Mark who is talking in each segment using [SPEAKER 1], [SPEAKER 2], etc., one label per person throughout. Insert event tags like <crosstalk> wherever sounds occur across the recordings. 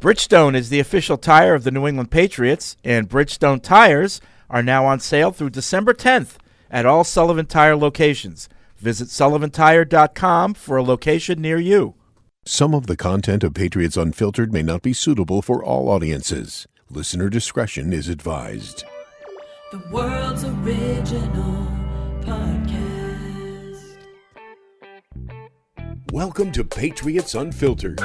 [SPEAKER 1] Bridgestone is the official tire of the New England Patriots, and Bridgestone tires are now on sale through December 10th at all Sullivan Tire locations. Visit sullivantire.com for a location near you.
[SPEAKER 2] Some of the content of Patriots Unfiltered may not be suitable for all audiences. Listener discretion is advised.
[SPEAKER 3] The world's original podcast.
[SPEAKER 2] Welcome to Patriots Unfiltered.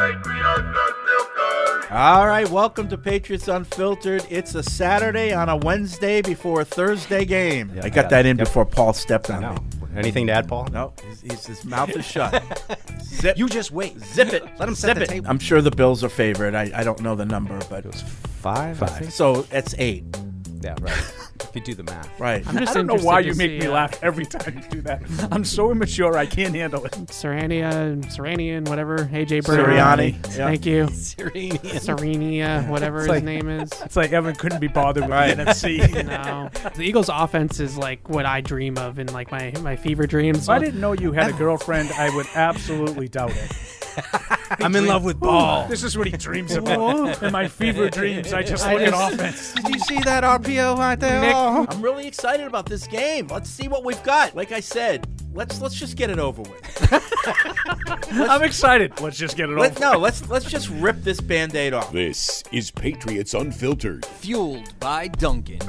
[SPEAKER 1] All right, welcome to Patriots Unfiltered. It's a Saturday on a Wednesday before a Thursday game.
[SPEAKER 4] Yeah,
[SPEAKER 1] I got
[SPEAKER 4] yeah,
[SPEAKER 1] that in
[SPEAKER 4] yep.
[SPEAKER 1] before Paul stepped on
[SPEAKER 4] No.
[SPEAKER 1] me.
[SPEAKER 4] Anything to add, Paul?
[SPEAKER 1] No, his, his, his mouth is shut. <laughs> Zip.
[SPEAKER 4] You just wait.
[SPEAKER 1] Zip it.
[SPEAKER 4] Let him
[SPEAKER 1] Zip
[SPEAKER 4] set the
[SPEAKER 1] it.
[SPEAKER 4] table.
[SPEAKER 1] I'm sure the Bills are favored. I, I don't know the number, but
[SPEAKER 4] Five. Five.
[SPEAKER 1] so that's eight,
[SPEAKER 4] Yeah, right. if you do the math.
[SPEAKER 5] <laughs>
[SPEAKER 1] right?
[SPEAKER 6] I'm just
[SPEAKER 5] I don't know
[SPEAKER 6] interested
[SPEAKER 5] why
[SPEAKER 6] to
[SPEAKER 5] you make
[SPEAKER 6] see,
[SPEAKER 5] me
[SPEAKER 6] uh,
[SPEAKER 5] laugh every time you
[SPEAKER 6] <laughs>
[SPEAKER 5] do that. <laughs> I'm so immature, I can't handle it.
[SPEAKER 6] Serenia, and Serenian, whatever. AJ Brown.
[SPEAKER 1] Sirianni. Yeah.
[SPEAKER 6] Thank you.
[SPEAKER 4] Serenian.
[SPEAKER 6] Serenia, whatever his
[SPEAKER 5] like-
[SPEAKER 6] name is.
[SPEAKER 5] It's like Evan couldn't be bothered with
[SPEAKER 1] Right.
[SPEAKER 5] the
[SPEAKER 6] <laughs>
[SPEAKER 5] NFC.
[SPEAKER 6] No. The Eagles offense is like what I dream of in like my, my fever dreams.
[SPEAKER 5] If I didn't know you had a girlfriend, I would absolutely doubt it.
[SPEAKER 1] <laughs> I'm in love with ball.
[SPEAKER 5] This is what he dreams about. In my fever dreams, I just look at offense.
[SPEAKER 4] <laughs> Did you see that RPO right there? Oh.
[SPEAKER 1] I'm really excited about this game. Let's see what we've got. Like I said, let's let's just get it over with.
[SPEAKER 5] <laughs> I'm excited. Let's just get it
[SPEAKER 1] Let,
[SPEAKER 5] over.
[SPEAKER 1] no, let's let's just rip this band-aid off.
[SPEAKER 2] This is Patriots Unfiltered.
[SPEAKER 7] Fueled by Duncan.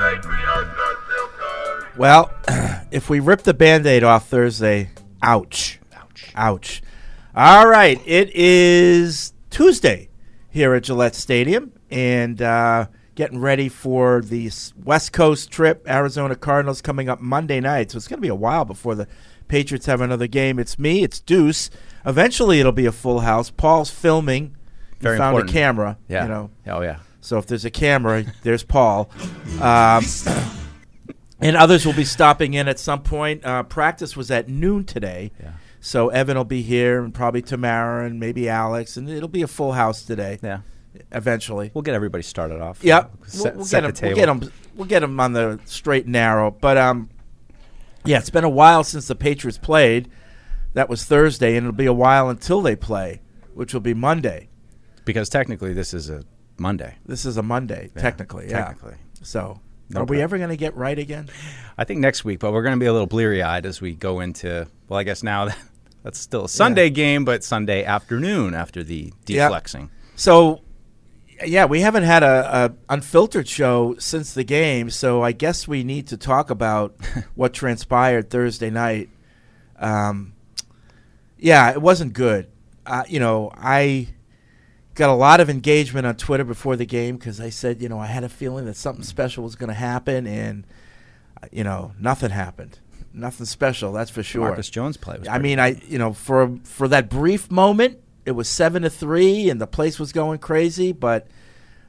[SPEAKER 1] Well, <clears throat> if we rip the band aid off Thursday, ouch. Ouch. Ouch. All right. It is Tuesday here at Gillette Stadium and uh, getting ready for the s- West Coast trip. Arizona Cardinals coming up Monday night. So it's going to be a while before the Patriots have another game. It's me, it's Deuce. Eventually, it'll be a full house. Paul's filming. He
[SPEAKER 4] Very
[SPEAKER 1] found
[SPEAKER 4] important.
[SPEAKER 1] a camera.
[SPEAKER 4] Yeah.
[SPEAKER 1] You know,
[SPEAKER 4] Oh yeah.
[SPEAKER 1] so if there's a camera, there's Paul. Um, <coughs> and others will be stopping in at some point. Uh, practice was at noon today.
[SPEAKER 4] Yeah.
[SPEAKER 1] So Evan will be here and probably Tamara and maybe Alex. And it'll be a full house today
[SPEAKER 4] Yeah.
[SPEAKER 1] eventually.
[SPEAKER 4] We'll get everybody started off.
[SPEAKER 1] Yep.
[SPEAKER 4] Set,
[SPEAKER 1] we'll, we'll
[SPEAKER 4] set
[SPEAKER 1] get him,
[SPEAKER 4] the table.
[SPEAKER 1] We'll get him. We'll get him on the straight and narrow. But um, yeah, it's been a while since the Patriots played. That was Thursday, and it'll be a while until they play, which will be Monday.
[SPEAKER 4] Because technically, this is a Monday.
[SPEAKER 1] This is a Monday, technically. Yeah.
[SPEAKER 4] technically.
[SPEAKER 1] So, are
[SPEAKER 4] No
[SPEAKER 1] we
[SPEAKER 4] problem.
[SPEAKER 1] ever going to get right again?
[SPEAKER 4] I think next week, but we're going to be a little bleary-eyed as we go into. Well, I guess now <laughs> that's still a Sunday game, but Sunday afternoon after the
[SPEAKER 1] Yeah.
[SPEAKER 4] deflexing.
[SPEAKER 1] So, yeah, we haven't had a, a unfiltered show since the game. So I guess we need to talk about what transpired Thursday night. Um, yeah, it wasn't good. Uh, you know, I got a lot of engagement on Twitter before the game because I said, you know, I had a feeling that something special was going to happen, and uh, you know, nothing happened. Nothing special, that's for sure.
[SPEAKER 4] Marcus Jones play was
[SPEAKER 1] I
[SPEAKER 4] pretty
[SPEAKER 1] mean, I you know for for that brief moment, it was seven to three, and the place was going crazy. But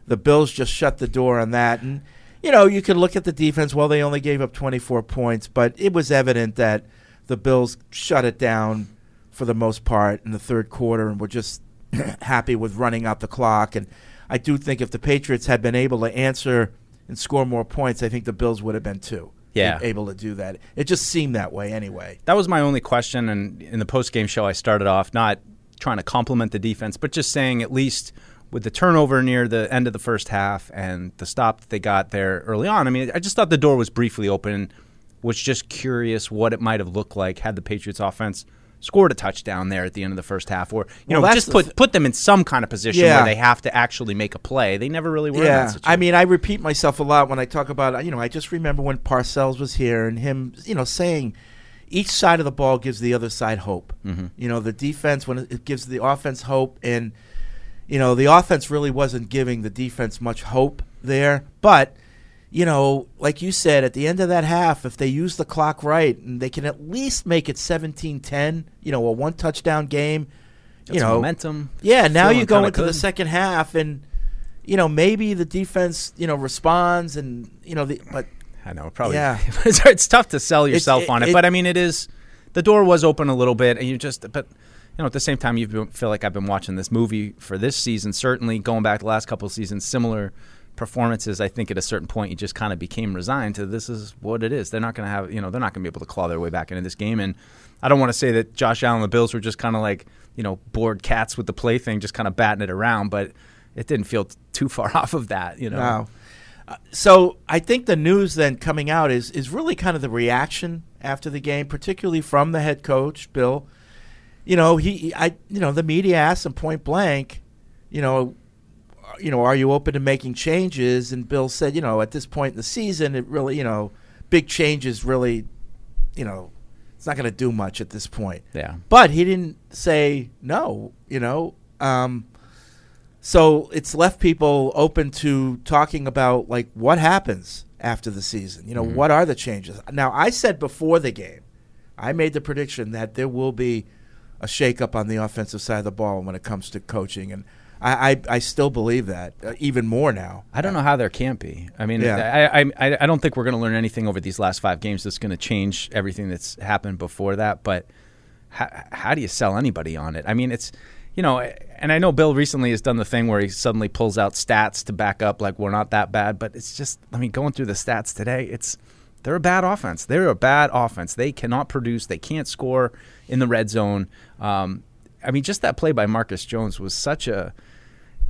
[SPEAKER 1] the Bills just shut the door on that, and you know you could look at the defense. Well, they only gave up twenty four points, but it was evident that the Bills shut it down for the most part in the third quarter, and were just <clears throat> happy with running out the clock. And I do think if the Patriots had been able to answer and score more points, I think the Bills would have been too.
[SPEAKER 4] Yeah.
[SPEAKER 1] able to do that. It just seemed that way anyway.
[SPEAKER 4] that was my only question. And in the post game show, I started off not trying to compliment the defense, but just saying at least with the turnover near the end of the first half and the stop that they got there early on. I mean, I just thought the door was briefly open. Was just curious what it might have looked like had the Patriots offense scored a touchdown there at the end of the first half, or you
[SPEAKER 1] Well,
[SPEAKER 4] know,
[SPEAKER 1] that's
[SPEAKER 4] just
[SPEAKER 1] the
[SPEAKER 4] put
[SPEAKER 1] th-
[SPEAKER 4] put them in some kind of position
[SPEAKER 1] Yeah.
[SPEAKER 4] where they have to actually make a play. They never really were. in that
[SPEAKER 1] Yeah, I
[SPEAKER 4] situation.
[SPEAKER 1] mean, I repeat myself a lot when I talk about. You know, I just remember when Parcells was here and him, you know, saying each side of the ball gives the other side hope.
[SPEAKER 4] Mm-hmm.
[SPEAKER 1] You know, the defense when it it gives the offense hope, and you know, the offense really wasn't giving the defense much hope there. But you know, like you said, at the end of that half, if they use the clock right and they can at least make it 17-10, you know, a one touchdown game. you
[SPEAKER 4] Got some
[SPEAKER 1] know,
[SPEAKER 4] momentum.
[SPEAKER 1] Yeah, now
[SPEAKER 4] Feeling
[SPEAKER 1] you go
[SPEAKER 4] kinda
[SPEAKER 1] into the
[SPEAKER 4] good.
[SPEAKER 1] second half, and you know maybe the defense you know responds, and you know the but
[SPEAKER 4] I know, probably.
[SPEAKER 1] Yeah.
[SPEAKER 4] <laughs> it's, it's tough to sell yourself
[SPEAKER 1] it-
[SPEAKER 4] on it,
[SPEAKER 1] it-
[SPEAKER 4] but I mean, it is. The door was open a little bit, and you just, but you know, at the same time, you feel like I've been watching this movie for this season. Certainly, going back the last couple of seasons, similar performances. I think at a certain point, you just kind of became resigned to this is what it is. They're not going to have, you know, they're not going to be able to claw their way back into this game. And I don't want to say that Josh Allen and the Bills were just kind of like, you know, bored cats with the play thing, just kind of batting it around, but it didn't feel t- too far <laughs> off of that, you know.
[SPEAKER 1] Wow. Uh, So I think the news then coming out is is really kind of the reaction after the game, particularly from the head coach Bill. You know, he, he- I, you know, the media asked him point blank, you know, uh, you know, are you open to making changes? And Bill said, you know, at this point in the season, it really, you know, big changes really, you know, it's not going to do much at this point.
[SPEAKER 4] Yeah.
[SPEAKER 1] But he didn't say no, you know. Um, so it's left people open to talking about like what happens after the season. You know,
[SPEAKER 4] Mm-hmm.
[SPEAKER 1] what are the changes? Now, I said before the game, I made the prediction that there will be a shakeup on the offensive side of the ball when it comes to coaching, and I I, I still believe that uh, even more now. Uh,
[SPEAKER 4] I don't know how there can't be. I mean,
[SPEAKER 1] Yeah.
[SPEAKER 4] I, I- I I don't think we're going to learn anything over these last five games that's going to change everything that's happened before that. But how, how do you sell anybody on it? I mean, it's you know, and I know Bill recently has done the thing where he suddenly pulls out stats to back up like we're not that bad. But it's just, I mean, going through the stats today, it's they're a bad offense. They're a bad offense. They cannot produce. They can't score in the red zone. Um, I mean, just that play by Marcus Jones was such a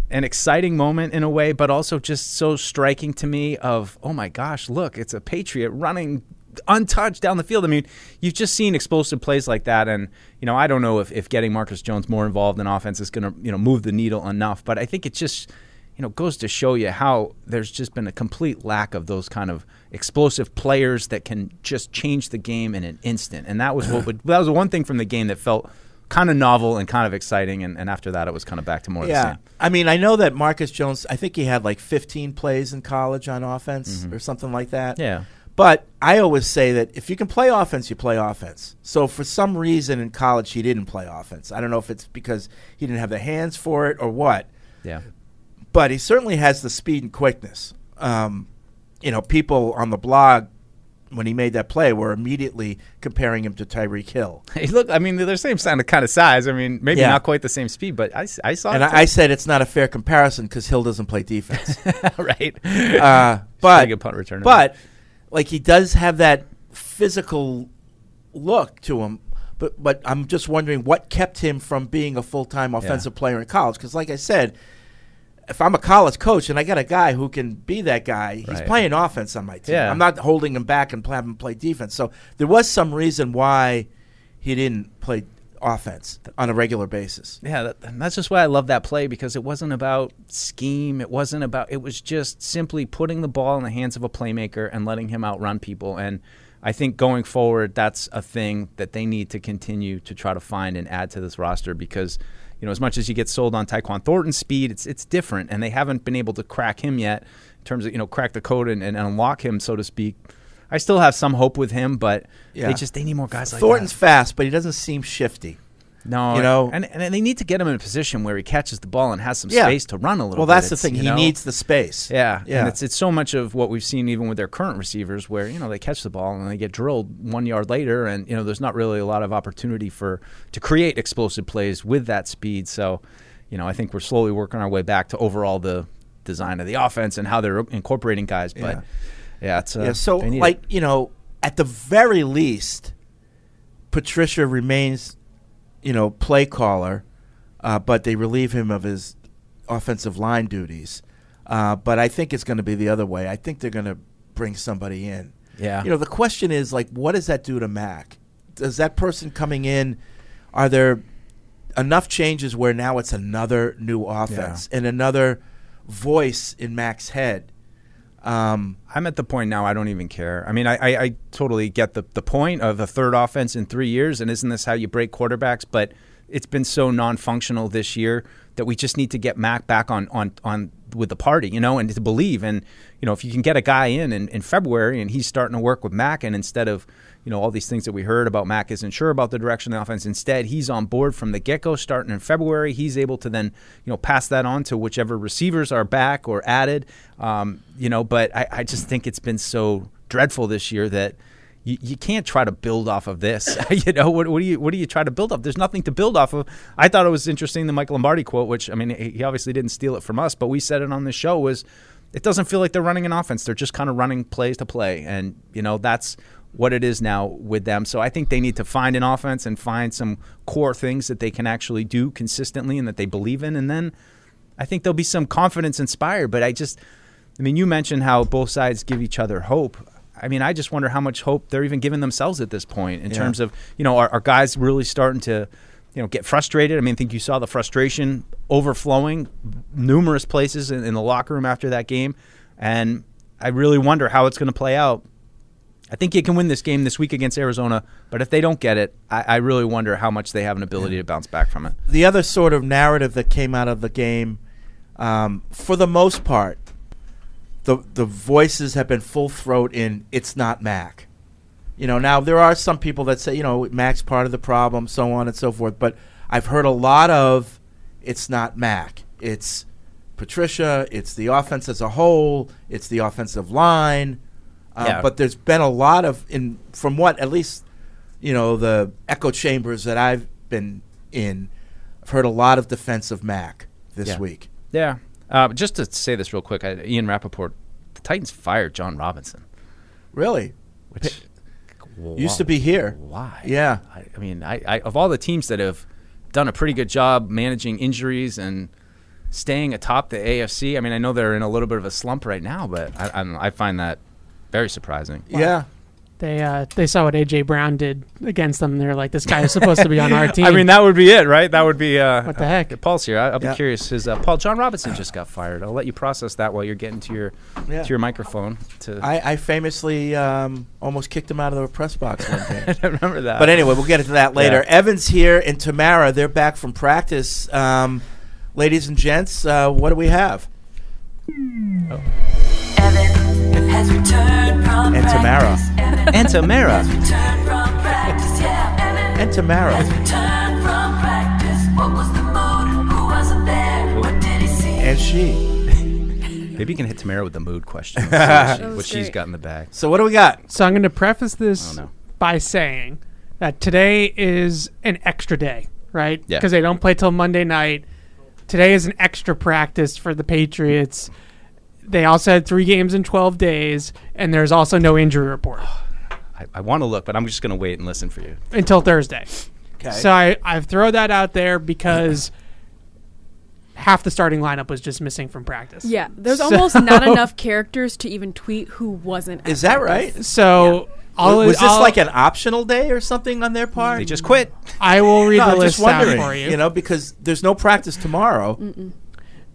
[SPEAKER 4] an exciting moment in a way, but also just so striking to me of, oh my gosh, look, it's a Patriot running untouched down the field. I mean, you've just seen explosive plays like that. And, you know, I don't know if, if getting Marcus Jones more involved in offense is going to, you know, move the needle enough, but I think it just, you know, goes to show you how there's just been a complete lack of those kind of explosive players that can just change the game in an instant. And that was what would, that was the one thing from the game that felt kind of novel and kind of exciting. And, and after that, it was kind of back to more of the
[SPEAKER 1] Yeah.
[SPEAKER 4] same.
[SPEAKER 1] I mean, I know that Marcus Jones, I think he had like 15 plays in college on offense or something like that.
[SPEAKER 4] Mm-hmm. Yeah.
[SPEAKER 1] But I always say that if you can play offense, you play offense. So for some reason in college, he didn't play offense. I don't know if it's because he didn't have the hands for it or what,
[SPEAKER 4] Yeah.
[SPEAKER 1] but he certainly has the speed and quickness. Um, you know, people on the blog when he made that play were immediately comparing him to Tyreek Hill.
[SPEAKER 4] <laughs> Hey, look, I mean, they're the same sound, kind of size. I mean, maybe
[SPEAKER 1] Yeah.
[SPEAKER 4] not quite the same speed, but I, s- I saw
[SPEAKER 1] And
[SPEAKER 4] it.
[SPEAKER 1] I, I said it's not a fair comparison because Hill doesn't play defense.
[SPEAKER 4] too. <laughs> right.
[SPEAKER 1] Uh, but
[SPEAKER 4] good punt returner.
[SPEAKER 1] But like he does have that physical look to him. But but I'm just wondering what kept him from being a full time offensive player in college. Because like I said, if I'm a college coach and I got a guy who can be that guy, he's
[SPEAKER 4] Right.
[SPEAKER 1] playing offense on my team.
[SPEAKER 4] Yeah.
[SPEAKER 1] I'm not holding him back and pl- having him play defense. So there was some reason why he didn't play offense on a regular basis.
[SPEAKER 4] yeah, that, and that's just why I love that play because it wasn't about scheme. It wasn't about. It was just simply putting the ball in the hands of a playmaker and letting him outrun people. And I think going forward, that's a thing that they need to continue to try to find and add to this roster because. You know, as much as you get sold on Tyquan Thornton's speed, it's it's different, and they haven't been able to crack him yet in terms of you know crack the code and, and unlock him, so to speak. I still have some hope with him, but
[SPEAKER 1] Yeah.
[SPEAKER 4] they just they need more guys like that.
[SPEAKER 1] Thornton's fast, but he doesn't seem shifty.
[SPEAKER 4] No,
[SPEAKER 1] You
[SPEAKER 4] and-
[SPEAKER 1] know?
[SPEAKER 4] and, and they need to get him in a position where he catches the ball and has some
[SPEAKER 1] Yeah.
[SPEAKER 4] space to run a little.
[SPEAKER 1] Well,
[SPEAKER 4] bit.
[SPEAKER 1] that's the
[SPEAKER 4] It's,
[SPEAKER 1] thing.
[SPEAKER 4] you
[SPEAKER 1] He
[SPEAKER 4] know,
[SPEAKER 1] needs the space.
[SPEAKER 4] Yeah,
[SPEAKER 1] yeah.
[SPEAKER 4] And it's it's so much of what we've seen even with their current receivers, where you know they catch the ball and they get drilled one yard later, and you know there's not really a lot of opportunity for to create explosive plays with that speed. So, you know, I think we're slowly working our way back to overall the design of the offense and how they're incorporating guys. But yeah, it's uh,
[SPEAKER 1] Yeah, so
[SPEAKER 4] they need it.
[SPEAKER 1] like you know, at the very least, Patricia remains, you know, play caller, uh, but they relieve him of his offensive line duties. Uh, but I think it's going to be the other way. I think they're going to bring somebody in.
[SPEAKER 4] Yeah.
[SPEAKER 1] You know, the question is like, what does that do to Mac? Does that person coming in? Are there enough changes where now it's another new offense and another voice in Mac's head? Um,
[SPEAKER 4] I'm at the point now I don't even care. I mean, I, I, I totally get the, the point of the third offense in three years, and isn't this how you break quarterbacks? But it's been so non functional this year that we just need to get Mac back on, on, on with the party, you know, and to believe. And, you know, if you can get a guy in, in in February and he's starting to work with Mac, and instead of, you know, all these things that we heard about Mac isn't sure about the direction of the offense, instead he's on board from the get go starting in February. He's able to then, you know, pass that on to whichever receivers are back or added, um, you know, but I, I just think it's been so dreadful this year that you, you can't try to build off of this. <laughs> you know, what, what do you what do you try to build off? There's nothing to build off of. I thought it was interesting the Michael Lombardi quote, which I mean he he obviously didn't steal it from us, but we said it on the show was it doesn't feel like they're running an offense. They're just kind of running plays to play, and you know that's what it is now with them. So I think they need to find an offense and find some core things that they can actually do consistently and that they believe in, and then. I think there'll be some confidence inspired. But I just, I mean, you mentioned how both sides give each other hope. I mean, I just wonder how much hope they're even giving themselves at this point in
[SPEAKER 1] Yeah.
[SPEAKER 4] terms of, you know, are, are guys really starting to, you know, get frustrated? I mean, I think you saw the frustration overflowing numerous places in, in the locker room after that game. And I really wonder how it's going to play out. I think you can win this game this week against Arizona, but if they don't get it, I, I really wonder how much they have an ability to bounce back from it.
[SPEAKER 1] the other sort of narrative that came out of the game, um, for the most part, the the voices have been full throat in it's not Mac. You know, now there are some people that say, you know, Mac's part of the problem, so on and so forth, but I've heard a lot of it's not Mac. It's Patricia, it's the offense as a whole, it's the offensive line. Uh,
[SPEAKER 4] Yeah.
[SPEAKER 1] But there's been a lot of in from what at least you know the echo chambers that I've been in. I've heard a lot of defense of Mac this
[SPEAKER 4] Yeah.
[SPEAKER 1] week.
[SPEAKER 4] Yeah. Uh, just to say this real quick, I, Ian Rappaport, the Titans fired John Robinson,
[SPEAKER 1] Really,
[SPEAKER 4] which
[SPEAKER 1] used to be here.
[SPEAKER 4] Why?
[SPEAKER 1] Yeah.
[SPEAKER 4] I, I mean, I, I of all the teams that have done a pretty good job managing injuries and staying atop the AFC, I mean, I know they're in a little bit of a slump right now, but I, I, don't know, I find that very surprising.
[SPEAKER 1] Yeah,
[SPEAKER 6] They uh, they saw what AJ Brown did against them. They're like, this guy is supposed to be
[SPEAKER 5] <laughs>
[SPEAKER 4] <laughs>
[SPEAKER 6] on our team.
[SPEAKER 4] I mean, that would be it, right? That would be uh,
[SPEAKER 6] What the heck?
[SPEAKER 4] uh, Paul's here. I, I'll
[SPEAKER 1] Yeah.
[SPEAKER 4] be curious. His uh, Paul John Robinson just got fired. I'll let you process that while you're getting to your
[SPEAKER 1] Yeah.
[SPEAKER 4] to your microphone. To
[SPEAKER 1] I, I famously um, almost kicked him out of the press box
[SPEAKER 4] <laughs>
[SPEAKER 1] one day.
[SPEAKER 4] I remember that.
[SPEAKER 1] but anyway, we'll get into that later.
[SPEAKER 4] Yeah.
[SPEAKER 1] Evans here and Tamara, they're back from practice. Um, ladies and gents, uh, what do we have?
[SPEAKER 4] Oh.
[SPEAKER 3] Evan has returned from
[SPEAKER 1] And Tamara.
[SPEAKER 3] practice. Evan
[SPEAKER 4] and Tamara.
[SPEAKER 3] returned from practice. Yeah, Evan
[SPEAKER 1] And Tamara.
[SPEAKER 3] returned from practice. What was the motive? Who wasn't there? What did he see?
[SPEAKER 1] And she.
[SPEAKER 4] <laughs> Maybe you can hit Tamara with the
[SPEAKER 5] <laughs>
[SPEAKER 4] mood question. see what she- what
[SPEAKER 8] was
[SPEAKER 4] she's
[SPEAKER 8] great.
[SPEAKER 4] got in the bag.
[SPEAKER 1] So what do we got?
[SPEAKER 6] So I'm going to preface this
[SPEAKER 4] don't know.
[SPEAKER 6] by saying that today is an extra day, right?
[SPEAKER 4] Yeah.
[SPEAKER 6] Because they don't play till Monday night. Today is an extra practice for the Patriots. They also had three games in 12 days, and there's also no injury report
[SPEAKER 4] I, I want to look, but I'm just going to wait and listen for you.
[SPEAKER 6] until Thursday.
[SPEAKER 1] Okay.
[SPEAKER 6] So I, I throw that out there because half the starting lineup was just missing from practice.
[SPEAKER 8] Yeah,
[SPEAKER 1] <laughs>
[SPEAKER 6] <laughs>
[SPEAKER 8] there's almost not enough characters to even tweet who wasn't.
[SPEAKER 1] Is
[SPEAKER 8] at
[SPEAKER 1] that right?
[SPEAKER 8] practice.
[SPEAKER 1] <laughs>
[SPEAKER 6] So I'll,
[SPEAKER 1] was this
[SPEAKER 6] I'll-
[SPEAKER 1] like an optional day or something on their part?
[SPEAKER 4] They just quit.
[SPEAKER 6] I will read
[SPEAKER 1] No,
[SPEAKER 6] the
[SPEAKER 1] I'm
[SPEAKER 6] list
[SPEAKER 1] just wondering,
[SPEAKER 6] out for you.
[SPEAKER 1] know, because there's no practice tomorrow.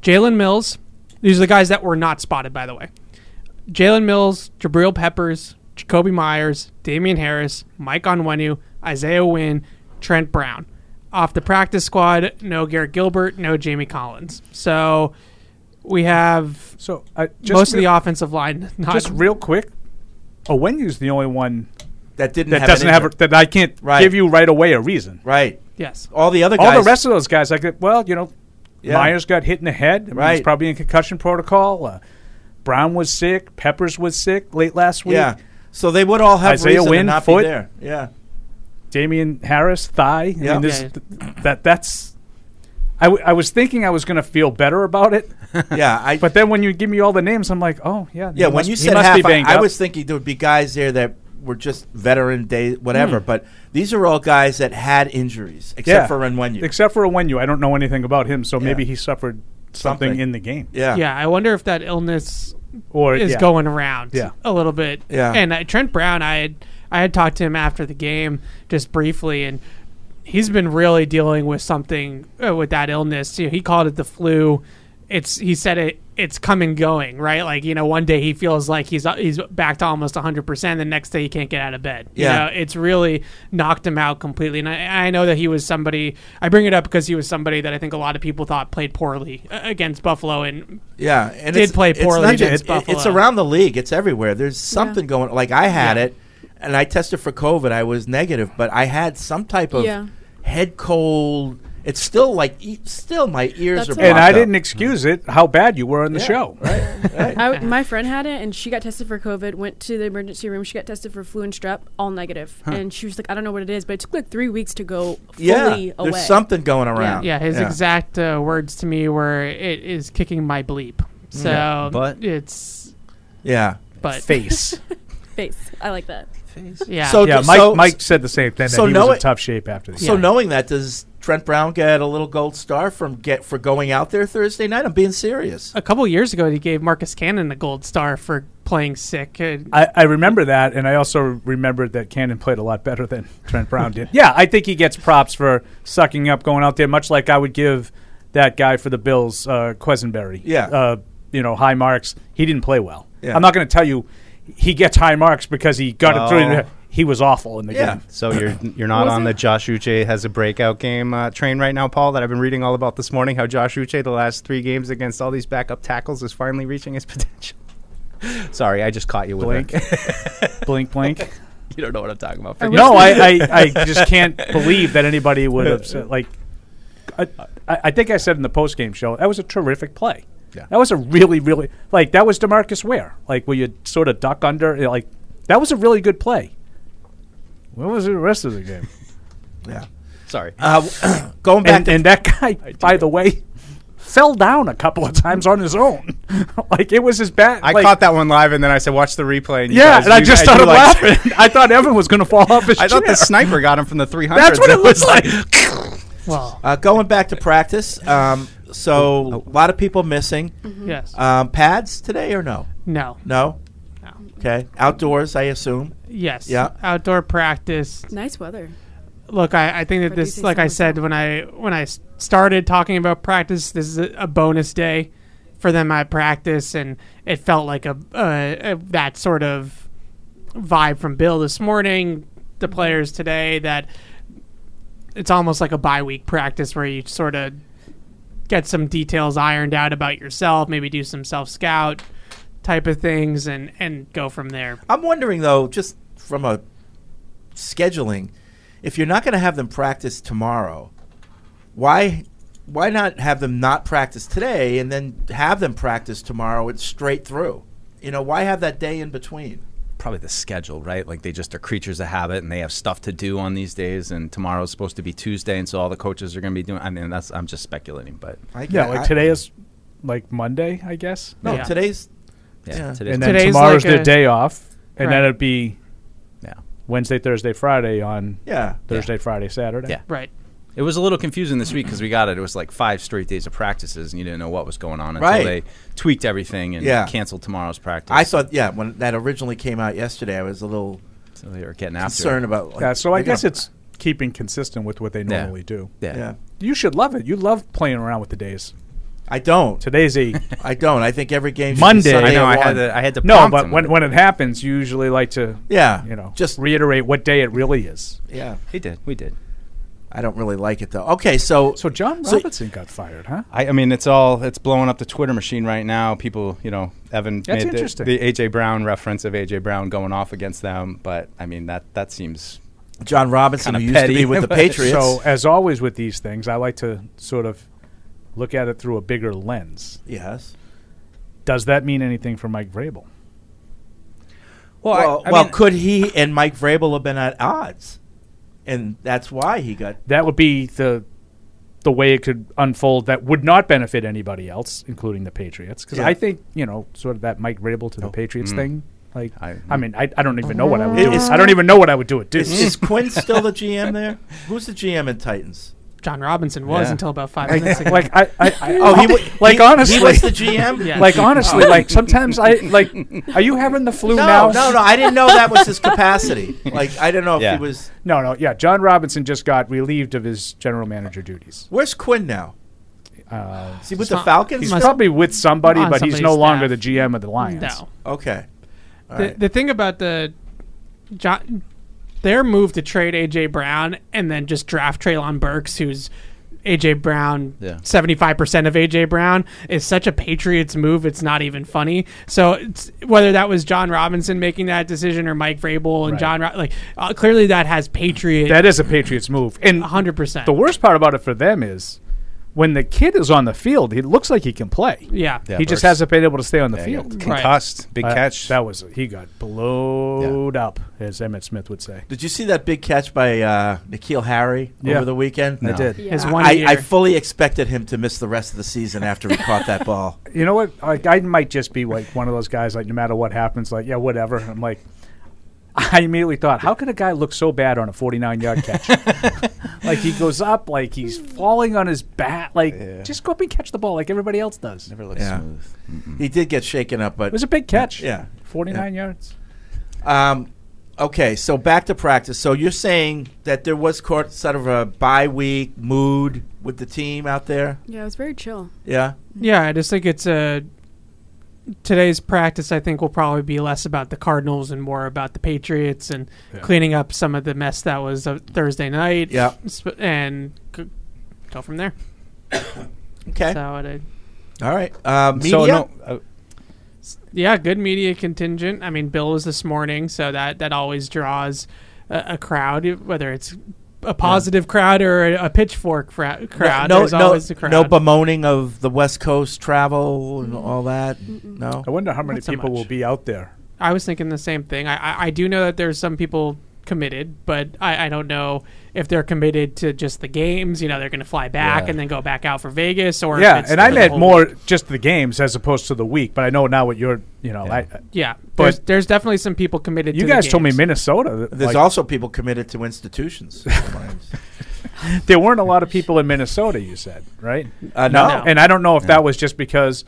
[SPEAKER 6] Jalen Mills. These are the guys that were not spotted, by the way. Jalen Mills, Jabril Peppers, Jacoby Myers, Damian Harris, Mike Onwenu, Isaiah Wynn, Trent Brown. Off the practice squad, no Garrett Gilbert, no Jamie Collins. So we have
[SPEAKER 5] So uh, just
[SPEAKER 6] most of
[SPEAKER 5] real-
[SPEAKER 6] the offensive line. <laughs> Not,
[SPEAKER 5] just real quick. Owenyu's the only one
[SPEAKER 1] That didn't.
[SPEAKER 5] that
[SPEAKER 1] have
[SPEAKER 5] doesn't
[SPEAKER 1] an
[SPEAKER 5] have a,
[SPEAKER 1] injury.
[SPEAKER 5] that I can't
[SPEAKER 1] Right.
[SPEAKER 5] give you right away a reason.
[SPEAKER 1] right.
[SPEAKER 6] yes.
[SPEAKER 1] All the other
[SPEAKER 5] All
[SPEAKER 1] guys.
[SPEAKER 5] the rest of those guys, I could. Well, you know,
[SPEAKER 1] Yeah.
[SPEAKER 5] Myers got hit in the head. I mean,
[SPEAKER 1] Right.
[SPEAKER 5] he's probably in concussion protocol. Uh, Brown was sick. Peppers was sick late last week.
[SPEAKER 1] Yeah. So they would all have
[SPEAKER 5] Isaiah
[SPEAKER 1] reason to
[SPEAKER 5] Wynn,
[SPEAKER 1] not
[SPEAKER 5] foot.
[SPEAKER 1] be there. Yeah.
[SPEAKER 5] Damian Harris thigh. I
[SPEAKER 1] Yeah.
[SPEAKER 5] mean, this,
[SPEAKER 6] Yeah.
[SPEAKER 5] th- that that's. I, w- I was thinking I was going to feel better about it,
[SPEAKER 1] <laughs> Yeah. I.
[SPEAKER 5] but then when you give me all the names, I'm like, oh yeah. he
[SPEAKER 1] yeah. When
[SPEAKER 5] must-
[SPEAKER 1] you
[SPEAKER 5] he
[SPEAKER 1] said
[SPEAKER 5] must be
[SPEAKER 1] half, I,
[SPEAKER 5] banged
[SPEAKER 1] I
[SPEAKER 5] up.
[SPEAKER 1] was thinking there would be guys there that were just veteran day
[SPEAKER 6] Hmm.
[SPEAKER 1] whatever, but these are all guys that had injuries except
[SPEAKER 5] Yeah.
[SPEAKER 1] for Renwenyu.
[SPEAKER 5] except for Owenu. I don't know anything about him, so maybe he suffered something,
[SPEAKER 1] Something.
[SPEAKER 5] in the game.
[SPEAKER 1] yeah.
[SPEAKER 6] Yeah, I wonder if that illness
[SPEAKER 5] Or
[SPEAKER 6] is
[SPEAKER 5] yeah.
[SPEAKER 6] going around
[SPEAKER 5] Yeah.
[SPEAKER 6] a little bit.
[SPEAKER 1] Yeah.
[SPEAKER 6] And uh, Trent Brown, I had I had talked to him after the game just briefly, and he's been really dealing with something uh, with that illness. You know, he called it the flu. It's he said it. It's come and going, right? Like you know, one day he feels like he's uh, he's back to almost 100, percent the next day he can't get out of bed. You
[SPEAKER 1] Yeah.
[SPEAKER 6] know, it's really knocked him out completely. And I, I know that he was somebody. I bring it up because he was somebody that I think a lot of people thought played poorly uh, against Buffalo, and
[SPEAKER 1] Yeah, and
[SPEAKER 6] Did
[SPEAKER 1] it's,
[SPEAKER 6] play
[SPEAKER 1] it's
[SPEAKER 6] poorly
[SPEAKER 1] not
[SPEAKER 6] against
[SPEAKER 1] just- it- It's
[SPEAKER 6] Buffalo.
[SPEAKER 1] around the league. It's everywhere. There's something going. Like I had it, and I tested for COVID. I was negative, but I had some type of
[SPEAKER 8] Yeah.
[SPEAKER 1] head cold. It's still like e- still my ears
[SPEAKER 8] That's
[SPEAKER 1] are.
[SPEAKER 8] what-
[SPEAKER 5] and I
[SPEAKER 1] blocked up.
[SPEAKER 5] didn't excuse it how bad you were on the show.
[SPEAKER 8] I w my friend had it, and she got tested for COVID. Went to the emergency room. She got tested for flu and strep, all negative. And she was like, "I don't know what it is, but it took like three weeks to go fully
[SPEAKER 1] Yeah,
[SPEAKER 8] away."
[SPEAKER 1] there's something going around.
[SPEAKER 6] Yeah, his exact uh, words to me were, "It is kicking my bleep." So
[SPEAKER 4] but-
[SPEAKER 6] it's
[SPEAKER 1] Yeah,
[SPEAKER 6] but
[SPEAKER 4] Face.
[SPEAKER 8] <laughs> face. I like that.
[SPEAKER 4] face.
[SPEAKER 6] Yeah.
[SPEAKER 1] So-
[SPEAKER 5] Yeah,
[SPEAKER 1] Okay,
[SPEAKER 5] Mike, Mike said the same thing.
[SPEAKER 1] so
[SPEAKER 5] that he
[SPEAKER 1] know
[SPEAKER 5] was in
[SPEAKER 1] it-
[SPEAKER 5] tough shape after the
[SPEAKER 1] So
[SPEAKER 5] game.
[SPEAKER 1] knowing that, does Trent Brown get a little gold star from get for going out there Thursday night? I'm being serious.
[SPEAKER 6] <laughs> a couple years ago, he gave Marcus Cannon a gold star for playing sick. Uh,
[SPEAKER 5] I, I remember that, and I also remembered that Cannon played a lot better than Trent Brown did. Yeah, I think he gets props for sucking up, going out there, much like I would give that guy for the Bills, uh, Quesenberry.
[SPEAKER 1] Yeah.
[SPEAKER 5] Uh, you know, high marks. He didn't play well.
[SPEAKER 1] Yeah.
[SPEAKER 5] I'm not going to tell you he gets high marks because he got it
[SPEAKER 4] Oh.
[SPEAKER 5] through. He was awful in the
[SPEAKER 1] Yeah.
[SPEAKER 5] game.
[SPEAKER 4] So you're you're not
[SPEAKER 8] Was
[SPEAKER 4] on
[SPEAKER 8] it?
[SPEAKER 4] the Josh Uche has a breakout game uh, train right now, Paul. That I've been reading all about this morning. How Josh Uche, the last three games against all these backup tackles, is finally reaching his <laughs> potential. Sorry, I just caught you with
[SPEAKER 5] Blink,
[SPEAKER 4] it. <laughs>
[SPEAKER 5] blink, blink.
[SPEAKER 4] you don't know what I'm talking about.
[SPEAKER 8] I
[SPEAKER 4] Forget-
[SPEAKER 8] wish-
[SPEAKER 5] No, I, I, I just can't believe that anybody
[SPEAKER 4] <laughs>
[SPEAKER 5] would have said, like. I, I I think I said in the post game show that was a terrific play.
[SPEAKER 4] Yeah.
[SPEAKER 5] That was a really, really like that was Demarcus Ware, like where you sort of duck under, you know, like that was a really good play. What was the rest of the game?
[SPEAKER 1] Yeah.
[SPEAKER 4] Sorry.
[SPEAKER 1] Uh, <coughs> going back
[SPEAKER 5] and,
[SPEAKER 1] to
[SPEAKER 5] and that guy,
[SPEAKER 1] <laughs>
[SPEAKER 5] by the way, fell down a couple of times on his own. <laughs> like it was his bad.
[SPEAKER 4] I
[SPEAKER 5] like-
[SPEAKER 4] caught that one live, and then I said, "Watch the replay." And you
[SPEAKER 5] Yeah,
[SPEAKER 4] guys-
[SPEAKER 5] and I
[SPEAKER 4] you-
[SPEAKER 5] just
[SPEAKER 4] you,
[SPEAKER 5] started
[SPEAKER 4] like,
[SPEAKER 5] laughing. <laughs> I thought Evan was going to fall off his
[SPEAKER 4] <laughs> I thought
[SPEAKER 5] chair.
[SPEAKER 4] the sniper got him from the
[SPEAKER 5] <laughs>
[SPEAKER 4] 300.
[SPEAKER 5] That's what it looks like. <laughs>
[SPEAKER 6] well,
[SPEAKER 1] uh, going back to practice. Um, so a lot of people missing.
[SPEAKER 5] Mm-hmm.
[SPEAKER 6] yes.
[SPEAKER 1] Um, pads today or no?
[SPEAKER 6] no.
[SPEAKER 1] No.
[SPEAKER 6] No.
[SPEAKER 1] Okay. Outdoors, I assume.
[SPEAKER 6] Yes.
[SPEAKER 1] Yeah.
[SPEAKER 6] Outdoor practice.
[SPEAKER 8] Nice weather.
[SPEAKER 6] Look, I, I think that
[SPEAKER 8] Or do you
[SPEAKER 6] this,
[SPEAKER 8] say
[SPEAKER 6] like I
[SPEAKER 8] someone's
[SPEAKER 6] said
[SPEAKER 8] out?
[SPEAKER 6] when I when I s- started talking about practice, this is a, a bonus day for them at practice, and it felt like a, a, a that sort of vibe from Bill this morning,
[SPEAKER 8] Mm-hmm.
[SPEAKER 6] the players today. That it's almost like a bye week practice where you sort of get some details ironed out about yourself, maybe do some self scout type of things, and and go from there.
[SPEAKER 1] I'm wondering though, just from a scheduling, if you're not going to have them practice tomorrow, why why not have them not practice today and then have them practice tomorrow and straight through? You know, why have that day in between?
[SPEAKER 4] Probably the schedule, right? Like they just are creatures of habit, and they have stuff to do on these days. And tomorrow's supposed to be Tuesday, and so all the coaches are going to be doing. I mean, that's I'm just speculating, but <laughs>
[SPEAKER 1] I
[SPEAKER 5] Yeah,
[SPEAKER 1] get-
[SPEAKER 5] like
[SPEAKER 1] I-
[SPEAKER 5] today is like Monday, I guess.
[SPEAKER 1] No,
[SPEAKER 6] Yeah.
[SPEAKER 1] today's
[SPEAKER 4] yeah,
[SPEAKER 1] Yeah.
[SPEAKER 4] today's
[SPEAKER 5] and then
[SPEAKER 6] Today's
[SPEAKER 5] tomorrow's
[SPEAKER 6] like
[SPEAKER 5] their
[SPEAKER 6] a-
[SPEAKER 5] day off, and then
[SPEAKER 6] Right.
[SPEAKER 5] it'd be
[SPEAKER 4] yeah.
[SPEAKER 5] Wednesday, Thursday, Friday on
[SPEAKER 1] yeah.
[SPEAKER 5] Thursday, Friday, Saturday.
[SPEAKER 4] Yeah.
[SPEAKER 6] Right.
[SPEAKER 4] It was a little confusing this week because we got it. It was like five straight days of practices, and you didn't know what was going on until
[SPEAKER 1] Right.
[SPEAKER 4] they tweaked everything and
[SPEAKER 1] Yeah.
[SPEAKER 4] canceled tomorrow's practice.
[SPEAKER 1] I thought yeah, when that originally came out yesterday, I was a little
[SPEAKER 4] so they were getting after
[SPEAKER 1] concerned
[SPEAKER 4] it.
[SPEAKER 1] about like,
[SPEAKER 5] Yeah, so I
[SPEAKER 1] they're
[SPEAKER 5] guess
[SPEAKER 1] gonna-
[SPEAKER 5] it's keeping consistent with what they
[SPEAKER 4] Yeah.
[SPEAKER 5] normally do.
[SPEAKER 4] Yeah.
[SPEAKER 1] yeah.
[SPEAKER 5] You should love it. You love playing around with the days.
[SPEAKER 1] I don't.
[SPEAKER 5] Today's a
[SPEAKER 1] <laughs> I don't. I think every game should be
[SPEAKER 5] Monday.
[SPEAKER 1] Sunday
[SPEAKER 4] I know.
[SPEAKER 1] at
[SPEAKER 4] I had
[SPEAKER 1] one.
[SPEAKER 4] to. I had to.
[SPEAKER 5] no,
[SPEAKER 4] prompt
[SPEAKER 5] but
[SPEAKER 4] them.
[SPEAKER 5] when when it happens, you usually like to
[SPEAKER 1] Yeah.
[SPEAKER 5] you know
[SPEAKER 1] just
[SPEAKER 5] just reiterate what day it really is.
[SPEAKER 1] yeah.
[SPEAKER 4] he did, we did.
[SPEAKER 1] I don't really like it though. Okay, so
[SPEAKER 5] So John
[SPEAKER 1] So-
[SPEAKER 5] Robinson got fired, huh?
[SPEAKER 4] I, I mean, it's all it's blowing up the Twitter machine right now. People, you know, Evan
[SPEAKER 5] That's
[SPEAKER 4] made the-
[SPEAKER 5] interesting.
[SPEAKER 4] the, AJ Brown reference of AJ Brown going off against them, but I mean that that seems
[SPEAKER 1] John Robinson,
[SPEAKER 4] Kinda
[SPEAKER 1] who used
[SPEAKER 4] petty,
[SPEAKER 1] to be with the
[SPEAKER 4] <laughs> but-
[SPEAKER 1] Patriots.
[SPEAKER 5] So as always with these things, I like to sort of look at it through a bigger lens.
[SPEAKER 1] yes.
[SPEAKER 5] Does that mean anything for Mike Vrabel?
[SPEAKER 4] well.
[SPEAKER 1] Well, well, could he and Mike Vrabel have been at odds? And that's why he got.
[SPEAKER 5] that would be the the way it could unfold that would not benefit anybody else, including the Patriots. Because
[SPEAKER 1] Yeah.
[SPEAKER 5] I think you know, sort of that Mike Vrabel to the Patriots thing. Like,
[SPEAKER 4] Oh. Mm. I-
[SPEAKER 5] I, mean, I, I don't even know what I would
[SPEAKER 1] It
[SPEAKER 5] do.
[SPEAKER 1] is-
[SPEAKER 5] I don't even know what I would do. It
[SPEAKER 1] Is,
[SPEAKER 5] did.
[SPEAKER 1] is
[SPEAKER 5] <laughs>
[SPEAKER 1] Quinn still
[SPEAKER 6] <laughs>
[SPEAKER 1] the GM there? Who's the GM in Titans?
[SPEAKER 6] John Robinson was
[SPEAKER 4] Yeah.
[SPEAKER 6] until about five minutes ago.
[SPEAKER 5] like I, I,
[SPEAKER 1] <laughs>
[SPEAKER 5] I
[SPEAKER 1] Oh, he wa-
[SPEAKER 5] like
[SPEAKER 1] he-
[SPEAKER 5] honestly,
[SPEAKER 1] he was the GM.
[SPEAKER 6] <laughs>
[SPEAKER 5] <laughs>
[SPEAKER 6] Yeah.
[SPEAKER 5] like honestly, like sometimes I like. Are you having the flu now?
[SPEAKER 1] No, no, no. I didn't know that was his
[SPEAKER 5] <laughs>
[SPEAKER 1] capacity. Like I don't know if
[SPEAKER 4] Yeah.
[SPEAKER 1] he was.
[SPEAKER 5] no, no. Yeah, John Robinson just got relieved of his general manager duties.
[SPEAKER 1] Where's Quinn now?
[SPEAKER 5] Uh,
[SPEAKER 1] Is he with
[SPEAKER 6] He's
[SPEAKER 1] the
[SPEAKER 6] not-
[SPEAKER 1] Falcons?
[SPEAKER 5] he's
[SPEAKER 6] must-
[SPEAKER 5] probably with somebody,
[SPEAKER 6] on
[SPEAKER 5] but he's
[SPEAKER 6] somebody's
[SPEAKER 5] no longer the
[SPEAKER 6] staff.
[SPEAKER 5] GM of the Lions.
[SPEAKER 6] No.
[SPEAKER 1] okay. All
[SPEAKER 6] The,
[SPEAKER 1] right.
[SPEAKER 6] the thing about the John, their move to trade AJ Brown and then just draft Traylon Burks, who's AJ Brown,
[SPEAKER 4] Yeah.
[SPEAKER 6] seventy five percent of AJ Brown is such a Patriots move. It's not even funny. So it's, whether that was John Robinson making that decision or Mike Vrabel and
[SPEAKER 5] Right.
[SPEAKER 6] John, Ro- like uh, clearly that has Patriot
[SPEAKER 5] That is a Patriots move, and
[SPEAKER 6] hundred percent.
[SPEAKER 5] The worst part about it for them is when the kid is on the field, he looks like he can play.
[SPEAKER 6] Yeah.
[SPEAKER 4] Yeah.
[SPEAKER 5] he just
[SPEAKER 4] Burks.
[SPEAKER 5] hasn't been able to stay on the
[SPEAKER 4] Yeah,
[SPEAKER 5] field.
[SPEAKER 4] concussed, big
[SPEAKER 5] Uh,
[SPEAKER 4] catch.
[SPEAKER 5] That was he got blowed up, as Emmett Smith would say.
[SPEAKER 1] Did you see that big catch by uh, Nikhil Harry
[SPEAKER 5] Yeah.
[SPEAKER 1] over the weekend?
[SPEAKER 4] No. did.
[SPEAKER 6] His
[SPEAKER 8] Yeah.
[SPEAKER 6] one
[SPEAKER 1] I,
[SPEAKER 6] year.
[SPEAKER 1] I fully expected him to miss the rest of the season after he caught that
[SPEAKER 4] <laughs>
[SPEAKER 1] ball.
[SPEAKER 5] You know what? Like <laughs> I might just be like one of those guys. Like no matter what happens, like yeah, whatever. I'm like, I immediately thought, how could a guy look so bad on a 49
[SPEAKER 6] <laughs>
[SPEAKER 5] yard catch? like he goes up, like he's falling on his bat, like just go up and catch the ball like everybody else does.
[SPEAKER 9] Never looks
[SPEAKER 1] Yeah.
[SPEAKER 9] smooth.
[SPEAKER 4] Mm-hmm.
[SPEAKER 1] He did get shaken up, but
[SPEAKER 5] It was a big catch.
[SPEAKER 1] yeah.
[SPEAKER 5] 49 yards.
[SPEAKER 1] Um, okay, so back to practice. So you're saying that there was court, sort of a bye week mood with the team out there?
[SPEAKER 8] Yeah, it was very chill.
[SPEAKER 1] Yeah.
[SPEAKER 6] Yeah, I just think it's a today's practice. I think will probably be less about the Cardinals and more about the Patriots and cleaning up some of the mess that was uh, Thursday night.
[SPEAKER 1] Yeah.
[SPEAKER 6] Sp- and c- go from there.
[SPEAKER 1] <coughs> Okay.
[SPEAKER 6] So it, uh,
[SPEAKER 1] All right. Uh, media.
[SPEAKER 4] So no, uh,
[SPEAKER 6] yeah, good media contingent. I mean, Bill was this morning, so that that always draws a, a crowd, whether it's a positive crowd or a, a pitchfork fra- crowd.
[SPEAKER 1] No,
[SPEAKER 6] There's
[SPEAKER 1] no,
[SPEAKER 6] always a crowd.
[SPEAKER 1] no bemoaning of the West Coast travel and all that. No.
[SPEAKER 5] I wonder how many
[SPEAKER 6] Not so
[SPEAKER 5] people
[SPEAKER 6] much.
[SPEAKER 5] will be out there.
[SPEAKER 6] I was thinking the same thing. I, I, I do know that there's some people committed, but I, I don't know if they're committed to just the games. You know, they're going to fly back and then go back out for Vegas or if
[SPEAKER 5] Yeah,
[SPEAKER 6] it's
[SPEAKER 5] and I
[SPEAKER 6] for the
[SPEAKER 5] meant
[SPEAKER 6] whole
[SPEAKER 5] more
[SPEAKER 6] week.
[SPEAKER 5] just the games as opposed to the week, but I know now what you're, you know, I,
[SPEAKER 6] Yeah,
[SPEAKER 5] but-
[SPEAKER 6] there's, there's definitely some people committed.
[SPEAKER 5] you
[SPEAKER 6] to the
[SPEAKER 5] guys told me
[SPEAKER 6] games.
[SPEAKER 5] Minnesota.
[SPEAKER 1] There's
[SPEAKER 5] like,
[SPEAKER 1] also people committed to institutions.
[SPEAKER 5] <laughs>
[SPEAKER 1] <laughs>
[SPEAKER 5] there weren't a lot of people in Minnesota, you said, right?
[SPEAKER 1] uh, no.
[SPEAKER 6] No.
[SPEAKER 5] And I don't know if that was just because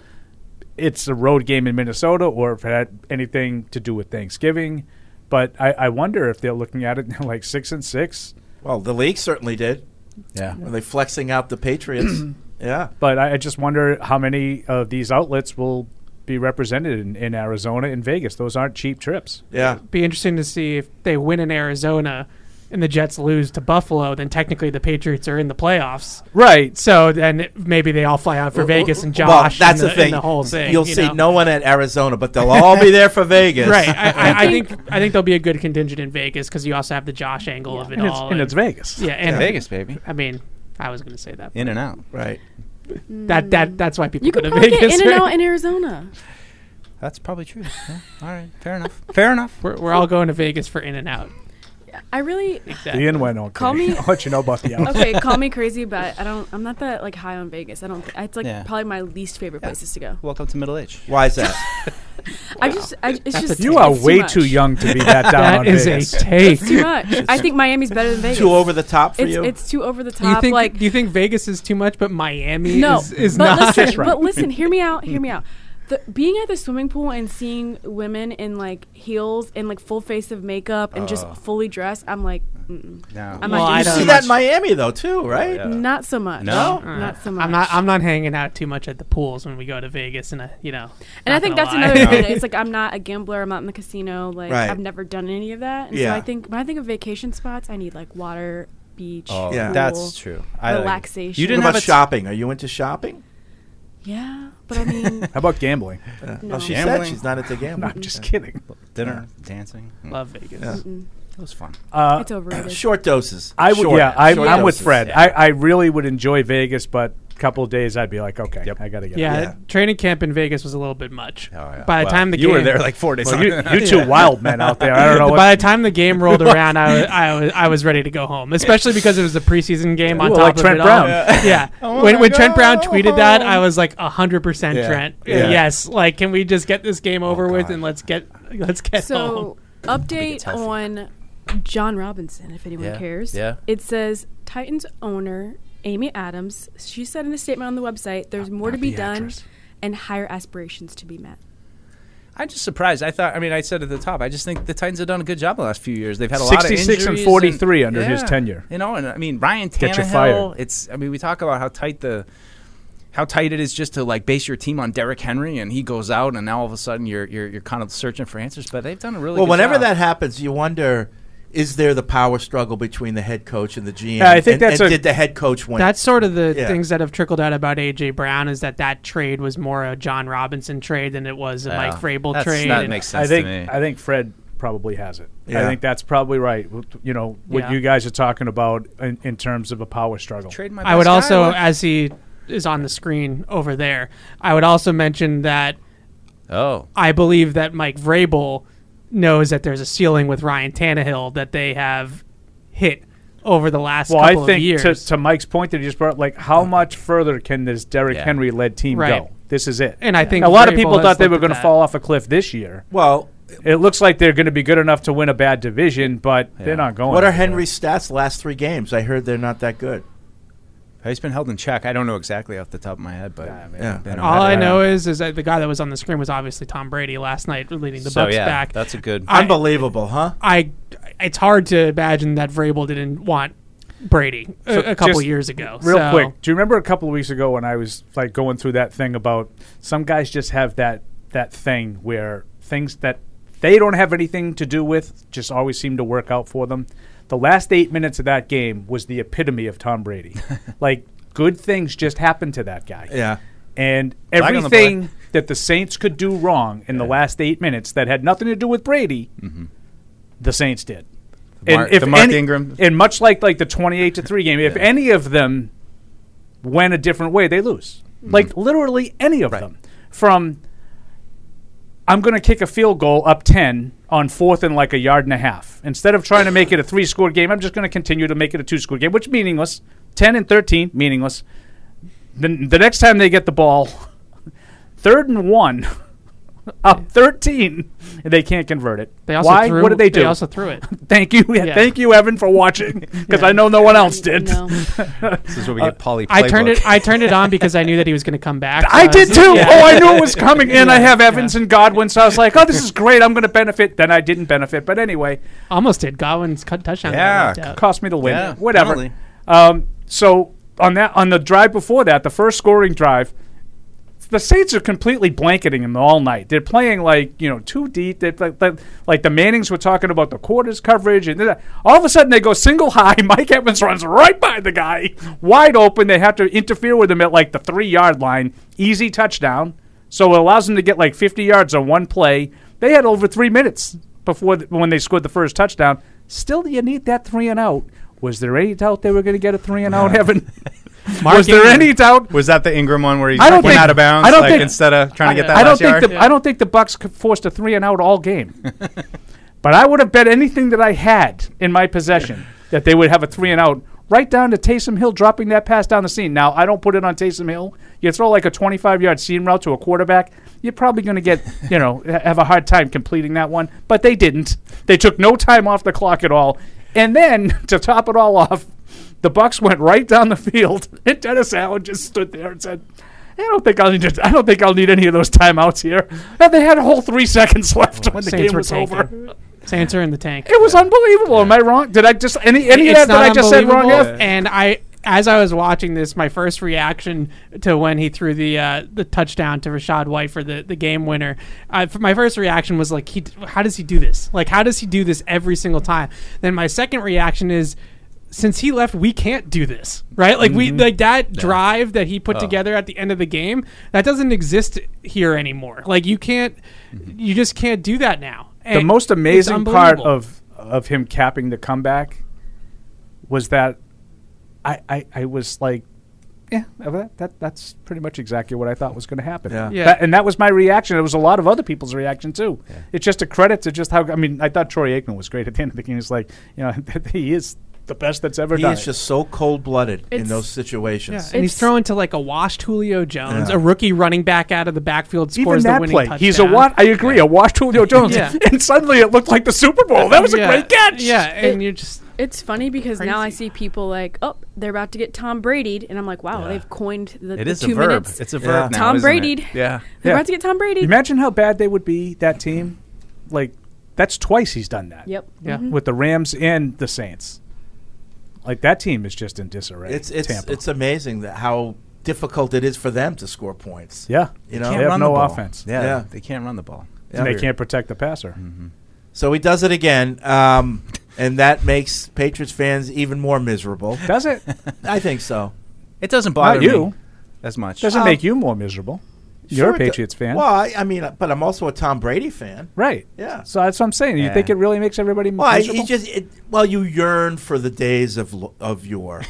[SPEAKER 5] it's a road game in Minnesota or if it had anything to do with Thanksgiving. But I, I wonder if they're looking at it <laughs> and they're like six and six.
[SPEAKER 1] Well, the league certainly did.
[SPEAKER 5] Yeah.
[SPEAKER 1] Were they flexing out the
[SPEAKER 5] <clears throat>
[SPEAKER 1] Patriots? yeah.
[SPEAKER 5] But I, I just wonder how many of these outlets will be represented in, in Arizona and Vegas. Those aren't cheap trips.
[SPEAKER 1] Yeah.
[SPEAKER 6] Be interesting to see if they win in Arizona and the Jets lose to Buffalo. Then technically the Patriots are in the playoffs.
[SPEAKER 5] Right.
[SPEAKER 6] So then it- maybe they all fly out for Vegas and Josh.
[SPEAKER 1] Well, that's
[SPEAKER 6] and
[SPEAKER 1] the, thing.
[SPEAKER 6] and the whole thing.
[SPEAKER 1] You'll
[SPEAKER 6] you
[SPEAKER 1] see
[SPEAKER 6] know?
[SPEAKER 1] no one at Arizona, but
[SPEAKER 6] <laughs>
[SPEAKER 1] they'll all be there for Vegas.
[SPEAKER 6] Right, I, I, I <laughs> think I think there'll be a good contingent in Vegas because you also have the Josh angle of it
[SPEAKER 5] And it's,
[SPEAKER 6] all.
[SPEAKER 5] and it's Vegas.
[SPEAKER 6] Yeah, and
[SPEAKER 9] Vegas, baby.
[SPEAKER 6] I mean, I was going to say that.
[SPEAKER 4] in and out.
[SPEAKER 1] Right.
[SPEAKER 8] Mm.
[SPEAKER 6] That that that's why people
[SPEAKER 8] You
[SPEAKER 6] go
[SPEAKER 8] could
[SPEAKER 6] to
[SPEAKER 8] probably
[SPEAKER 6] Vegas.
[SPEAKER 8] get in and
[SPEAKER 6] right?
[SPEAKER 8] out in Arizona.
[SPEAKER 4] That's probably true. Yeah. All right, fair enough. Fair enough.
[SPEAKER 6] we're, we're all going to Vegas for in and out.
[SPEAKER 8] I really
[SPEAKER 5] The in went okay.
[SPEAKER 8] Call
[SPEAKER 5] <laughs>
[SPEAKER 8] me-
[SPEAKER 5] I'll let you know about the out.
[SPEAKER 8] <laughs> okay. Call me crazy, but I don't. I'm not that like high on Vegas. I don't. thi- It's like
[SPEAKER 4] Yeah.
[SPEAKER 8] probably my least favorite places
[SPEAKER 6] <laughs>
[SPEAKER 8] to go.
[SPEAKER 4] Welcome to middle age.
[SPEAKER 1] Why is that?
[SPEAKER 8] I just. I, it's just.
[SPEAKER 5] You are
[SPEAKER 8] it's
[SPEAKER 5] way
[SPEAKER 8] much.
[SPEAKER 5] too young to be
[SPEAKER 6] <laughs>
[SPEAKER 8] <laughs>
[SPEAKER 5] that down on
[SPEAKER 6] That is
[SPEAKER 5] Vegas.
[SPEAKER 6] a
[SPEAKER 5] <laughs>
[SPEAKER 6] take.
[SPEAKER 8] Too much. I think Miami's better than Vegas.
[SPEAKER 1] Too over the top for
[SPEAKER 8] it's,
[SPEAKER 1] you?
[SPEAKER 8] it's too over the
[SPEAKER 6] Do you
[SPEAKER 8] top.
[SPEAKER 6] think
[SPEAKER 8] like
[SPEAKER 6] do you think Vegas is too much, but Miami
[SPEAKER 8] no,
[SPEAKER 6] is, is
[SPEAKER 8] but
[SPEAKER 6] not?
[SPEAKER 8] Listen, But listen, hear me
[SPEAKER 5] <laughs>
[SPEAKER 8] out. Hear me out. The, being at the swimming pool and seeing women in like heels and like full face of makeup and just fully dressed, I'm like, mm-mm.
[SPEAKER 4] No.
[SPEAKER 8] I'm
[SPEAKER 6] Well, I don't-
[SPEAKER 8] not doing
[SPEAKER 1] Uh. see
[SPEAKER 8] so
[SPEAKER 1] that
[SPEAKER 8] much.
[SPEAKER 1] in Miami, though, too, right?
[SPEAKER 8] Not so
[SPEAKER 4] Oh,
[SPEAKER 8] much.
[SPEAKER 4] No?
[SPEAKER 8] not so much.
[SPEAKER 6] I'm not I'm not hanging out too much at the pools when we go to Vegas, and I, you know.
[SPEAKER 8] and I
[SPEAKER 6] not
[SPEAKER 8] think
[SPEAKER 6] gonna
[SPEAKER 8] that's
[SPEAKER 6] lie. <laughs>
[SPEAKER 8] another thing. It's like I'm not a gambler. I'm not in the casino. Like
[SPEAKER 1] Right.
[SPEAKER 8] I've never done any of that. And
[SPEAKER 1] Yeah.
[SPEAKER 8] so I think when I think of vacation spots, I need like water, beach.
[SPEAKER 4] Oh,
[SPEAKER 1] Yeah.
[SPEAKER 8] pool.
[SPEAKER 4] that's true.
[SPEAKER 8] Relaxation.
[SPEAKER 4] You
[SPEAKER 1] What
[SPEAKER 4] didn't
[SPEAKER 1] about
[SPEAKER 4] have a
[SPEAKER 1] shopping? Are you into shopping?
[SPEAKER 8] Yeah, but
[SPEAKER 4] <laughs>
[SPEAKER 8] I mean,
[SPEAKER 5] How about gambling?
[SPEAKER 8] no.
[SPEAKER 1] Uh, oh, She said
[SPEAKER 4] Gambling?
[SPEAKER 1] she's not into
[SPEAKER 5] No,
[SPEAKER 1] gambling.
[SPEAKER 5] I'm just kidding.
[SPEAKER 4] dinner, dancing. Mm,
[SPEAKER 6] Love Vegas.
[SPEAKER 4] It was fun.
[SPEAKER 5] Uh,
[SPEAKER 8] it's overrated.
[SPEAKER 1] Short doses.
[SPEAKER 5] I would,
[SPEAKER 1] Short-
[SPEAKER 5] yeah, I,
[SPEAKER 1] short
[SPEAKER 5] I'm with
[SPEAKER 1] doses.
[SPEAKER 5] Fred. I, I really would enjoy Vegas, but a couple of days I'd be like, okay, I gotta get.
[SPEAKER 6] Yeah,
[SPEAKER 1] Yeah.
[SPEAKER 6] training camp in Vegas was a little bit much.
[SPEAKER 4] Oh, yeah.
[SPEAKER 6] By the
[SPEAKER 4] Well,
[SPEAKER 6] time the
[SPEAKER 4] you
[SPEAKER 6] game,
[SPEAKER 4] were there like four days.
[SPEAKER 5] Well,
[SPEAKER 4] on.
[SPEAKER 5] you, you
[SPEAKER 4] <laughs>
[SPEAKER 5] two wild men out there. I
[SPEAKER 6] <laughs>
[SPEAKER 5] don't know.
[SPEAKER 6] By
[SPEAKER 5] What,
[SPEAKER 6] the time the game
[SPEAKER 5] <laughs>
[SPEAKER 6] rolled around, I was, I was I was ready to go home, especially because it was a preseason game on
[SPEAKER 5] Ooh,
[SPEAKER 6] top
[SPEAKER 5] like
[SPEAKER 6] of
[SPEAKER 5] Trent
[SPEAKER 6] it
[SPEAKER 5] Brown.
[SPEAKER 6] all.
[SPEAKER 4] <laughs>
[SPEAKER 6] Yeah,
[SPEAKER 4] Oh
[SPEAKER 6] when, when Trent Brown tweeted that, I was like hundred percent Trent. Yes, like can we just get this
[SPEAKER 4] Oh,
[SPEAKER 6] game over with and let's get let's get home.
[SPEAKER 8] So, update
[SPEAKER 4] healthy.
[SPEAKER 8] on John Robinson, if anyone cares.
[SPEAKER 9] yeah.
[SPEAKER 8] It says Titans owner Amy Adams. She said in a statement on the website,
[SPEAKER 4] Uh,
[SPEAKER 8] "There's more to be done, and higher aspirations to be met."
[SPEAKER 4] I'm just surprised. I thought. I mean, I said at the top. I just think the Titans have done a good job the last few years. They've had a lot of
[SPEAKER 5] 66
[SPEAKER 4] injuries.
[SPEAKER 5] and 43 under his
[SPEAKER 4] yeah.
[SPEAKER 5] tenure.
[SPEAKER 4] You know, and I mean Ryan Tannehill.
[SPEAKER 5] Get you fired.
[SPEAKER 4] It's. I mean, we talk about how tight the. How tight it is just to like base your team on Derrick Henry, and he goes out, and now all of a sudden you're you're, you're kind of searching for answers. But they've done a really
[SPEAKER 1] Well,
[SPEAKER 4] good
[SPEAKER 1] whenever
[SPEAKER 4] job.
[SPEAKER 1] that happens, you wonder. Is there the power struggle between the head coach and the GM?
[SPEAKER 5] Yeah, I think
[SPEAKER 1] and,
[SPEAKER 5] that's
[SPEAKER 1] and
[SPEAKER 5] a-
[SPEAKER 1] did the head coach win?
[SPEAKER 6] That's sort of the
[SPEAKER 1] Yeah.
[SPEAKER 6] things that have trickled out about AJ Brown is that that trade was more a John Robinson trade than it was a Mike Vrabel
[SPEAKER 4] That's-
[SPEAKER 6] trade.
[SPEAKER 4] That
[SPEAKER 6] And-
[SPEAKER 4] makes sense
[SPEAKER 5] I think
[SPEAKER 4] to me.
[SPEAKER 5] I think Fred probably has it. I
[SPEAKER 1] Yeah.
[SPEAKER 5] think that's probably right. with- You know what
[SPEAKER 6] Yeah.
[SPEAKER 5] you guys are talking about in, in terms of a power struggle.
[SPEAKER 4] Trade my
[SPEAKER 6] I would
[SPEAKER 4] best guy
[SPEAKER 6] also,
[SPEAKER 4] away.
[SPEAKER 6] as he is on the screen over there, I would also mention that
[SPEAKER 9] Oh,
[SPEAKER 6] I believe that Mike Vrabel knows that there's a ceiling with Ryan Tannehill that they have hit over the last
[SPEAKER 5] Well, I
[SPEAKER 6] couple of
[SPEAKER 5] think
[SPEAKER 6] years.
[SPEAKER 5] to, to Mike's point that he just brought, up, like, how much further can this Derrick
[SPEAKER 4] Yeah.
[SPEAKER 5] Henry led team
[SPEAKER 6] Right.
[SPEAKER 5] go? This is it.
[SPEAKER 6] And I think
[SPEAKER 5] a lot of
[SPEAKER 6] Vrabel
[SPEAKER 5] people
[SPEAKER 6] has
[SPEAKER 5] thought they
[SPEAKER 6] looked
[SPEAKER 5] were
[SPEAKER 6] at
[SPEAKER 5] going to
[SPEAKER 6] that.
[SPEAKER 5] fall off a cliff this year.
[SPEAKER 1] well,
[SPEAKER 5] it looks like they're going to be good enough to win a bad division, but they're not going.
[SPEAKER 1] What are
[SPEAKER 5] anywhere.
[SPEAKER 1] Henry's stats last three games? I heard they're not that good.
[SPEAKER 4] He's been held in check. I don't know exactly off the top of my head, but
[SPEAKER 1] Yeah.
[SPEAKER 4] they don't
[SPEAKER 6] All
[SPEAKER 4] have
[SPEAKER 6] I
[SPEAKER 4] that.
[SPEAKER 6] know is is that the guy that was on the screen was obviously Tom Brady last night, leading the
[SPEAKER 4] so
[SPEAKER 6] Bucks
[SPEAKER 4] yeah,
[SPEAKER 6] back.
[SPEAKER 4] that's a good.
[SPEAKER 6] I-
[SPEAKER 1] Unbelievable, huh?
[SPEAKER 6] I, it's hard to imagine that Vrabel didn't want Brady a,
[SPEAKER 5] So
[SPEAKER 6] Uh, a couple
[SPEAKER 5] just
[SPEAKER 6] years ago.
[SPEAKER 5] Real
[SPEAKER 6] So-
[SPEAKER 5] quick, do you remember a couple of weeks ago when I was like going through that thing about some guys just have that that thing where things that they don't have anything to do with just always seem to work out for them. The last eight minutes of that game was the epitome of
[SPEAKER 6] <laughs>
[SPEAKER 5] Tom Brady. like good things just happened to that guy.
[SPEAKER 1] Yeah.
[SPEAKER 5] And
[SPEAKER 4] on the
[SPEAKER 5] everything that the Saints could do wrong in the last eight minutes that had nothing to do with Brady,
[SPEAKER 6] Mm.
[SPEAKER 5] the Saints did.
[SPEAKER 4] Mar- the Mark Ingram-
[SPEAKER 5] and much like like the twenty-eight to three game, if any of them went a different way, they lose.
[SPEAKER 4] Mm-hmm.
[SPEAKER 5] Like literally any of them. From I'm going to kick a field goal up ten on fourth and like a yard and a half. Instead of trying to make it a three-score game, I'm just going to continue to make it a two-score game, which meaningless. Ten and thirteen, meaningless. Then the next time they get the ball, <laughs> third and one, <laughs> up thirteen, and they can't convert it.
[SPEAKER 6] They also
[SPEAKER 5] Why?
[SPEAKER 6] Threw,
[SPEAKER 5] what did they do?
[SPEAKER 6] also threw it.
[SPEAKER 5] <laughs> Thank you,
[SPEAKER 6] Yeah.
[SPEAKER 5] thank you, Evan,
[SPEAKER 6] <laughs>
[SPEAKER 5] for watching because I know no one else did.
[SPEAKER 8] No.
[SPEAKER 4] This is where we
[SPEAKER 1] Uh,
[SPEAKER 4] get Polly.
[SPEAKER 6] I turned
[SPEAKER 4] playbook.
[SPEAKER 6] it. I turned it on because I knew that he was going to come back.
[SPEAKER 5] I
[SPEAKER 6] So
[SPEAKER 5] did
[SPEAKER 6] was-
[SPEAKER 5] too.
[SPEAKER 6] yeah.
[SPEAKER 5] Oh, I knew
[SPEAKER 6] <laughs>
[SPEAKER 5] it was coming, and I have Evans and Godwin, so I was like, "Oh, this is great. I'm going to benefit." Then I didn't benefit, but anyway,
[SPEAKER 6] Almost did. Godwin's cut touchdown. got
[SPEAKER 4] Yeah.
[SPEAKER 6] knocked out.
[SPEAKER 5] cost me the win.
[SPEAKER 4] Yeah,
[SPEAKER 5] Whatever.
[SPEAKER 4] penalty.
[SPEAKER 5] Um, so on that, on the drive before that, the first scoring drive, the Saints are completely blanketing him all night. They're playing like you know too deep. They like, like, like the Mannings were talking about the quarters coverage, and that. all of a sudden they go single high. <laughs> Mike Evans runs right by the guy, wide open. They have to interfere with him at like the three yard line. Easy touchdown. So it allows them to get like 50 yards on one play. They had over three minutes before th- when they scored the first touchdown. Still, you need that three and out. Was there any doubt they were going to get a three and out, Evan? Was there
[SPEAKER 6] Ingram.
[SPEAKER 5] any doubt?
[SPEAKER 4] Was that the Ingram one where he
[SPEAKER 5] I don't
[SPEAKER 4] went
[SPEAKER 5] think-
[SPEAKER 4] out of bounds?
[SPEAKER 5] I don't
[SPEAKER 4] like
[SPEAKER 5] think-
[SPEAKER 4] instead of trying to get that
[SPEAKER 5] I don't
[SPEAKER 4] last
[SPEAKER 5] think
[SPEAKER 4] yard?
[SPEAKER 5] the
[SPEAKER 1] <laughs>
[SPEAKER 5] I don't think the Bucks could forced a three and out all game. but I would have bet anything that I had in my possession that they would have a three and out right down to Taysom Hill dropping that pass down the seam. Now I don't put it on Taysom Hill. You throw like a 25 yard seam route to a quarterback, you're probably going to get <laughs> you know ha- have a hard time completing that one. But they didn't. They took no time off the clock at all. And then <laughs> to top it all off. The Bucks went right down the field, <laughs> and Dennis Allen just stood there and said, I don't think I'll need. To, I don't think I'll need any of those timeouts here. And they had a whole three <laughs> seconds left when the
[SPEAKER 6] Saints
[SPEAKER 5] game
[SPEAKER 6] were
[SPEAKER 5] was over.
[SPEAKER 6] tanking. Saints are in the tank.
[SPEAKER 5] It was unbelievable. Am I wrong? Did I just any any of that that I just said wrong?
[SPEAKER 6] unbelievable,
[SPEAKER 5] Ev?
[SPEAKER 6] And I, as I was watching this, my first reaction to when he threw the uh, the touchdown to Rashad White for the, the game winner, uh, for my first reaction was like, he, how does he do this? Like, how does he do this every single time? Then my second reaction is. Since he left, we can't do this, right? Like we
[SPEAKER 5] Mm-hmm.
[SPEAKER 6] like that drive that he put
[SPEAKER 5] Oh.
[SPEAKER 6] together at the end of the game that doesn't exist here anymore. Like you can't, you just can't do that now.
[SPEAKER 5] Mm-hmm. The
[SPEAKER 6] And
[SPEAKER 5] most
[SPEAKER 6] it's
[SPEAKER 5] amazing part
[SPEAKER 6] unbelievable.
[SPEAKER 5] of of him capping the comeback was that I I, I was like, yeah, that, that that's pretty much exactly what I thought was going to happen.
[SPEAKER 1] Yeah.
[SPEAKER 6] Yeah.
[SPEAKER 5] That- and that was my reaction. It was a lot of other people's reaction too. It's just a credit to just how I mean. I thought Troy Aikman was great at the end of the game. He's like, you know, <laughs> he is the best that's ever
[SPEAKER 1] He
[SPEAKER 5] done.
[SPEAKER 1] is
[SPEAKER 5] it.
[SPEAKER 1] just so cold blooded in
[SPEAKER 8] It's-
[SPEAKER 1] those situations.
[SPEAKER 6] and he's
[SPEAKER 8] It's-
[SPEAKER 6] thrown to like a washed Julio Jones,
[SPEAKER 1] Yeah.
[SPEAKER 6] a rookie running back out of the backfield
[SPEAKER 5] even
[SPEAKER 6] scores the
[SPEAKER 5] that
[SPEAKER 6] winning
[SPEAKER 5] play,
[SPEAKER 6] touchdown.
[SPEAKER 5] he's a what? I agree. A washed
[SPEAKER 1] <laughs>
[SPEAKER 5] Julio Jones,
[SPEAKER 6] Yeah.
[SPEAKER 5] and suddenly it looked like the Super Bowl. That was
[SPEAKER 6] Yeah,
[SPEAKER 5] a great catch.
[SPEAKER 6] Yeah, and
[SPEAKER 8] It-
[SPEAKER 6] you're just
[SPEAKER 8] It's funny because now I
[SPEAKER 6] Crazy.
[SPEAKER 8] see people like, oh, they're about to get Tom Brady'd, and I'm like, wow, they've coined the,
[SPEAKER 4] It
[SPEAKER 8] the
[SPEAKER 4] is
[SPEAKER 8] two
[SPEAKER 4] a verb.
[SPEAKER 8] minutes.
[SPEAKER 4] It's a verb now.
[SPEAKER 8] Tom
[SPEAKER 4] isn't it?
[SPEAKER 8] Brady'd.
[SPEAKER 4] Yeah.
[SPEAKER 8] they're
[SPEAKER 5] Yeah.
[SPEAKER 8] about to get Tom Brady.
[SPEAKER 5] Imagine how bad they would be, that team. Like, that's twice he's done that.
[SPEAKER 8] Yep. Mm-hmm.
[SPEAKER 6] yeah.
[SPEAKER 5] With the Rams and the Saints. Like, that team is just in disarray.
[SPEAKER 1] It's it's
[SPEAKER 5] Tampa.
[SPEAKER 1] it's amazing that how difficult it is for them to score points.
[SPEAKER 5] yeah.
[SPEAKER 1] You know?
[SPEAKER 5] They
[SPEAKER 1] Can't
[SPEAKER 5] have
[SPEAKER 4] run
[SPEAKER 5] no
[SPEAKER 4] the ball.
[SPEAKER 5] offense.
[SPEAKER 4] Yeah,
[SPEAKER 1] Yeah.
[SPEAKER 4] They can't run the ball. Mm-hmm.
[SPEAKER 5] And they can't protect the passer.
[SPEAKER 1] So he does it again, um, and that makes Patriots fans even more miserable.
[SPEAKER 5] Does it?
[SPEAKER 1] <laughs> I think so.
[SPEAKER 4] It doesn't bother
[SPEAKER 5] you.
[SPEAKER 4] me as much.
[SPEAKER 5] Doesn't
[SPEAKER 1] Um,
[SPEAKER 5] make you more miserable. You're
[SPEAKER 1] Sure
[SPEAKER 5] a
[SPEAKER 1] it do-
[SPEAKER 5] Patriots fan.
[SPEAKER 1] Well, I, I mean, but I'm also a Tom Brady fan.
[SPEAKER 5] right.
[SPEAKER 1] Yeah.
[SPEAKER 5] So that's what I'm saying. You
[SPEAKER 4] Yeah.
[SPEAKER 5] think it really makes everybody
[SPEAKER 1] Well, I,
[SPEAKER 5] miserable?
[SPEAKER 1] he just it, well, you yearn for the days of l- of
[SPEAKER 6] <laughs>
[SPEAKER 1] yore.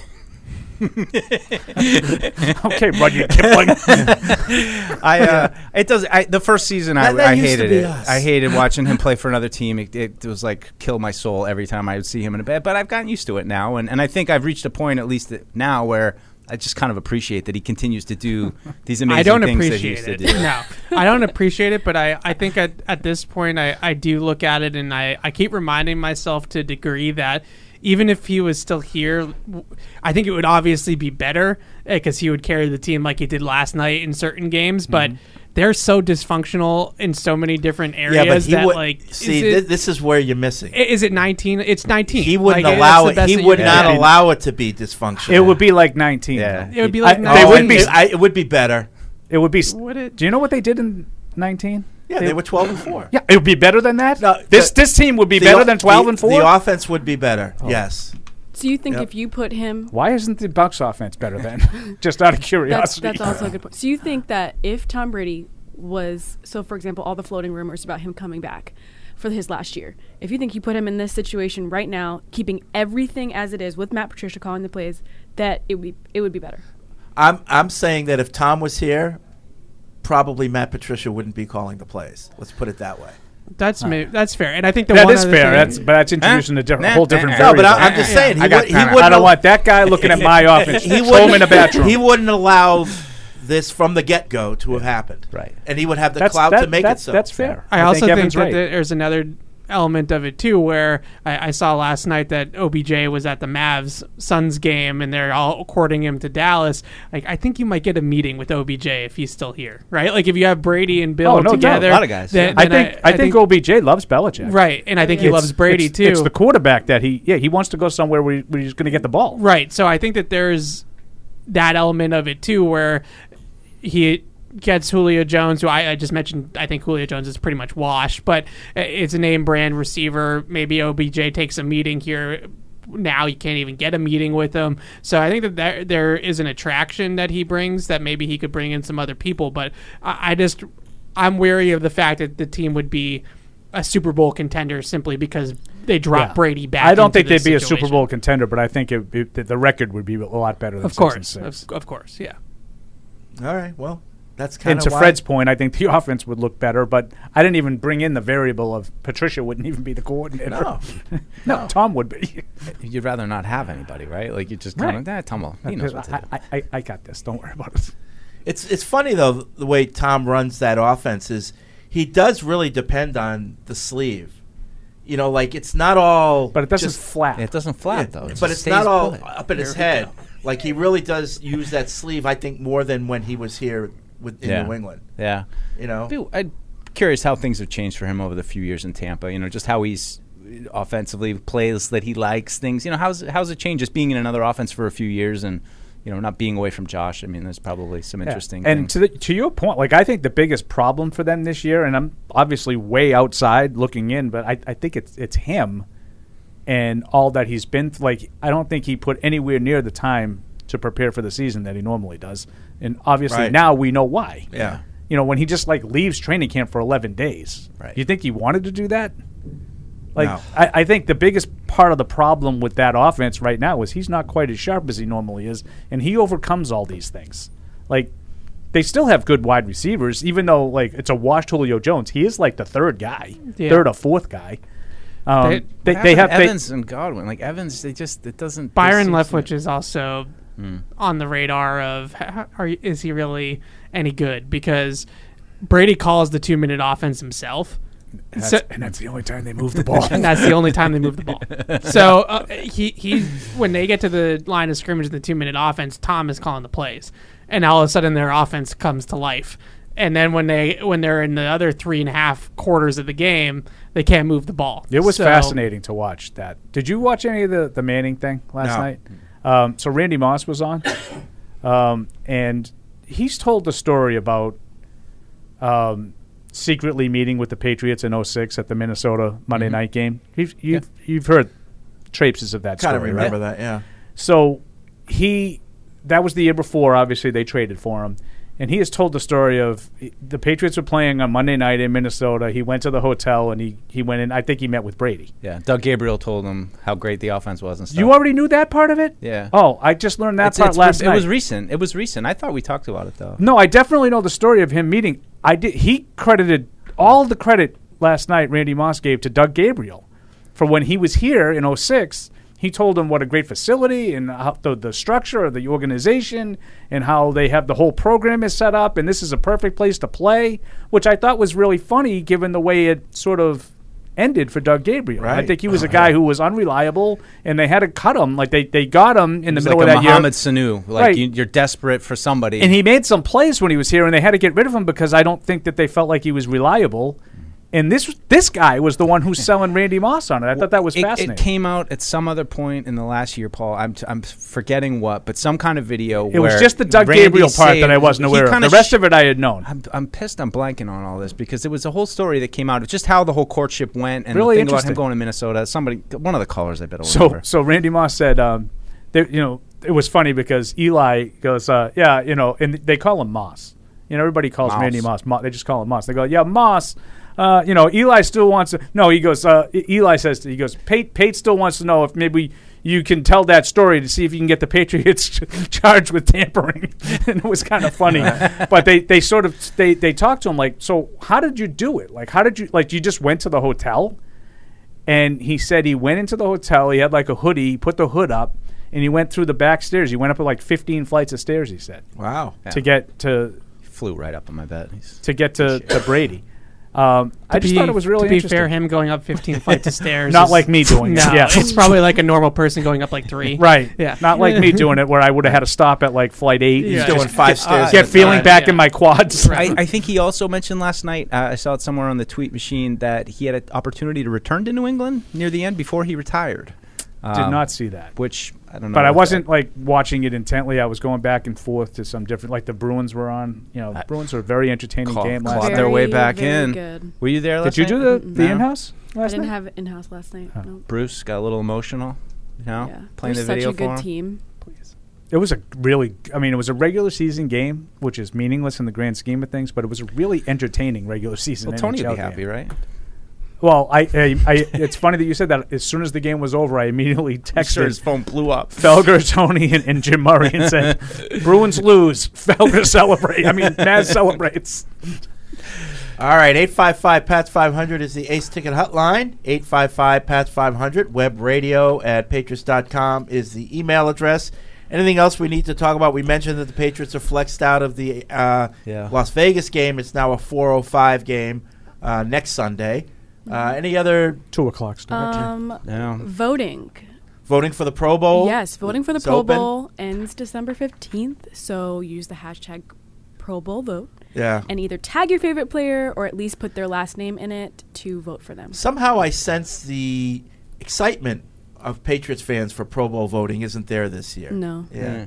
[SPEAKER 5] okay,
[SPEAKER 1] <laughs>
[SPEAKER 5] Rudyard Kipling.
[SPEAKER 4] <laughs> I uh, it does. I, the first season, I,
[SPEAKER 1] That- that
[SPEAKER 4] I
[SPEAKER 1] used to
[SPEAKER 4] hated
[SPEAKER 1] be
[SPEAKER 4] it.
[SPEAKER 1] us.
[SPEAKER 4] I hated watching him play for another team. It, it was like kill my soul every time I would see him in a bed. But I've gotten used to it now, and, and I think I've reached a point, at least now, where I just kind of appreciate that he continues
[SPEAKER 5] <laughs>
[SPEAKER 4] to do these amazing
[SPEAKER 6] I don't
[SPEAKER 4] things that he
[SPEAKER 6] appreciate
[SPEAKER 4] used
[SPEAKER 6] it.
[SPEAKER 4] to do.
[SPEAKER 6] No, I don't appreciate it. But I, I think at, at this point, I, I do look at it and I, I keep reminding myself to a degree that even if he was still here, w- I think it would obviously be better because he would carry the team like he did last night in certain games. But they're so dysfunctional in so many different areas that
[SPEAKER 1] would
[SPEAKER 6] like
[SPEAKER 1] see.
[SPEAKER 6] is
[SPEAKER 1] thi-
[SPEAKER 6] it,
[SPEAKER 1] this is where you're missing.
[SPEAKER 6] is it 19? It's 19.
[SPEAKER 1] he wouldn't
[SPEAKER 6] Like, that's
[SPEAKER 1] allow
[SPEAKER 6] the
[SPEAKER 1] it.
[SPEAKER 6] best
[SPEAKER 1] He
[SPEAKER 6] that
[SPEAKER 1] would
[SPEAKER 6] you
[SPEAKER 1] not
[SPEAKER 6] can do.
[SPEAKER 1] allow it to be dysfunctional.
[SPEAKER 5] It would be like 19.
[SPEAKER 4] Yeah.
[SPEAKER 6] It would be
[SPEAKER 5] I-
[SPEAKER 6] like
[SPEAKER 5] they
[SPEAKER 1] Oh,
[SPEAKER 6] no,
[SPEAKER 1] it would
[SPEAKER 5] wouldn't
[SPEAKER 1] be.
[SPEAKER 5] be-
[SPEAKER 1] I, it would be better.
[SPEAKER 5] It would be.
[SPEAKER 6] Would it?
[SPEAKER 5] Do you know what they did in 19?
[SPEAKER 1] Yeah, they were twelve and four.
[SPEAKER 5] Yeah, it would be better than that.
[SPEAKER 1] No,
[SPEAKER 5] this
[SPEAKER 1] the-
[SPEAKER 5] this team would be
[SPEAKER 1] The
[SPEAKER 5] better
[SPEAKER 1] o-
[SPEAKER 5] than 12 and
[SPEAKER 1] the-
[SPEAKER 5] 4.
[SPEAKER 1] The offense would be better. Yes.
[SPEAKER 8] So you think
[SPEAKER 1] Yep.
[SPEAKER 8] if you put him,
[SPEAKER 5] Why isn't the Bucks offense better
[SPEAKER 8] <laughs>
[SPEAKER 5] then? <laughs> Just out of
[SPEAKER 8] that's,
[SPEAKER 5] curiosity.
[SPEAKER 8] that's also a good point. So you think that if Tom Brady was, so for example, all the floating rumors about him coming back for his last year, if you think you put him in this situation right now, keeping everything as it is with Matt Patricia calling the plays, that it would be, it would be better.
[SPEAKER 1] I'm I'm saying that if Tom was here, probably Matt Patricia wouldn't be calling the plays. Let's put it that way.
[SPEAKER 6] That's ma- that's fair. And I think the
[SPEAKER 5] that
[SPEAKER 6] one
[SPEAKER 5] is
[SPEAKER 6] other
[SPEAKER 5] fair.
[SPEAKER 6] thing-
[SPEAKER 5] That's but that's introducing a different,
[SPEAKER 4] Nah,
[SPEAKER 5] whole different
[SPEAKER 4] nah, nah.
[SPEAKER 1] No,
[SPEAKER 5] variable.
[SPEAKER 1] but I, I'm just saying he,
[SPEAKER 4] I got
[SPEAKER 1] would, he
[SPEAKER 4] time. I
[SPEAKER 1] wouldn't.
[SPEAKER 5] I don't
[SPEAKER 1] al-
[SPEAKER 5] want that guy looking at my office.
[SPEAKER 1] <laughs> He
[SPEAKER 5] Throw him in a bathroom.
[SPEAKER 1] He wouldn't allow this from the get go to have happened.
[SPEAKER 4] Right.
[SPEAKER 1] And he would have the
[SPEAKER 5] that's
[SPEAKER 1] clout
[SPEAKER 5] that-
[SPEAKER 1] to make
[SPEAKER 5] that's,
[SPEAKER 1] it so.
[SPEAKER 5] that's fair.
[SPEAKER 6] I, also think,
[SPEAKER 5] Evan's
[SPEAKER 6] that
[SPEAKER 5] right.
[SPEAKER 6] there's another element of it too, where I, I saw last night that OBJ was at the Mavs Suns game, and they're all courting him to Dallas. Like, I think you might get a meeting with OBJ if he's still here, right? Like, if you have Brady and Bill
[SPEAKER 5] Oh, no doubt.
[SPEAKER 6] together,
[SPEAKER 4] A lot of guys,
[SPEAKER 6] then-
[SPEAKER 5] I
[SPEAKER 6] then
[SPEAKER 5] think I, think OBJ loves Belichick.
[SPEAKER 6] right, and I think he
[SPEAKER 5] It's-
[SPEAKER 6] loves Brady
[SPEAKER 5] it's-
[SPEAKER 6] too.
[SPEAKER 5] It's the quarterback that he yeah he wants to go somewhere where, he, where he's going to get the ball.
[SPEAKER 6] Right. So I think that there's that element of it too, where he gets Julio Jones, who I, I just mentioned. I think Julio Jones is pretty much washed, but i- it's a name brand receiver. Maybe OBJ takes a meeting here. Now you can't even get a meeting with him. So I think that there, there is an attraction that he brings that maybe he could bring in some other people. But I, I just, I'm wary of the fact that the team would be a Super Bowl contender simply because they drop Brady back.
[SPEAKER 5] I don't
[SPEAKER 6] into
[SPEAKER 5] think they'd
[SPEAKER 6] this
[SPEAKER 5] be a Super
[SPEAKER 6] situation.
[SPEAKER 5] Bowl contender, but I think it, it, the- the record would be a lot better than
[SPEAKER 6] Of
[SPEAKER 5] six and
[SPEAKER 6] course,
[SPEAKER 5] six.
[SPEAKER 6] of, of course, yeah.
[SPEAKER 1] All right. Well, that's kind
[SPEAKER 5] And
[SPEAKER 1] of
[SPEAKER 5] to Fred's point, I think the <laughs> offense would look better, but I didn't even bring in the variable of Patricia wouldn't even be the coordinator.
[SPEAKER 1] No.
[SPEAKER 5] No, Tom would be.
[SPEAKER 4] You'd rather not have anybody, right? Like you just
[SPEAKER 5] Right.
[SPEAKER 4] kind of, nah, Tom will. He knows what to do.
[SPEAKER 5] I, <laughs> I, I, I got this. Don't worry about it.
[SPEAKER 1] It's it's funny though the way Tom runs that offense is he does really depend on the sleeve. You know, like it's not all
[SPEAKER 5] But it doesn't
[SPEAKER 1] just
[SPEAKER 5] flap.
[SPEAKER 4] It doesn't flap though. It
[SPEAKER 1] but
[SPEAKER 4] just
[SPEAKER 1] it's
[SPEAKER 4] stays
[SPEAKER 1] not all
[SPEAKER 4] put.
[SPEAKER 1] up in his head. Like he really does use that sleeve, I think, more than when he was here with in
[SPEAKER 4] Yeah.
[SPEAKER 1] New England.
[SPEAKER 4] Yeah.
[SPEAKER 1] You know,
[SPEAKER 4] Be- I'm curious how things have changed for him over the few years in Tampa. You know, just how he's offensively plays that he likes things. You know, how's how's it changed just being in another offense for a few years and you know not being away from Josh. I mean, there's probably some
[SPEAKER 5] Yeah.
[SPEAKER 4] interesting.
[SPEAKER 5] And
[SPEAKER 4] things.
[SPEAKER 5] to the, to your point, like I think the biggest problem for them this year, and I'm obviously way outside looking in, but I, I think it's it's him and all that he's been th- like. I don't think he put anywhere near the time to prepare for the season that he normally does, and obviously
[SPEAKER 1] Right.
[SPEAKER 5] now we know why.
[SPEAKER 1] Yeah.
[SPEAKER 5] you know when he just like leaves training camp for 11 days.
[SPEAKER 4] Right.
[SPEAKER 5] You think he wanted to do that? Like
[SPEAKER 1] No.
[SPEAKER 5] I, I think the biggest part of the problem with that offense right now is he's not quite as sharp as he normally is, and he overcomes all these things. Like they still have good wide receivers, even though like it's a washed Julio Jones. He is like the third guy,
[SPEAKER 6] Yeah.
[SPEAKER 5] third or fourth guy. Um,
[SPEAKER 6] They-
[SPEAKER 5] they,
[SPEAKER 4] What
[SPEAKER 5] they have
[SPEAKER 4] happened
[SPEAKER 5] they-
[SPEAKER 4] to Evans and Godwin. Like Evans, they just it doesn't.
[SPEAKER 6] Byron
[SPEAKER 4] there seems to-
[SPEAKER 6] Leftwich is also on the radar of h- h- are, you- is he really any good? Because Brady calls the two minute offense himself.
[SPEAKER 5] that's-
[SPEAKER 6] So-
[SPEAKER 5] and that's the only time they
[SPEAKER 6] <laughs>
[SPEAKER 5] move the ball.
[SPEAKER 6] and that's the only time they move the ball.
[SPEAKER 5] <laughs>
[SPEAKER 6] So uh, he he when they get to the line of scrimmage in the two minute offense, Tom is calling the plays, and all of a sudden their offense comes to life. And then when they when they're in the other three and a half quarters of the game, they can't move the ball.
[SPEAKER 5] It was
[SPEAKER 6] So-
[SPEAKER 5] fascinating to watch that. Did you watch any of the, the Manning thing last
[SPEAKER 1] No.
[SPEAKER 5] night? Um, so Randy Moss was on, um, and he's told the story about um, secretly meeting with the Patriots in 06 at the Minnesota Monday night game. You've, you've, you've heard traipses of that
[SPEAKER 1] kind of
[SPEAKER 5] story,
[SPEAKER 1] remember
[SPEAKER 5] right?
[SPEAKER 1] that. Yeah.
[SPEAKER 5] So he that was the year before. Obviously, they traded for him, and he has told the story of the Patriots were playing on Monday night in Minnesota. He went to the hotel and he he went in. I think he met with Brady.
[SPEAKER 4] Yeah, Doug Gabriel told him how great the offense was and stuff.
[SPEAKER 5] You already knew that part of it?
[SPEAKER 4] Yeah.
[SPEAKER 5] Oh, I just learned that
[SPEAKER 4] It's-
[SPEAKER 5] part
[SPEAKER 4] it's
[SPEAKER 5] last
[SPEAKER 4] re-
[SPEAKER 5] night.
[SPEAKER 4] It was recent. It was recent. I thought we talked about it though.
[SPEAKER 5] no, I definitely know the story of him meeting. I did. He credited all the credit last night. Randy Moss gave to Doug Gabriel for when he was here in 06. He told him what a great facility and how the, the structure of the organization and how they have the whole program is set up and this is a perfect place to play, which I thought was really funny given the way it sort of ended for Doug Gabriel. I
[SPEAKER 1] Right.
[SPEAKER 5] think he was
[SPEAKER 4] <laughs>
[SPEAKER 5] a guy who was unreliable and they had to cut him. Like they, they got him in the middle
[SPEAKER 4] like
[SPEAKER 5] of
[SPEAKER 4] a
[SPEAKER 5] that year.
[SPEAKER 4] Mohamed Sanu. Like
[SPEAKER 5] Right.
[SPEAKER 4] you, you're desperate for somebody.
[SPEAKER 5] And he made some plays when he was here, and they had to get rid of him because I don't think that they felt like he was reliable. And this this guy was the one
[SPEAKER 4] <laughs>
[SPEAKER 5] who's selling Randy Moss on it. I thought that was
[SPEAKER 4] it,
[SPEAKER 5] fascinating.
[SPEAKER 4] It came out at some other point in the last year, Paul. I'm, t- I'm forgetting what, but some kind of video.
[SPEAKER 5] it was
[SPEAKER 4] where
[SPEAKER 5] just the Doug
[SPEAKER 4] Randy
[SPEAKER 5] Gabriel part that
[SPEAKER 4] saved-
[SPEAKER 5] I wasn't
[SPEAKER 4] he
[SPEAKER 5] aware of.
[SPEAKER 4] kinda
[SPEAKER 5] The rest
[SPEAKER 4] sh-
[SPEAKER 5] of it I had known.
[SPEAKER 4] I'm, I'm pissed. I'm blanking on all this because it was a whole story that came out of just how the whole courtship went and
[SPEAKER 5] Really
[SPEAKER 4] the thing about him
[SPEAKER 5] interesting.
[SPEAKER 4] going to Minnesota. Somebody, one of the callers, I bet. will
[SPEAKER 5] So
[SPEAKER 4] remember.
[SPEAKER 5] so Randy Moss said, um, that, you know, it was funny because Eli goes, uh, yeah, you know, and they call him Moss. You know, everybody calls
[SPEAKER 4] Moss.
[SPEAKER 5] Randy Moss. Mo- they just call him Moss. They go, yeah, Moss. Uh, you know, Eli still wants to. No, he goes. Uh, E- Eli says he goes. Pate Pate still wants to know if maybe you can tell that story to see if you can get the Patriots <laughs> charged with tampering. <laughs> and it was kind of
[SPEAKER 4] <laughs>
[SPEAKER 5] funny, but they they sort of they they talked to him like, so how did you do it? Like, how did you like you just went to the hotel? and he said he went into the hotel. He had like a hoodie. He put the hood up, and he went through the back stairs. He went up like 15 flights of stairs. He said
[SPEAKER 1] Wow.
[SPEAKER 5] to get to
[SPEAKER 4] flew right up on my bet. He's-
[SPEAKER 5] to get to, to Brady. Um, I
[SPEAKER 6] To
[SPEAKER 5] just
[SPEAKER 6] be-
[SPEAKER 5] thought it was really
[SPEAKER 6] to be
[SPEAKER 5] interesting.
[SPEAKER 6] fair. Him going up 15 flights of
[SPEAKER 5] <laughs>
[SPEAKER 6] stairs,
[SPEAKER 5] Not
[SPEAKER 6] is-
[SPEAKER 5] like me doing it.
[SPEAKER 6] No,
[SPEAKER 5] Yeah.
[SPEAKER 6] it's probably like a normal person going up like three.
[SPEAKER 5] Right.
[SPEAKER 6] Yeah.
[SPEAKER 5] Not like me doing it where I would have had to stop at like flight eight.
[SPEAKER 6] Yeah.
[SPEAKER 1] He's
[SPEAKER 5] And
[SPEAKER 1] doing
[SPEAKER 5] just
[SPEAKER 4] <laughs>
[SPEAKER 1] five stairs. at
[SPEAKER 5] get
[SPEAKER 1] a
[SPEAKER 5] feeling
[SPEAKER 1] time.
[SPEAKER 5] back
[SPEAKER 6] Yeah.
[SPEAKER 5] in my quads.
[SPEAKER 1] <laughs>
[SPEAKER 6] Right.
[SPEAKER 4] I, I think he also mentioned last night. Uh, I saw it somewhere on the tweet machine that he had an opportunity to return to New England near the end before he retired.
[SPEAKER 5] Did
[SPEAKER 4] Um,
[SPEAKER 5] not see that.
[SPEAKER 4] Which I don't know.
[SPEAKER 5] But I
[SPEAKER 4] what that-
[SPEAKER 5] wasn't like watching it intently. I was going back and forth to some different, like the Bruins were on. You know, Bruins were a very entertaining
[SPEAKER 4] Claw-
[SPEAKER 5] game
[SPEAKER 4] clawed
[SPEAKER 5] last night.
[SPEAKER 4] their way
[SPEAKER 8] Very,
[SPEAKER 4] back
[SPEAKER 8] very
[SPEAKER 4] in.
[SPEAKER 8] good.
[SPEAKER 4] Were you there?
[SPEAKER 5] Did
[SPEAKER 4] last
[SPEAKER 5] you do the,
[SPEAKER 4] night? Mm-hmm.
[SPEAKER 5] the
[SPEAKER 4] No.
[SPEAKER 5] in-house
[SPEAKER 8] I
[SPEAKER 5] last
[SPEAKER 8] didn't
[SPEAKER 5] night?
[SPEAKER 8] have it in house last night. No.
[SPEAKER 4] Bruce got a little emotional. You know,
[SPEAKER 8] Yeah.
[SPEAKER 4] playing
[SPEAKER 8] They're
[SPEAKER 4] the video
[SPEAKER 8] such a good
[SPEAKER 4] for him.
[SPEAKER 8] team.
[SPEAKER 5] It was a really, I mean, it was a regular season game, which is meaningless in the grand scheme of things, but it was a really entertaining regular season.
[SPEAKER 4] Well, Tony
[SPEAKER 5] NHL
[SPEAKER 4] would be happy,
[SPEAKER 5] game.
[SPEAKER 4] right?
[SPEAKER 5] Well, I, I, I it's funny that you said that. As soon as the game was over, I
[SPEAKER 4] <laughs>
[SPEAKER 5] immediately texted
[SPEAKER 4] phone blew up.
[SPEAKER 5] Felger, Tony, and, and Jim Murray and
[SPEAKER 4] <laughs>
[SPEAKER 5] said, "Bruins lose, <laughs> Felger celebrate." I mean, Maz
[SPEAKER 1] <laughs>
[SPEAKER 5] celebrates.
[SPEAKER 1] All right, 855 PATS 500 is the Ace Ticket Hotline. 855 PATS 500. Web radio at patriots.com is the email address. Anything else we need to talk about? We mentioned that the Patriots are flexed out of the uh,
[SPEAKER 4] Yeah.
[SPEAKER 1] Las Vegas game. It's now a 405 game uh, next Sunday.
[SPEAKER 8] Mm-hmm.
[SPEAKER 1] Uh, any other
[SPEAKER 5] Two o'clock start.
[SPEAKER 8] Um,
[SPEAKER 4] No.
[SPEAKER 8] voting.
[SPEAKER 1] voting for the Pro Bowl?
[SPEAKER 8] Yes, voting for the
[SPEAKER 1] It's
[SPEAKER 8] Pro
[SPEAKER 1] open.
[SPEAKER 8] Bowl ends December 15th, so use the hashtag Pro Bowl vote
[SPEAKER 1] Yeah.
[SPEAKER 8] and either tag your favorite player or at least put their last name in it to vote for them.
[SPEAKER 1] Somehow I sense the excitement of Patriots fans for Pro Bowl voting isn't there this year.
[SPEAKER 8] No.
[SPEAKER 1] Yeah.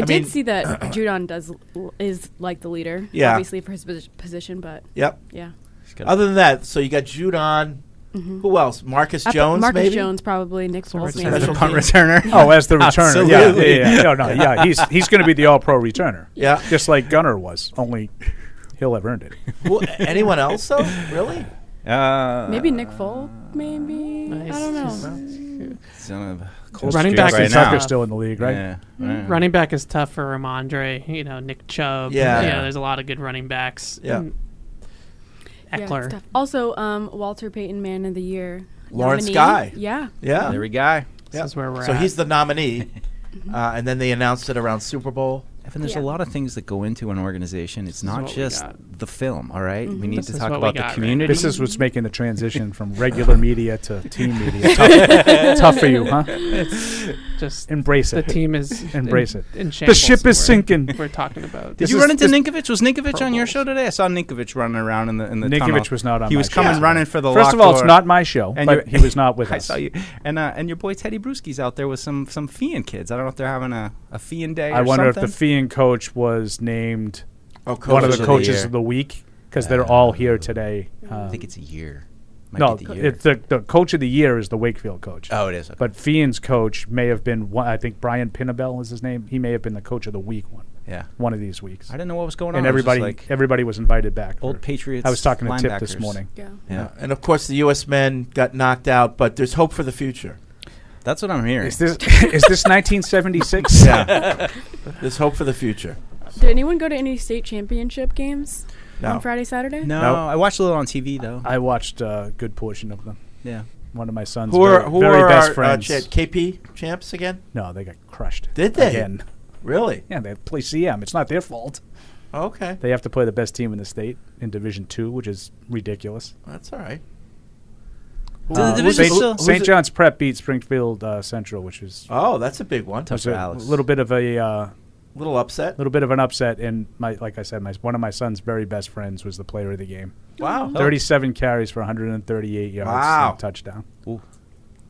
[SPEAKER 1] I
[SPEAKER 8] did
[SPEAKER 1] mean- <clears throat>
[SPEAKER 8] see that Judon does is like the leader,
[SPEAKER 1] Yeah.
[SPEAKER 8] obviously for his posi- position, but
[SPEAKER 1] Yep.
[SPEAKER 8] yeah. Mm-hmm.
[SPEAKER 1] Other than that, so you got Judon. Who else? Marcus
[SPEAKER 8] I thought
[SPEAKER 1] Jones,
[SPEAKER 8] Marcus
[SPEAKER 1] maybe?
[SPEAKER 8] Jones probably, Nick Foles
[SPEAKER 6] Richardson.
[SPEAKER 8] maybe.
[SPEAKER 1] Special
[SPEAKER 4] Punt
[SPEAKER 1] teams.
[SPEAKER 4] returner.
[SPEAKER 5] <laughs> Oh, as the returner, yeah, yeah,
[SPEAKER 4] Absolutely.
[SPEAKER 5] yeah, yeah. no, no, yeah, he's he's going to be the All-Pro returner,
[SPEAKER 1] Yeah.
[SPEAKER 5] just like Gunner was. Only he'll have earned it.
[SPEAKER 1] Who, anyone else,
[SPEAKER 8] <laughs>
[SPEAKER 1] though? Really?
[SPEAKER 4] Uh,
[SPEAKER 8] Maybe Nick Foles, maybe. I don't know.
[SPEAKER 4] Son of a cold
[SPEAKER 6] Running
[SPEAKER 4] streak
[SPEAKER 6] back
[SPEAKER 4] right
[SPEAKER 6] is
[SPEAKER 4] now.
[SPEAKER 5] Tucker's still in the league, right?
[SPEAKER 4] Yeah, yeah.
[SPEAKER 6] Running back is tough for Ramondre. You know, Nick Chubb.
[SPEAKER 1] Yeah.
[SPEAKER 6] You know, there's a lot of good running backs.
[SPEAKER 1] Yeah.
[SPEAKER 6] Mm.
[SPEAKER 8] Yeah, it's
[SPEAKER 6] Eckler.
[SPEAKER 8] tough. also, um, Walter Payton Man of the Year.
[SPEAKER 1] Lawrence
[SPEAKER 8] nominee.
[SPEAKER 1] Guy.
[SPEAKER 8] Yeah.
[SPEAKER 1] Yeah.
[SPEAKER 4] There we go.
[SPEAKER 6] This is where we're
[SPEAKER 1] so
[SPEAKER 6] at.
[SPEAKER 1] he's the
[SPEAKER 4] <laughs>
[SPEAKER 1] nominee. Uh, and then they announced it around Super Bowl.
[SPEAKER 4] Evan, there's
[SPEAKER 8] Yeah.
[SPEAKER 4] a lot of things that go into an organization. It's
[SPEAKER 6] is
[SPEAKER 4] not
[SPEAKER 6] what we
[SPEAKER 4] just
[SPEAKER 6] got. Mm-hmm.
[SPEAKER 4] the film, all right? We need
[SPEAKER 6] This
[SPEAKER 4] to
[SPEAKER 6] is
[SPEAKER 4] talk
[SPEAKER 6] what we
[SPEAKER 4] about
[SPEAKER 6] got
[SPEAKER 4] the
[SPEAKER 6] right
[SPEAKER 4] community.
[SPEAKER 5] This is what's making the transition from <laughs> regular media to team media tough, tough for you, huh?
[SPEAKER 6] <laughs> just
[SPEAKER 5] Embrace
[SPEAKER 6] the
[SPEAKER 5] it.
[SPEAKER 6] team is
[SPEAKER 5] Embrace
[SPEAKER 6] in,
[SPEAKER 5] it.
[SPEAKER 6] In
[SPEAKER 5] The ship
[SPEAKER 6] shambles
[SPEAKER 5] is sinking.
[SPEAKER 6] We're talking about.
[SPEAKER 4] Did
[SPEAKER 5] This
[SPEAKER 4] you
[SPEAKER 5] is-
[SPEAKER 4] run into
[SPEAKER 5] this- Oh.
[SPEAKER 4] Ninkovich? Was Ninkovich on your
[SPEAKER 6] Purples.
[SPEAKER 4] show today? I saw Ninkovich running around in the in the tunnel.
[SPEAKER 5] Ninkovich was not on.
[SPEAKER 4] He
[SPEAKER 5] my
[SPEAKER 4] was
[SPEAKER 5] show.
[SPEAKER 4] coming running for the
[SPEAKER 5] First of
[SPEAKER 4] locked
[SPEAKER 5] all, it's
[SPEAKER 4] door.
[SPEAKER 5] not my show,
[SPEAKER 4] And
[SPEAKER 5] but
[SPEAKER 4] you-
[SPEAKER 5] he was not with
[SPEAKER 4] <laughs> I
[SPEAKER 5] us.
[SPEAKER 4] saw you, and uh, and your boy Teddy Bruschi's out there with some some Fian kids. I don't know if they're having a a Fian day.
[SPEAKER 5] I
[SPEAKER 4] or
[SPEAKER 5] wonder
[SPEAKER 4] something.
[SPEAKER 5] if the Fian coach was named
[SPEAKER 1] Oh,
[SPEAKER 5] one of the
[SPEAKER 4] Coaches of the
[SPEAKER 5] coaches
[SPEAKER 4] year.
[SPEAKER 5] of the week because they're all here today.
[SPEAKER 4] I
[SPEAKER 5] Uh,
[SPEAKER 4] think it's a year. Might
[SPEAKER 5] no,
[SPEAKER 4] be the year.
[SPEAKER 5] it's the, the coach of the year is the Wakefield coach.
[SPEAKER 4] oh, it is. Okay.
[SPEAKER 5] But Fian's coach may have been one. I think Brian Pinnabel is his name. He may have been the coach of the week one,
[SPEAKER 4] yeah,
[SPEAKER 5] one of these weeks.
[SPEAKER 4] I didn't know what was going on.
[SPEAKER 5] and
[SPEAKER 4] It was just
[SPEAKER 5] everybody,
[SPEAKER 4] like
[SPEAKER 5] everybody was invited back.
[SPEAKER 4] old
[SPEAKER 5] for-
[SPEAKER 4] Patriots.
[SPEAKER 5] I was talking to Tip this
[SPEAKER 4] linebackers.
[SPEAKER 5] morning.
[SPEAKER 8] Yeah.
[SPEAKER 4] Yeah,
[SPEAKER 1] And of course, the U.S. men got knocked out, but there's hope for the future.
[SPEAKER 4] that's what I'm hearing.
[SPEAKER 5] Is this is
[SPEAKER 1] <laughs>
[SPEAKER 5] this 1976?
[SPEAKER 1] Yeah.
[SPEAKER 5] <laughs>
[SPEAKER 1] there's hope for the future.
[SPEAKER 8] Did anyone go to any state championship games
[SPEAKER 1] No.
[SPEAKER 8] on Friday, Saturday?
[SPEAKER 4] no,
[SPEAKER 1] Nope.
[SPEAKER 4] I watched a little on TV though.
[SPEAKER 5] I watched a good portion of them.
[SPEAKER 4] yeah,
[SPEAKER 5] one of my sons.
[SPEAKER 1] Who are
[SPEAKER 5] very,
[SPEAKER 1] who
[SPEAKER 5] very
[SPEAKER 1] are
[SPEAKER 5] best
[SPEAKER 1] our, uh,
[SPEAKER 5] friends.
[SPEAKER 1] cha- KP champs again?
[SPEAKER 5] no, they got crushed.
[SPEAKER 1] Did they?
[SPEAKER 5] Again.
[SPEAKER 1] Really?
[SPEAKER 5] Yeah, they play CM. It's not their fault.
[SPEAKER 1] Okay,
[SPEAKER 5] They have to play the best team in the state in Division Two, which is ridiculous.
[SPEAKER 1] that's all right.
[SPEAKER 4] the division
[SPEAKER 5] St.
[SPEAKER 4] still-
[SPEAKER 5] St. John's Prep beat Springfield uh, Central, which is
[SPEAKER 1] Oh, that's a big one.
[SPEAKER 4] Tough
[SPEAKER 5] was
[SPEAKER 4] for
[SPEAKER 5] a
[SPEAKER 4] Alex.
[SPEAKER 5] little bit of a uh,
[SPEAKER 1] Little upset.
[SPEAKER 5] little bit of an upset. And my, like I said, my one of my son's very best friends was the player of the game.
[SPEAKER 1] Wow.
[SPEAKER 5] Thirty-seven carries for 138 yards,
[SPEAKER 1] Wow.
[SPEAKER 5] and a touchdown.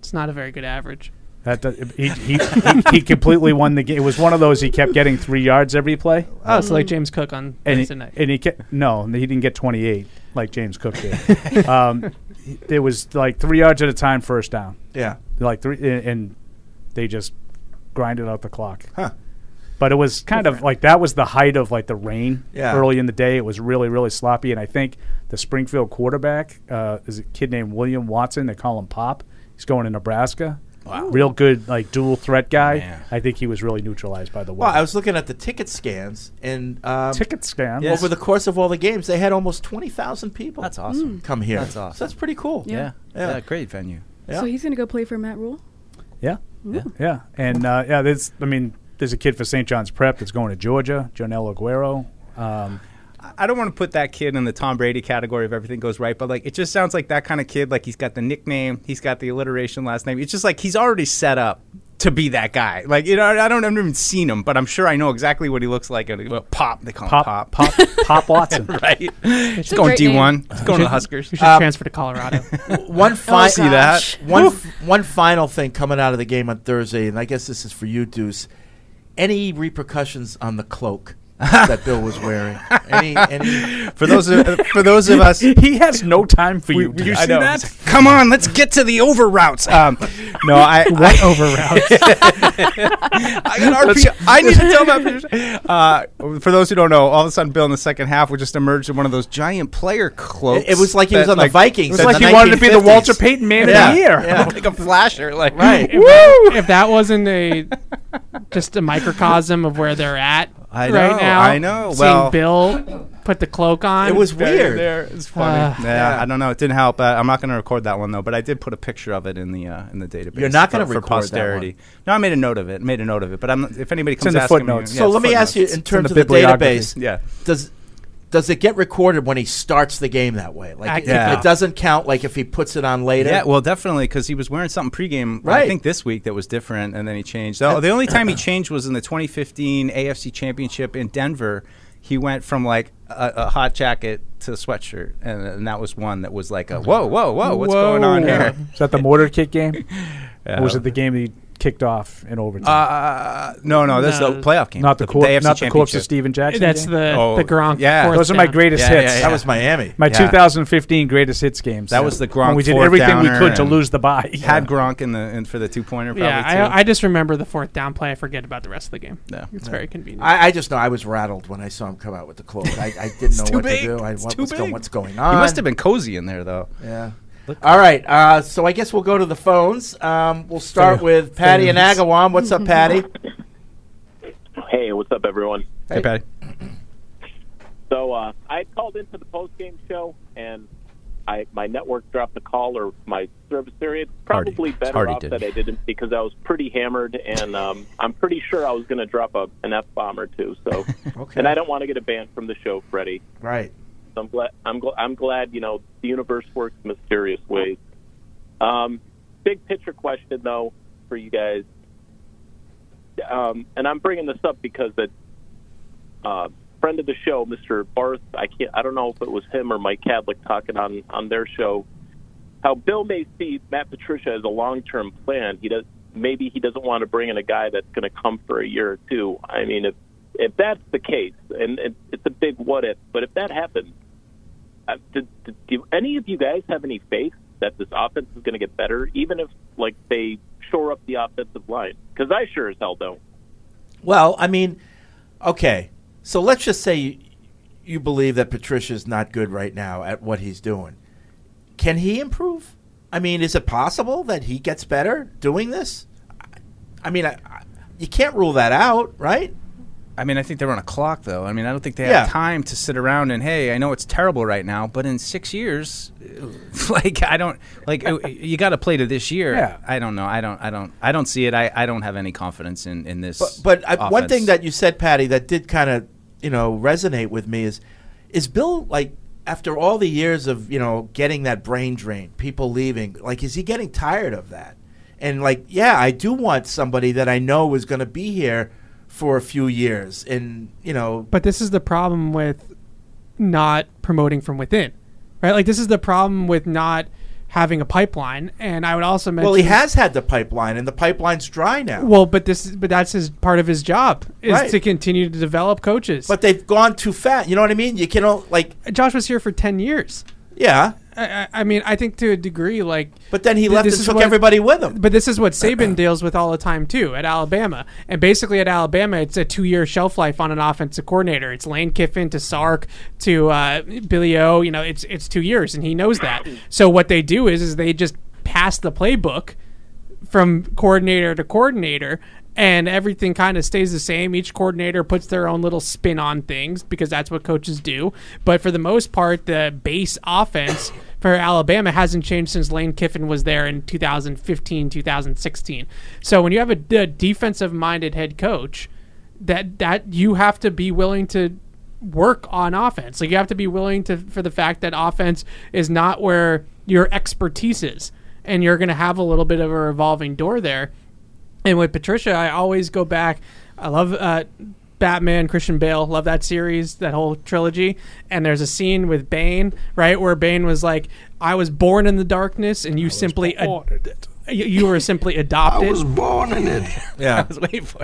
[SPEAKER 6] It's not a very good average.
[SPEAKER 5] That does, he, he, he, he completely won the game. It was one of those he kept getting three yards every play.
[SPEAKER 6] Oh, so like James Cook on
[SPEAKER 5] and
[SPEAKER 6] Wednesday
[SPEAKER 5] he,
[SPEAKER 6] night.
[SPEAKER 5] and he kept, no, he didn't get 28 like James Cook
[SPEAKER 6] <laughs>
[SPEAKER 5] did. um, it was like three yards at a time, first down,
[SPEAKER 1] Yeah.
[SPEAKER 5] like three, and, and they just grinded out the clock.
[SPEAKER 1] Huh.
[SPEAKER 5] But it was kind of like that was the height of like the rain
[SPEAKER 1] Yeah.
[SPEAKER 5] early in the day. It was really really sloppy, and I think the Springfield quarterback uh, is a kid named William Watson. They call him Pop. He's going to Nebraska. Wow. Real good like dual threat guy.
[SPEAKER 4] Man.
[SPEAKER 5] I think he was really neutralized by the
[SPEAKER 1] Well, I
[SPEAKER 5] weather.
[SPEAKER 1] was looking at the ticket scans, and um,
[SPEAKER 5] Ticket scam.
[SPEAKER 4] Yes.
[SPEAKER 1] over the course of all the games, they had almost twenty thousand people.
[SPEAKER 4] That's awesome.
[SPEAKER 1] Come here.
[SPEAKER 4] That's awesome.
[SPEAKER 1] So that's pretty cool.
[SPEAKER 4] Yeah.
[SPEAKER 1] Yeah.
[SPEAKER 4] yeah, great venue.
[SPEAKER 1] Yeah.
[SPEAKER 8] So he's gonna go play for Matt Rule.
[SPEAKER 5] Yeah. Yeah. And uh, yeah, there's I mean, there's a kid for St. John's Prep that's going to Georgia, Jonel Aguero. Um,
[SPEAKER 4] I don't want to put that kid in the Tom Brady category if everything goes right, but like it just sounds like that kind of kid. Like he's got the nickname, he's got the alliteration last name. It's just like he's already set up to be that guy. Like you know, I don't I've never even seen him, but I'm sure I know exactly what he looks like. And well, pop, they call
[SPEAKER 5] pop,
[SPEAKER 4] him pop,
[SPEAKER 5] pop,
[SPEAKER 4] <laughs>
[SPEAKER 5] pop Watson.
[SPEAKER 4] right? It's
[SPEAKER 8] a
[SPEAKER 4] going
[SPEAKER 8] great name.
[SPEAKER 4] D1. It's going to the Huskers. Um,
[SPEAKER 6] You should transfer to
[SPEAKER 4] <laughs>
[SPEAKER 6] Colorado.
[SPEAKER 1] <laughs>
[SPEAKER 8] Oh,
[SPEAKER 1] One
[SPEAKER 4] Oh,
[SPEAKER 1] final
[SPEAKER 4] see <laughs> that.
[SPEAKER 1] one f- one final thing coming out of the game on Thursday, and I guess this is for you, Deuce. Any repercussions on the cloak <laughs> that Bill was wearing? Any
[SPEAKER 4] <laughs>
[SPEAKER 1] any
[SPEAKER 4] For those of, for those of us.
[SPEAKER 5] he has no time for you.
[SPEAKER 4] I know.
[SPEAKER 5] <laughs>
[SPEAKER 4] Come on, let's get to the over routes. Um, no, I,
[SPEAKER 5] <laughs> What over routes?
[SPEAKER 4] <laughs> I got RPO. I need to tell <laughs> that. Uh, for those who don't know, all of a sudden, Bill in the second half would just emerge in one of those giant player cloaks.
[SPEAKER 1] It- it was like he was on
[SPEAKER 4] that,
[SPEAKER 1] the Vikings.
[SPEAKER 4] It
[SPEAKER 1] It
[SPEAKER 4] was
[SPEAKER 1] was
[SPEAKER 4] like
[SPEAKER 1] the
[SPEAKER 4] he wanted to be the
[SPEAKER 1] 1950s.
[SPEAKER 4] Walter
[SPEAKER 5] Walter
[SPEAKER 4] Payton.
[SPEAKER 5] Payton man
[SPEAKER 1] Yeah.
[SPEAKER 5] of the year.
[SPEAKER 1] Yeah.
[SPEAKER 4] <laughs> like
[SPEAKER 6] <laughs>
[SPEAKER 4] a flasher, like
[SPEAKER 1] right?
[SPEAKER 6] if, that, if that wasn't
[SPEAKER 4] <laughs>
[SPEAKER 6] a just a microcosm of where they're at
[SPEAKER 4] I know,
[SPEAKER 6] right now,
[SPEAKER 4] I know.
[SPEAKER 6] Seeing
[SPEAKER 4] Well-
[SPEAKER 6] Bill put the cloak on,
[SPEAKER 1] It was weird.
[SPEAKER 4] There, it's funny.
[SPEAKER 6] Uh,
[SPEAKER 4] yeah,
[SPEAKER 1] Yeah.
[SPEAKER 4] I don't know. It didn't help. Uh, I'm not going to record that one though, but I did put a picture of it in the uh, in the database.
[SPEAKER 1] You're not
[SPEAKER 4] for-
[SPEAKER 1] gonna
[SPEAKER 4] for
[SPEAKER 1] record that
[SPEAKER 4] posterity. No, I made a note of it. Made a note of it. But I'm, if anybody comes
[SPEAKER 5] in the
[SPEAKER 4] asking
[SPEAKER 5] footnotes.
[SPEAKER 4] me,
[SPEAKER 1] so
[SPEAKER 4] yeah,
[SPEAKER 1] let me ask
[SPEAKER 4] footnotes.
[SPEAKER 1] you, in terms
[SPEAKER 5] the
[SPEAKER 1] of the
[SPEAKER 5] bibliography.
[SPEAKER 1] database,
[SPEAKER 4] yeah,
[SPEAKER 1] does does it get recorded when he starts the game that way? Like it-
[SPEAKER 4] Yeah.
[SPEAKER 1] it doesn't count. Like if he puts it on later.
[SPEAKER 4] Yeah, well, definitely because he was wearing something pregame. I
[SPEAKER 1] Right.
[SPEAKER 4] think this week that was different, and then he changed. Oh, the only time he changed was in the 2015 AFC Championship in Denver. He went from like a, a hot jacket to a sweatshirt, and, and that was one that was like a whoa, whoa, whoa, what's going on here?
[SPEAKER 5] <laughs> Is that the mortar kick game?
[SPEAKER 4] <laughs>
[SPEAKER 5] Or was it the game he kicked off in overtime?
[SPEAKER 4] Uh, no, no, that's
[SPEAKER 6] No.
[SPEAKER 4] the playoff game,
[SPEAKER 5] not the, corp-
[SPEAKER 4] AFC
[SPEAKER 5] not the corpse
[SPEAKER 4] Championship.
[SPEAKER 5] of Steven Jackson.
[SPEAKER 6] that's
[SPEAKER 5] game?
[SPEAKER 6] the
[SPEAKER 4] Oh,
[SPEAKER 6] the Gronk.
[SPEAKER 4] yeah.
[SPEAKER 6] fourth
[SPEAKER 5] Those are my
[SPEAKER 6] down.
[SPEAKER 5] greatest
[SPEAKER 4] Yeah,
[SPEAKER 5] hits.
[SPEAKER 4] yeah,
[SPEAKER 1] that was Miami.
[SPEAKER 5] My
[SPEAKER 4] Yeah.
[SPEAKER 5] 2015 greatest hits games.
[SPEAKER 4] That was the
[SPEAKER 5] When
[SPEAKER 4] Gronk
[SPEAKER 5] We did
[SPEAKER 4] fourth
[SPEAKER 5] everything we
[SPEAKER 4] downer
[SPEAKER 5] could to
[SPEAKER 4] and
[SPEAKER 5] lose the bye.
[SPEAKER 4] <laughs> Had Gronk in the in for the two pointer.
[SPEAKER 6] Yeah,
[SPEAKER 4] too.
[SPEAKER 6] I, I just remember the fourth down play. I forget about the rest of the game.
[SPEAKER 4] Yeah.
[SPEAKER 6] It's very convenient.
[SPEAKER 1] I, I just know I was rattled when I saw him come out
[SPEAKER 4] <laughs>
[SPEAKER 1] with the cloak.
[SPEAKER 5] <laughs>
[SPEAKER 1] I, I didn't know
[SPEAKER 4] too
[SPEAKER 1] what
[SPEAKER 4] big.
[SPEAKER 1] to do. I,
[SPEAKER 4] It's
[SPEAKER 1] what,
[SPEAKER 4] too
[SPEAKER 1] what's, Going,
[SPEAKER 4] big.
[SPEAKER 1] what's going on?
[SPEAKER 4] he must have been cozy in there though.
[SPEAKER 1] Yeah. All right. Uh, so I guess we'll go to the phones. Um, we'll start with Patty and Agawam. What's up,
[SPEAKER 9] <laughs>
[SPEAKER 1] Patty?
[SPEAKER 9] Hey, what's up, everyone?
[SPEAKER 4] Hey, Patty.
[SPEAKER 9] <clears throat> So uh, I had called into the post game show, and I my network dropped the call or my service area. It's
[SPEAKER 4] Hardy.
[SPEAKER 9] probably
[SPEAKER 4] It's
[SPEAKER 9] better
[SPEAKER 4] Hardy
[SPEAKER 9] off
[SPEAKER 4] did
[SPEAKER 9] that
[SPEAKER 4] it.
[SPEAKER 9] I didn't because I was pretty hammered, and um, I'm pretty sure I was going to drop a, an f bomb or two.
[SPEAKER 4] <laughs>
[SPEAKER 9] So,
[SPEAKER 1] Okay.
[SPEAKER 9] and I don't want to get a ban from the show, Freddie.
[SPEAKER 1] Right.
[SPEAKER 9] So I'm glad. I'm, gl- I'm glad. You know, the universe works mysterious ways. Um, big picture question, though, for you guys, um, and I'm bringing this up because that uh, friend of the show, Mr. Barth. I can't. I don't know if it was him or Mike Cadlick talking on on their show. How Bill may see Matt Patricia as a long term plan. He does. Maybe he doesn't want to bring in a guy that's going to come for a year or two. I mean, if if that's the case, and it, it's a big what if, but if that happens, uh, do, do, do any of you guys have any faith that this offense is going to get better, even if like they shore up the offensive line? Because I sure as hell don't.
[SPEAKER 1] Well, I mean, okay. So let's just say you, you believe that Patricia's not good right now at what he's doing. Can he improve? I mean, is it possible that he gets better doing this? I- I mean, I, I, you can't rule that out, right?
[SPEAKER 4] I mean, I think they're on a clock, though. I mean, I don't think they
[SPEAKER 1] Yeah.
[SPEAKER 4] have time to sit around and hey, I know it's terrible right now, but in six years, <laughs> like I don't like uh, you got to play to this year.
[SPEAKER 5] Yeah.
[SPEAKER 4] I don't know. I don't. I don't. I don't see it. I, I don't have any confidence in in this.
[SPEAKER 1] But, but I, one
[SPEAKER 4] offense.
[SPEAKER 1] thing that you said, Patty, that did kind of you know resonate with me is, is Bill like after all the years of you know getting that brain drain, people leaving, like is he getting tired of that? And like, yeah, I do want somebody that I know is going to be here for a few years, and you know,
[SPEAKER 6] But this is the problem with not promoting from within, right? Like this is the problem with not having a pipeline. And I would also mention
[SPEAKER 1] well, he has had the pipeline, and the pipeline's dry now.
[SPEAKER 6] Well, but this but that's his part of his job is
[SPEAKER 1] Right.
[SPEAKER 6] to continue to develop coaches.
[SPEAKER 1] but they've gone too fast. You know what I mean? You can o- like,
[SPEAKER 6] Josh was here for ten years.
[SPEAKER 1] yeah.
[SPEAKER 6] I, I I mean, I think to a degree, like.
[SPEAKER 1] But then he
[SPEAKER 6] Th-
[SPEAKER 1] left
[SPEAKER 6] this
[SPEAKER 1] and
[SPEAKER 6] is
[SPEAKER 1] took
[SPEAKER 6] what-
[SPEAKER 1] everybody with him.
[SPEAKER 6] But this is what
[SPEAKER 1] <clears throat>
[SPEAKER 6] Saban deals with all the time too at Alabama, and basically at Alabama, it's a two-year shelf life on an offensive coordinator. It's Lane Kiffin to Sark to uh, Billy O. You know, it's it's two years, and he knows that. So what they do is is they just pass the playbook from coordinator to coordinator and everything kind of stays the same each coordinator puts their own little spin on things because that's what coaches do but for the most part the base offense <coughs> for alabama hasn't changed since lane kiffin was there in 2015 2016 so when you have a, d- a defensive minded head coach that that you have to be willing to work on offense. Like you have to be willing to for the fact that offense is not where your expertise is, and you're going to have a little bit of a revolving door there. And with Patricia, I always go back. I love uh, Batman, Christian Bale. Love that series, that whole trilogy. And there's a scene with Bane, right, where Bane was like, "I was born in the darkness, and you simply ad- you, you were simply adopted."
[SPEAKER 1] Yeah,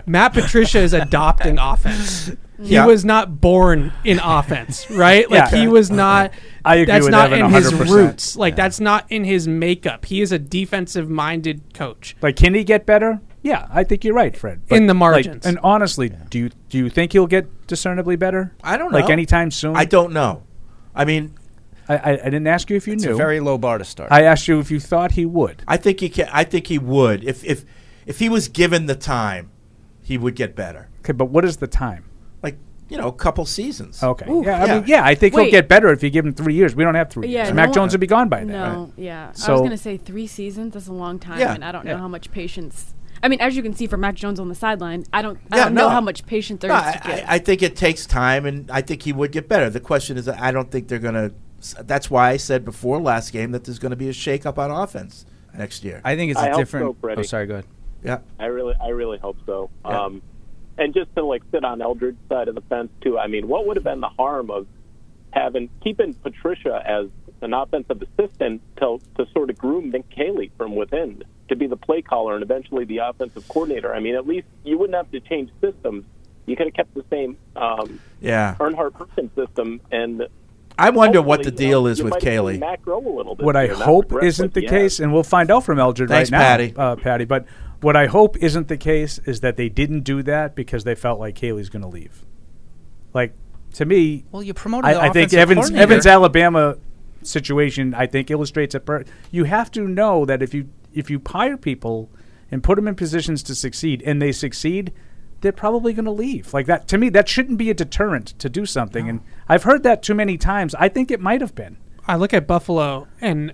[SPEAKER 6] Matt Patricia is adopting offense. He
[SPEAKER 1] Yeah.
[SPEAKER 6] was not born in offense, right? Like
[SPEAKER 5] Yeah.
[SPEAKER 6] he was not.
[SPEAKER 5] I agree
[SPEAKER 6] that's
[SPEAKER 5] with
[SPEAKER 6] not
[SPEAKER 5] Evan
[SPEAKER 6] in his
[SPEAKER 5] 100%.
[SPEAKER 6] roots. Like that's not in his makeup. He is a defensive-minded coach.
[SPEAKER 5] Like, can he get better? Yeah, I think you're right, Fred.
[SPEAKER 6] In the
[SPEAKER 5] like,
[SPEAKER 6] margins.
[SPEAKER 5] and honestly, do you do you think he'll get discernibly better?
[SPEAKER 1] I don't
[SPEAKER 5] Like
[SPEAKER 1] know.
[SPEAKER 5] anytime soon.
[SPEAKER 1] I don't know. I mean,
[SPEAKER 5] I, I, I didn't ask you if you
[SPEAKER 4] it's
[SPEAKER 5] knew.
[SPEAKER 4] a very low bar to start.
[SPEAKER 5] I asked you if you thought he would.
[SPEAKER 1] I think he can. I think he would if if if he was given the time, he would get better.
[SPEAKER 5] Okay, but what is the time?
[SPEAKER 1] Like you know, a couple seasons.
[SPEAKER 5] Okay. yeah, I
[SPEAKER 1] yeah.
[SPEAKER 5] mean, yeah, I think
[SPEAKER 8] Wait.
[SPEAKER 5] he'll get better if you give him three years. We don't have three
[SPEAKER 8] Yeah,
[SPEAKER 5] years.
[SPEAKER 8] no
[SPEAKER 5] Mac
[SPEAKER 8] one-
[SPEAKER 5] Jones would be gone by then.
[SPEAKER 8] No, yeah. I was
[SPEAKER 5] So-
[SPEAKER 8] gonna say three seasons is a long time,
[SPEAKER 1] Yeah,
[SPEAKER 8] and I don't
[SPEAKER 5] yeah.
[SPEAKER 8] know how much patience. I mean, as you can see from Matt Jones on the sideline, I don't, I
[SPEAKER 1] Yeah,
[SPEAKER 8] don't
[SPEAKER 1] no.
[SPEAKER 8] know how much patience there
[SPEAKER 1] No,
[SPEAKER 8] is
[SPEAKER 1] I,
[SPEAKER 8] to
[SPEAKER 1] I,
[SPEAKER 8] get.
[SPEAKER 1] I think it takes time, and I think he would get better. The question is, I don't think they're going to. That's why I said before last game that there's going to be a shakeup on offense next year.
[SPEAKER 4] I think it's
[SPEAKER 9] I
[SPEAKER 4] a
[SPEAKER 9] hope
[SPEAKER 4] different.
[SPEAKER 9] so, Freddie.
[SPEAKER 4] oh, sorry. Go ahead.
[SPEAKER 1] yeah,
[SPEAKER 9] I really, I really hope so. Um, and just to like sit on Eldred's side of the fence too. I mean, what would have been the harm of having keeping Patricia as an offensive assistant to to sort of groom Nick Cayley from within to be the play caller and eventually the offensive coordinator? I mean, at least you wouldn't have to change systems. You could have kept the same um,
[SPEAKER 1] yeah.
[SPEAKER 9] Earnhardt person system and.
[SPEAKER 1] I wonder what the
[SPEAKER 9] hopefully, you know,
[SPEAKER 1] deal is
[SPEAKER 9] you
[SPEAKER 1] with
[SPEAKER 9] might have seen
[SPEAKER 1] Kaylee.
[SPEAKER 9] Mac grow a little bit
[SPEAKER 5] What I
[SPEAKER 9] here, not
[SPEAKER 5] hope
[SPEAKER 9] regress
[SPEAKER 5] isn't
[SPEAKER 9] what
[SPEAKER 5] the
[SPEAKER 9] he
[SPEAKER 5] case,
[SPEAKER 9] has.
[SPEAKER 5] and we'll find out from Eldred
[SPEAKER 1] Thanks,
[SPEAKER 5] right now,
[SPEAKER 1] Patty.
[SPEAKER 5] Uh, Patty. But what I hope isn't the case is that they didn't do that because they felt like Haley's going to leave. Like to me,
[SPEAKER 4] Well, you promoted. the
[SPEAKER 5] I, I think
[SPEAKER 4] offensive
[SPEAKER 5] Evans
[SPEAKER 4] coordinator.
[SPEAKER 5] Evans Alabama situation I think illustrates a per- you have to know that if you if you hire people and put them in positions to succeed and they succeed they're probably going to leave like that to me that shouldn't be a deterrent to do something and I've heard that too many times I think it might have been
[SPEAKER 6] I look at Buffalo, and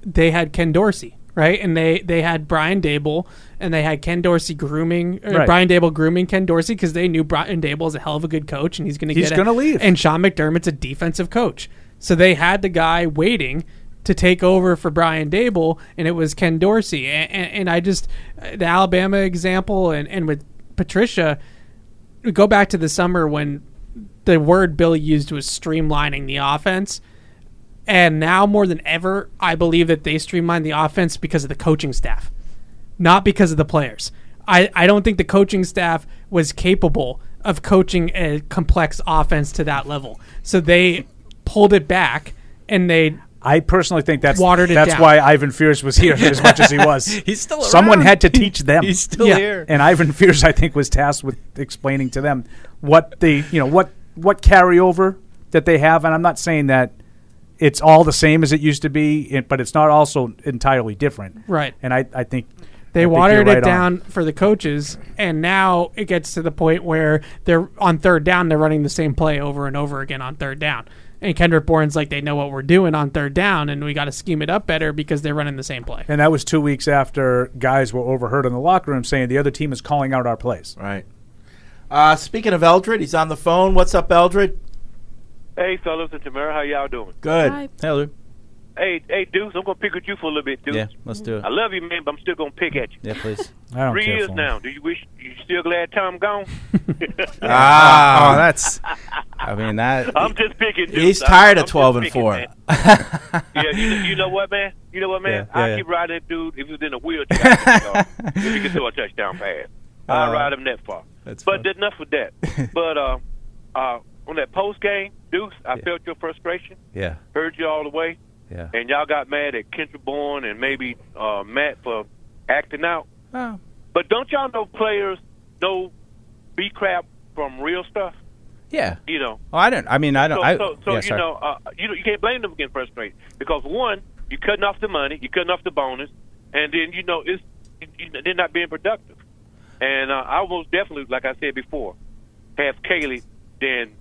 [SPEAKER 6] they had Ken Dorsey, right? And they they had Brian Dable, and they had Ken Dorsey grooming or
[SPEAKER 5] Right.
[SPEAKER 6] Brian Dable grooming Ken Dorsey because they knew Brian Dable is a hell of a good coach, and he's going to
[SPEAKER 5] He's
[SPEAKER 6] get it.
[SPEAKER 5] gonna leave.
[SPEAKER 6] And Sean McDermott's a defensive coach, so they had the guy waiting. To take over for Brian Dable, and it was Ken Dorsey, and, and, and I just the Alabama example, and, and with Patricia, we go back to the summer when the word Bill used was streamlining the offense. And now more than ever, I believe that they streamlined the offense because of the coaching staff, not because of the players. I, I don't think the coaching staff was capable of coaching a complex offense to that level. So they pulled it back and they
[SPEAKER 5] I personally think that's
[SPEAKER 6] Watered it
[SPEAKER 5] that's
[SPEAKER 6] down.
[SPEAKER 5] why Ivan Fierce was here as much as
[SPEAKER 6] <laughs>
[SPEAKER 5] he was.
[SPEAKER 4] He's still
[SPEAKER 5] Someone
[SPEAKER 4] around.
[SPEAKER 5] had to teach them.
[SPEAKER 4] He's still
[SPEAKER 6] Yeah.
[SPEAKER 4] here.
[SPEAKER 5] and Ivan Fierce, I think, was tasked with explaining to them what the you know what what carryover that they have. And I'm not saying that it's all the same as it used to be, it- but it's not also entirely different.
[SPEAKER 6] Right.
[SPEAKER 5] And I, I think
[SPEAKER 6] They
[SPEAKER 5] you're
[SPEAKER 6] watered
[SPEAKER 5] right
[SPEAKER 6] it
[SPEAKER 5] on.
[SPEAKER 6] down for the coaches, and now it gets to the point where they're on third down. They're running the same play over and over again on third down. And Kendrick Bourne's like, they know what we're doing on third down, and we got to scheme it up better because they're running the same play.
[SPEAKER 5] And that was two weeks after guys were overheard in the locker room saying the other team is calling out our plays.
[SPEAKER 1] Right. Uh, speaking of Eldred, he's on the phone. What's up, Eldred?
[SPEAKER 10] Hey, fellas and Tamara, how y'all doing?
[SPEAKER 1] Good.
[SPEAKER 8] Hi.
[SPEAKER 4] Hello.
[SPEAKER 10] Hey, hey, Deuce, I'm gonna pick at you for a little bit, Deuce.
[SPEAKER 4] Yeah, let's do it.
[SPEAKER 10] I love you, man, but I'm still gonna pick at you.
[SPEAKER 4] Yeah, please.
[SPEAKER 5] I don't
[SPEAKER 10] Three
[SPEAKER 5] care
[SPEAKER 10] years
[SPEAKER 5] for 'em.
[SPEAKER 10] now. Do you wish you still glad Tom gone? <laughs>
[SPEAKER 4] Oh,
[SPEAKER 1] Ah,
[SPEAKER 4] that's. I mean that.
[SPEAKER 10] <laughs> I'm just picking. Deuce.
[SPEAKER 1] he's
[SPEAKER 10] I'm-
[SPEAKER 1] tired
[SPEAKER 10] I'm
[SPEAKER 1] of
[SPEAKER 10] just
[SPEAKER 1] twelve and
[SPEAKER 10] picking,
[SPEAKER 1] four.
[SPEAKER 4] <laughs>
[SPEAKER 10] man. yeah, you, you know what, man? You know what, man?
[SPEAKER 4] Yeah, yeah,
[SPEAKER 10] I
[SPEAKER 4] yeah.
[SPEAKER 10] keep riding that dude if he was in a wheelchair. I'd pick him up if he could throw a touchdown pass, I
[SPEAKER 4] Uh,
[SPEAKER 10] would ride him that far.
[SPEAKER 4] that's
[SPEAKER 10] but
[SPEAKER 4] funny.
[SPEAKER 10] enough with that. but uh, uh, on that post game, Deuce, I felt your frustration.
[SPEAKER 4] Yeah,
[SPEAKER 10] Heard you all the way.
[SPEAKER 4] yeah.
[SPEAKER 10] and y'all got mad at Kendra Bourne and maybe uh, Matt for acting out.
[SPEAKER 4] Oh.
[SPEAKER 10] But don't y'all know players know B crap from real stuff?
[SPEAKER 4] Yeah.
[SPEAKER 10] You know,
[SPEAKER 4] Oh, I don't. I mean, I don't.
[SPEAKER 10] so
[SPEAKER 4] I,
[SPEAKER 10] so, so
[SPEAKER 4] yeah,
[SPEAKER 10] you
[SPEAKER 4] sorry.
[SPEAKER 10] know, uh, you know, you can't blame them for getting frustrated because one, you're cutting off the money, you're cutting off the bonus, and then you know it's you, you- they're not being productive. And uh, I most definitely, like I said before, have Kaylee then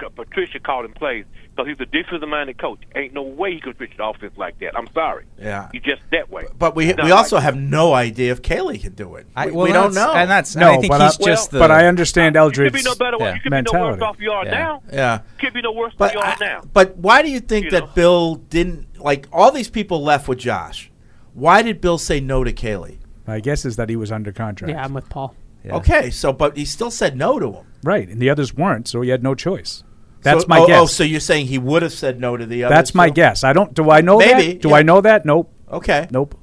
[SPEAKER 10] C- Patricia called him plays because he's a defensive-minded coach. Ain't no way he could switch the offense like that. I'm sorry.
[SPEAKER 1] Yeah.
[SPEAKER 10] you just that way.
[SPEAKER 1] But we
[SPEAKER 10] Not
[SPEAKER 1] we also
[SPEAKER 10] like-
[SPEAKER 1] have no idea if Kaylee can do it.
[SPEAKER 4] I,
[SPEAKER 1] we
[SPEAKER 4] well,
[SPEAKER 1] we don't
[SPEAKER 4] that's-
[SPEAKER 1] know.
[SPEAKER 4] And that's.
[SPEAKER 5] No,
[SPEAKER 4] I think
[SPEAKER 5] but
[SPEAKER 4] he's
[SPEAKER 5] I-
[SPEAKER 4] just the.
[SPEAKER 5] But I understand
[SPEAKER 10] Uh, You could be
[SPEAKER 5] Eldridge's.
[SPEAKER 10] no better.
[SPEAKER 4] yeah,
[SPEAKER 10] you could be no
[SPEAKER 5] mentality.
[SPEAKER 10] worse off you are
[SPEAKER 4] Yeah.
[SPEAKER 10] now.
[SPEAKER 1] yeah.
[SPEAKER 10] You could be no worse off
[SPEAKER 1] But
[SPEAKER 10] you are
[SPEAKER 1] I-
[SPEAKER 10] now.
[SPEAKER 1] but why do you think
[SPEAKER 10] You
[SPEAKER 1] that
[SPEAKER 10] know?
[SPEAKER 1] Bill didn't like all these people left with Josh? Why did Bill say no to Kaylee?
[SPEAKER 5] My guess is that he was under contract.
[SPEAKER 6] Yeah, I'm with Paul.
[SPEAKER 4] Yeah.
[SPEAKER 1] Okay, so but he still said no to him.
[SPEAKER 5] Right, and the others weren't, so he had no choice. That's
[SPEAKER 1] So-
[SPEAKER 5] my
[SPEAKER 1] oh,
[SPEAKER 5] guess.
[SPEAKER 1] Oh, so you're saying he would have said no to the other?
[SPEAKER 5] That's my guess. I don't. Do I know
[SPEAKER 1] Maybe,
[SPEAKER 5] that? Do
[SPEAKER 1] yeah.
[SPEAKER 5] I know that? Nope.
[SPEAKER 1] Okay.
[SPEAKER 5] Nope.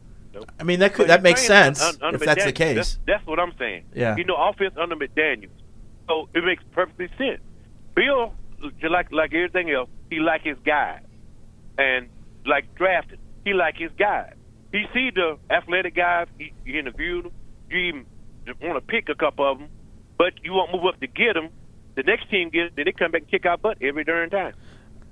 [SPEAKER 1] I mean that could,
[SPEAKER 10] But
[SPEAKER 1] that makes
[SPEAKER 10] saying
[SPEAKER 1] sense
[SPEAKER 10] un- under
[SPEAKER 1] if that's the
[SPEAKER 10] McDaniels.
[SPEAKER 1] case.
[SPEAKER 10] That's, that's what I'm saying.
[SPEAKER 1] Yeah.
[SPEAKER 10] You know, offense under McDaniels. So it makes perfectly sense. Bill, j- like like everything else, he like his guy, and like drafted, he like his guy. He see the athletic guys. He, he interviewed them. You even want to pick a couple of them, but you won't move up to get them. The next team get it, then they come back and kick our butt every darn time.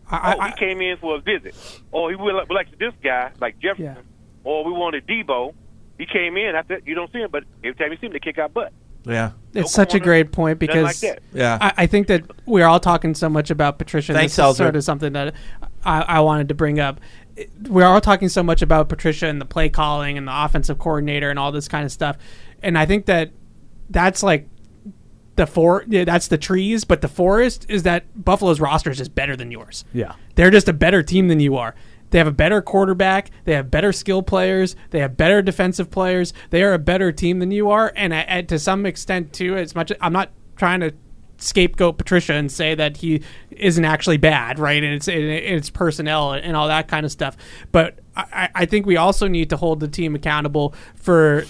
[SPEAKER 6] I,
[SPEAKER 10] oh,
[SPEAKER 6] I,
[SPEAKER 10] he came in for a visit. Or he would like, would like this guy, like Jefferson.
[SPEAKER 6] Yeah.
[SPEAKER 10] Or we wanted Debo. He came in after you don't see him, but every time you see him, they kick our butt.
[SPEAKER 1] yeah.
[SPEAKER 6] it's
[SPEAKER 10] no
[SPEAKER 6] such a
[SPEAKER 10] corner,
[SPEAKER 6] great point
[SPEAKER 10] nothing like
[SPEAKER 6] because
[SPEAKER 10] that.
[SPEAKER 1] Yeah.
[SPEAKER 6] I, I think that we're all talking so much about Patricia. and
[SPEAKER 1] Thanks,
[SPEAKER 6] this is sort
[SPEAKER 1] Eldred.
[SPEAKER 6] of something that I, I wanted to bring up. It- We're all talking so much about Patricia and the play calling and the offensive coordinator and all this kind of stuff, and I think that that's like the for yeah, that's the trees, but the forest is that Buffalo's roster is just better than yours.
[SPEAKER 5] Yeah.
[SPEAKER 6] They're just a better team than you are. They have a better quarterback. They have better skill players. They have better defensive players. They are a better team than you are, and I, I, to some extent too. As much I'm not trying to scapegoat Patricia and say that he isn't actually bad, right? And it's and it's personnel and all that kind of stuff. But I, I I think we also need to hold the team accountable for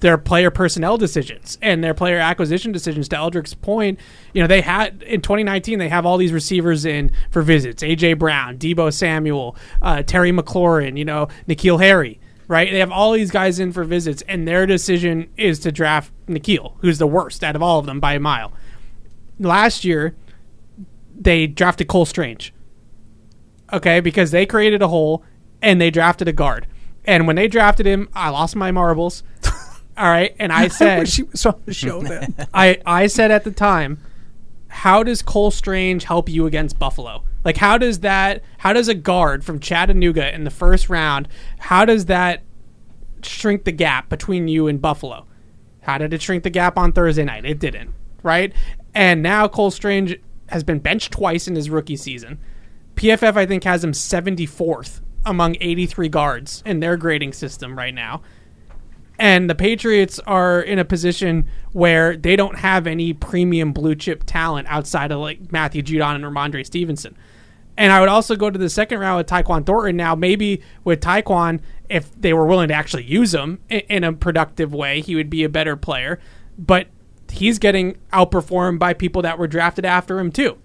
[SPEAKER 6] their player personnel decisions and their player acquisition decisions. To Eldrick's point, you know they had in 2019 they have all these receivers in for visits: AJ Brown, Debo Samuel, uh, Terry McLaurin, you know Nikhil Harry. Right, they have all these guys in for visits, and their decision is to draft Nikhil, who's the worst out of all of them by a mile. Last year, they drafted Cole Strange. Okay, because they created a hole and they drafted a guard. And when they drafted him, I lost my marbles. All right, and I
[SPEAKER 5] I
[SPEAKER 6] said
[SPEAKER 5] wish
[SPEAKER 6] <laughs>
[SPEAKER 5] he was on the show then.
[SPEAKER 6] I, I said at the time, how does Cole Strange help you against Buffalo? Like how does that how does a guard from Chattanooga in the first round, how does that shrink the gap between you and Buffalo? How did it shrink the gap on Thursday night? It didn't, right? And now Cole Strange has been benched twice in his rookie season. PFF I think has him 74th among 83 guards in their grading system right now and the Patriots are in a position where they don't have any premium blue chip talent outside of like Matthew Judon and Ramondre Stevenson. And I would also go to the second round with Taekwon Thornton. Now, maybe with Taekwon, if they were willing to actually use him in, in a productive way, he would be a better player. But he's getting outperformed by people that were drafted after him too.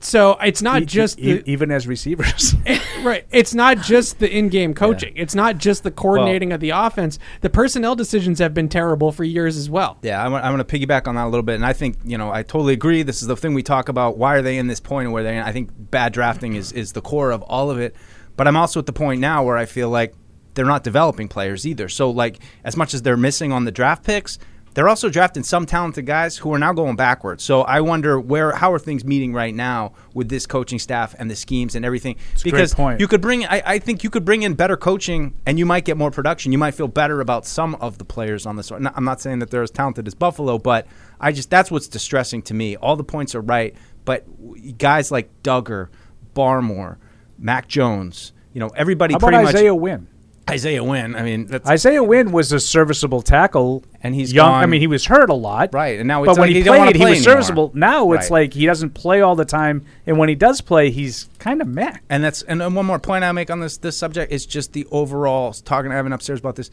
[SPEAKER 6] So it's not
[SPEAKER 5] E-
[SPEAKER 6] just
[SPEAKER 5] e-
[SPEAKER 6] the,
[SPEAKER 5] even as receivers. <laughs>
[SPEAKER 6] right. It's not just the in-game coaching. It's not just the coordinating of the offense. The personnel decisions have been terrible for years as well.
[SPEAKER 4] Yeah, I'm, I'm going to piggyback on that a little bit, and I think you know I totally agree. This is the thing we talk about. Why are they in this point where they? I think bad drafting is is the core of all of it. But I'm also at the point now where I feel like they're not developing players either. So like as much as they're missing on the draft picks, they're also drafting some talented guys who are now going backwards. So I wonder where how are things meeting right now with this coaching staff and the schemes and everything?
[SPEAKER 5] a great
[SPEAKER 4] because
[SPEAKER 5] point.
[SPEAKER 4] you could bring I, I think you could bring in better coaching and you might get more production. You might feel better about some of the players on this. No, I'm not saying that they're as talented as Buffalo, but I just that's what's distressing to me. All the points are right, but w- guys like Duggar, Barmore, Mac Jones, you know, everybody
[SPEAKER 5] How
[SPEAKER 4] pretty
[SPEAKER 5] about
[SPEAKER 4] much
[SPEAKER 5] Isaiah Wynn?
[SPEAKER 4] Isaiah Wynn. I mean, that's
[SPEAKER 5] Isaiah Wynn was a serviceable tackle,
[SPEAKER 4] And he's
[SPEAKER 5] young.
[SPEAKER 4] gone-
[SPEAKER 5] I mean, he was hurt a lot,
[SPEAKER 4] Right, and now it's
[SPEAKER 5] but when
[SPEAKER 4] like
[SPEAKER 5] he
[SPEAKER 4] he don't wanna
[SPEAKER 5] played, he
[SPEAKER 4] play
[SPEAKER 5] was
[SPEAKER 4] anymore.
[SPEAKER 5] serviceable. Now it's
[SPEAKER 4] Right.
[SPEAKER 5] like he doesn't play all the time, and when he does play, he's kind of meh.
[SPEAKER 4] and that's and uh, one more point I make on this this subject is just the overall talking to Evan upstairs about this.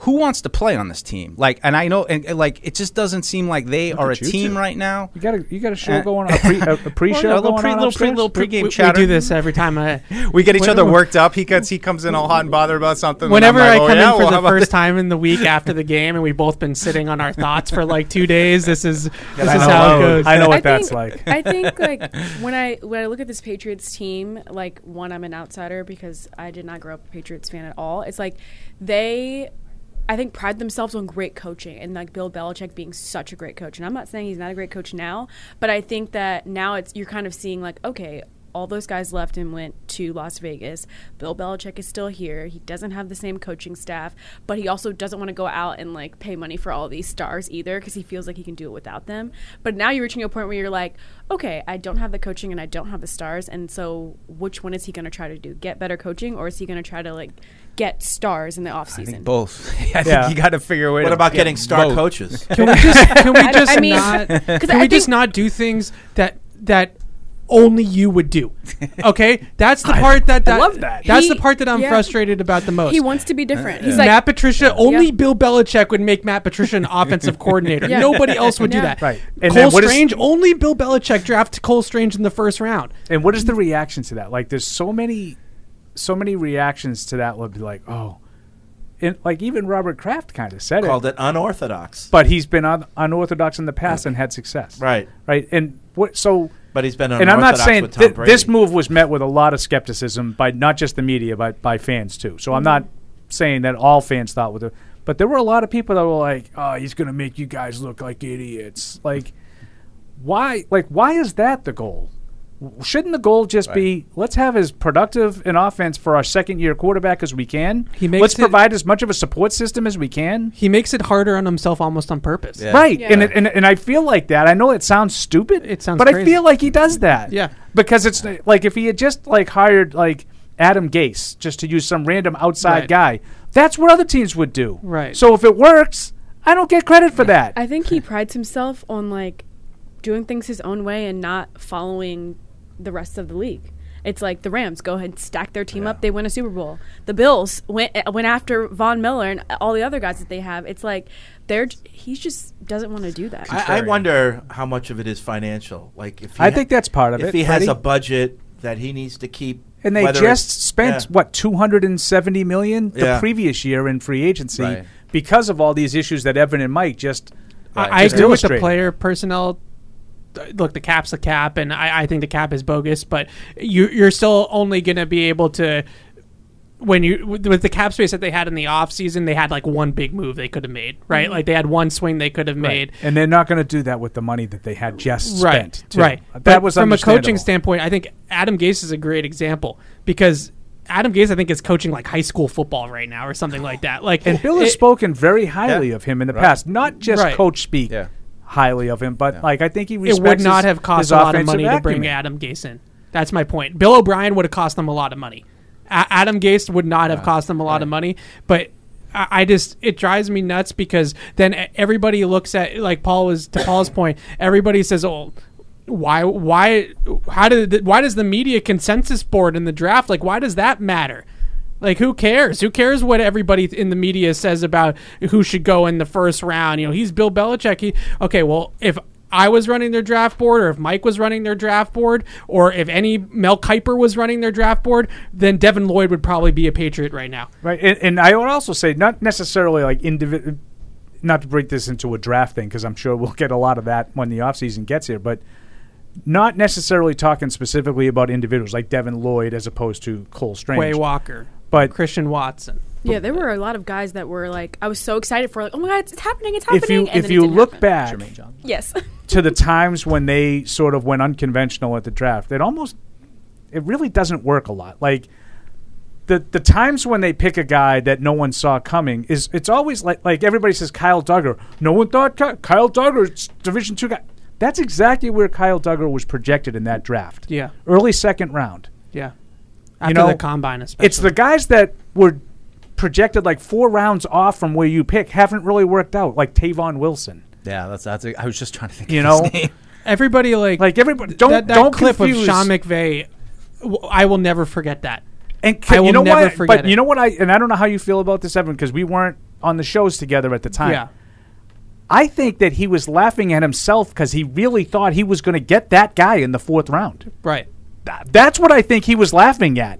[SPEAKER 4] Who wants to play on this team? Like, and I know, and, and, like, it just doesn't seem like they are a
[SPEAKER 5] at you
[SPEAKER 4] team
[SPEAKER 5] two.
[SPEAKER 4] right now.
[SPEAKER 5] You got a you got a show
[SPEAKER 4] Uh,
[SPEAKER 5] going on a pre a,
[SPEAKER 4] <laughs>
[SPEAKER 5] a pre-show
[SPEAKER 4] Well, no, a little
[SPEAKER 5] going
[SPEAKER 4] pre-
[SPEAKER 5] on
[SPEAKER 4] little pre-
[SPEAKER 5] upstairs?
[SPEAKER 4] little pre-
[SPEAKER 6] We-
[SPEAKER 4] Game
[SPEAKER 6] we, we
[SPEAKER 4] chatter.
[SPEAKER 6] do this every time. I,
[SPEAKER 4] We get each
[SPEAKER 6] Whenever-
[SPEAKER 4] other worked up. He gets he comes in all hot and bothered about something. and
[SPEAKER 6] whenever
[SPEAKER 4] I'm
[SPEAKER 6] I
[SPEAKER 4] like, "Oh,
[SPEAKER 6] come
[SPEAKER 4] yeah?
[SPEAKER 6] in for
[SPEAKER 4] Well, how
[SPEAKER 6] the
[SPEAKER 4] about
[SPEAKER 6] first
[SPEAKER 4] this?"
[SPEAKER 6] time in the week after the game, and we've both been sitting on our thoughts for like two days. This
[SPEAKER 5] <laughs>
[SPEAKER 6] is this is
[SPEAKER 5] I know
[SPEAKER 6] how it
[SPEAKER 5] what-
[SPEAKER 6] goes.
[SPEAKER 5] I know what
[SPEAKER 8] I
[SPEAKER 5] that's
[SPEAKER 8] think,
[SPEAKER 5] like.
[SPEAKER 8] <laughs> I
[SPEAKER 6] <laughs>
[SPEAKER 5] <laughs>
[SPEAKER 8] think like when I when I look at this Patriots team, like one, I'm an outsider because I did not grow up a Patriots fan at all. It's like they, I think, pride themselves on great coaching and like Bill Belichick being such a great coach. And I'm not saying he's not a great coach now, but I think that now it's you're kind of seeing like okay. All those guys left and went to Las Vegas. Bill Belichick is still here. He doesn't have the same coaching staff, but he also doesn't want to go out and like pay money for all these stars either because he feels like he can do it without them. But now you're reaching a point where you're like, okay, I don't have the coaching and I don't have the stars, and so which one is he going to try to do? Get better coaching, or is he going to try to like get stars in the off
[SPEAKER 4] I think
[SPEAKER 8] season?
[SPEAKER 4] both. <laughs> I
[SPEAKER 5] Yeah.
[SPEAKER 4] think you got to figure a way.
[SPEAKER 1] What
[SPEAKER 4] to
[SPEAKER 1] about
[SPEAKER 4] get
[SPEAKER 1] getting star
[SPEAKER 4] both. <laughs>
[SPEAKER 1] coaches?
[SPEAKER 6] Can we
[SPEAKER 8] <laughs>
[SPEAKER 6] just can we just
[SPEAKER 8] I mean,
[SPEAKER 6] not
[SPEAKER 8] 'cause
[SPEAKER 6] can
[SPEAKER 8] I
[SPEAKER 6] we just
[SPEAKER 8] think-
[SPEAKER 6] not do things that that only you would
[SPEAKER 5] <laughs>
[SPEAKER 6] do? Okay, that's the part that, that
[SPEAKER 5] love that.
[SPEAKER 6] That's the
[SPEAKER 8] He-
[SPEAKER 6] part that I'm
[SPEAKER 8] yeah.
[SPEAKER 6] frustrated about the most.
[SPEAKER 8] He wants to be different. He's like,
[SPEAKER 6] Matt Patricia. Only
[SPEAKER 8] Yeah.
[SPEAKER 6] Bill Belichick would make Matt Patricia an
[SPEAKER 5] <laughs>
[SPEAKER 6] offensive coordinator.
[SPEAKER 8] Yeah.
[SPEAKER 6] Nobody else would do
[SPEAKER 8] Yeah.
[SPEAKER 6] that.
[SPEAKER 5] Right. And then
[SPEAKER 6] Cole
[SPEAKER 5] what is-
[SPEAKER 6] Strange. only Bill Belichick drafted Cole Strange in the first round.
[SPEAKER 5] And what is the reaction to that? Like, there's so many, so many reactions to that. Would be like, oh, and like even Robert Kraft kind of said
[SPEAKER 1] Called
[SPEAKER 5] it,
[SPEAKER 1] it unorthodox.
[SPEAKER 5] but he's been un- unorthodox in the past and had success.
[SPEAKER 1] Right.
[SPEAKER 5] Right. And what? So.
[SPEAKER 1] But he's been
[SPEAKER 5] and I'm not
[SPEAKER 1] unorthodox
[SPEAKER 5] saying
[SPEAKER 1] with Tom
[SPEAKER 5] thi- this
[SPEAKER 1] Brady.
[SPEAKER 5] move was met with a lot of skepticism by not just the media, but by fans too. So I'm not saying that all fans thought with it, but there were a lot of people that were like, "Oh, he's going to make you guys look like idiots." Like, why? Like, why is that the goal? W- Shouldn't the goal just be let's have as productive an offense for our second year quarterback as we can?
[SPEAKER 6] He makes
[SPEAKER 5] let's
[SPEAKER 6] it-
[SPEAKER 5] provide as much of a support system as we can.
[SPEAKER 6] He makes it harder on himself almost on purpose.
[SPEAKER 4] Yeah.
[SPEAKER 5] Right.
[SPEAKER 8] Yeah.
[SPEAKER 5] And, it, and and I feel like that. I know it sounds stupid.
[SPEAKER 6] It sounds
[SPEAKER 5] But I
[SPEAKER 6] crazy.
[SPEAKER 5] feel like he does that.
[SPEAKER 6] Yeah.
[SPEAKER 5] Because it's like if he had just like hired like Adam Gase just to use some random outside
[SPEAKER 6] Right.
[SPEAKER 5] guy, that's what other teams would do.
[SPEAKER 6] Right.
[SPEAKER 5] So if it works, I don't get credit for that.
[SPEAKER 8] I think he prides himself on like doing things his own way and not following the rest of the league. It's like the Rams go ahead and stack their team up. They win a Super Bowl. The Bills went uh, went after Von Miller and all the other guys that they have. It's like they're j- he just doesn't want to do that.
[SPEAKER 1] I, I wonder how much of it is financial. Like if he
[SPEAKER 5] I think that's part of
[SPEAKER 1] if
[SPEAKER 5] it,
[SPEAKER 1] he has
[SPEAKER 5] Freddie.
[SPEAKER 1] a budget that he needs to keep,
[SPEAKER 5] and they
[SPEAKER 1] whether
[SPEAKER 5] just
[SPEAKER 1] it's-
[SPEAKER 5] spent
[SPEAKER 1] yeah.
[SPEAKER 5] what 270 million the
[SPEAKER 1] Yeah.
[SPEAKER 5] previous year in free agency
[SPEAKER 4] Right.
[SPEAKER 5] because of all these issues that Evan and Mike just
[SPEAKER 6] I,
[SPEAKER 5] uh,
[SPEAKER 4] Right.
[SPEAKER 6] I
[SPEAKER 5] Just
[SPEAKER 6] agree with the
[SPEAKER 5] illustrate.
[SPEAKER 6] player personnel. th- Look, the cap's the cap, and I, I think the cap is bogus. But you, you're still only going to be able to when you with, with the cap space that they had in the off season, they had like one big move they could have made, right?
[SPEAKER 5] Mm-hmm.
[SPEAKER 6] Like they had one swing they could have made.
[SPEAKER 5] and they're not going to do that with the money that they had just
[SPEAKER 6] Right,
[SPEAKER 5] spent. too.
[SPEAKER 6] right.
[SPEAKER 5] That
[SPEAKER 6] But
[SPEAKER 5] was
[SPEAKER 6] from a coaching
[SPEAKER 5] understandable.
[SPEAKER 6] standpoint. I think Adam Gase is a great example because Adam Gase, I think, is coaching like high school football right now or something like that. Like,
[SPEAKER 5] And Bill has
[SPEAKER 6] it-
[SPEAKER 5] spoken very highly
[SPEAKER 4] Yeah.
[SPEAKER 5] of him in the past, not just
[SPEAKER 6] Right.
[SPEAKER 5] coach speak
[SPEAKER 4] Yeah.
[SPEAKER 5] highly of him, but like I think he
[SPEAKER 6] it
[SPEAKER 5] respects
[SPEAKER 6] would not
[SPEAKER 5] his-
[SPEAKER 6] have cost
[SPEAKER 5] his
[SPEAKER 6] a lot of
[SPEAKER 5] offensive
[SPEAKER 6] money to bring
[SPEAKER 5] acumen.
[SPEAKER 6] Adam Gase in. That's my point. Bill O'Brien would have cost them a lot of money. A- Adam Gase would not have cost them a lot of money, but I-, I just it drives me nuts because then e- everybody looks at like Paul was to Paul's point. Everybody says, "Oh, why? Why? How did? The, why does the media consensus board in the draft like? Why does that matter?" Like who cares? Who cares what everybody in the media says about who should go in the first round? You know, he's Bill Belichick. He okay. Well, if I was running their draft board, or if Mike was running their draft board, or if any Mel Kiper was running their draft board, then Devin Lloyd would probably be a Patriot right now.
[SPEAKER 5] Right, and, and I would also say not necessarily like individual. Not to break this into a draft thing, because I'm sure we'll get a lot of that when the offseason gets here, but not necessarily talking specifically about individuals like Devin Lloyd as opposed to Cole Strange.
[SPEAKER 6] Quay Walker,
[SPEAKER 5] But-
[SPEAKER 6] Christian Watson.
[SPEAKER 8] Yeah, there were a lot of guys that were like, I was so excited for like, oh my god, it's, it's happening, it's happening.
[SPEAKER 5] If you
[SPEAKER 8] and
[SPEAKER 5] if
[SPEAKER 8] then it
[SPEAKER 5] you
[SPEAKER 8] didn't
[SPEAKER 5] look
[SPEAKER 8] happen.
[SPEAKER 5] back
[SPEAKER 8] yes, <laughs>
[SPEAKER 5] to the times when they sort of went unconventional at the draft, it almost it really doesn't work a lot. Like the the times when they pick a guy that no one saw coming is it's always like like everybody says Kyle Duggar. No one thought Ky- Kyle Duggar's Division two guy. That's exactly where Kyle Duggar was projected in that draft.
[SPEAKER 6] Yeah.
[SPEAKER 5] early second round.
[SPEAKER 6] Yeah.
[SPEAKER 5] You
[SPEAKER 6] After
[SPEAKER 5] know,
[SPEAKER 6] the combine, especially.
[SPEAKER 5] It's the guys that were projected like four rounds off from where you pick haven't really worked out, like Tavon Wilson.
[SPEAKER 4] Yeah, that's that's. A, I was just trying to think.
[SPEAKER 5] You
[SPEAKER 4] of
[SPEAKER 5] know,
[SPEAKER 4] his name.
[SPEAKER 6] everybody like
[SPEAKER 5] like everybody don't
[SPEAKER 6] that, that
[SPEAKER 5] don't
[SPEAKER 6] clip
[SPEAKER 5] confuse.
[SPEAKER 6] of Sean McVay. w- I will never forget that.
[SPEAKER 5] And
[SPEAKER 6] I will
[SPEAKER 5] you know
[SPEAKER 6] never
[SPEAKER 5] what?
[SPEAKER 6] forget
[SPEAKER 5] but
[SPEAKER 6] it.
[SPEAKER 5] you know what? I and I don't know how you feel about this, Evan, because we weren't on the shows together at the time.
[SPEAKER 6] Yeah.
[SPEAKER 5] I think that he was laughing at himself because he really thought he was going to get that guy in the fourth round.
[SPEAKER 6] Right.
[SPEAKER 5] Th- That's what I think he was laughing at.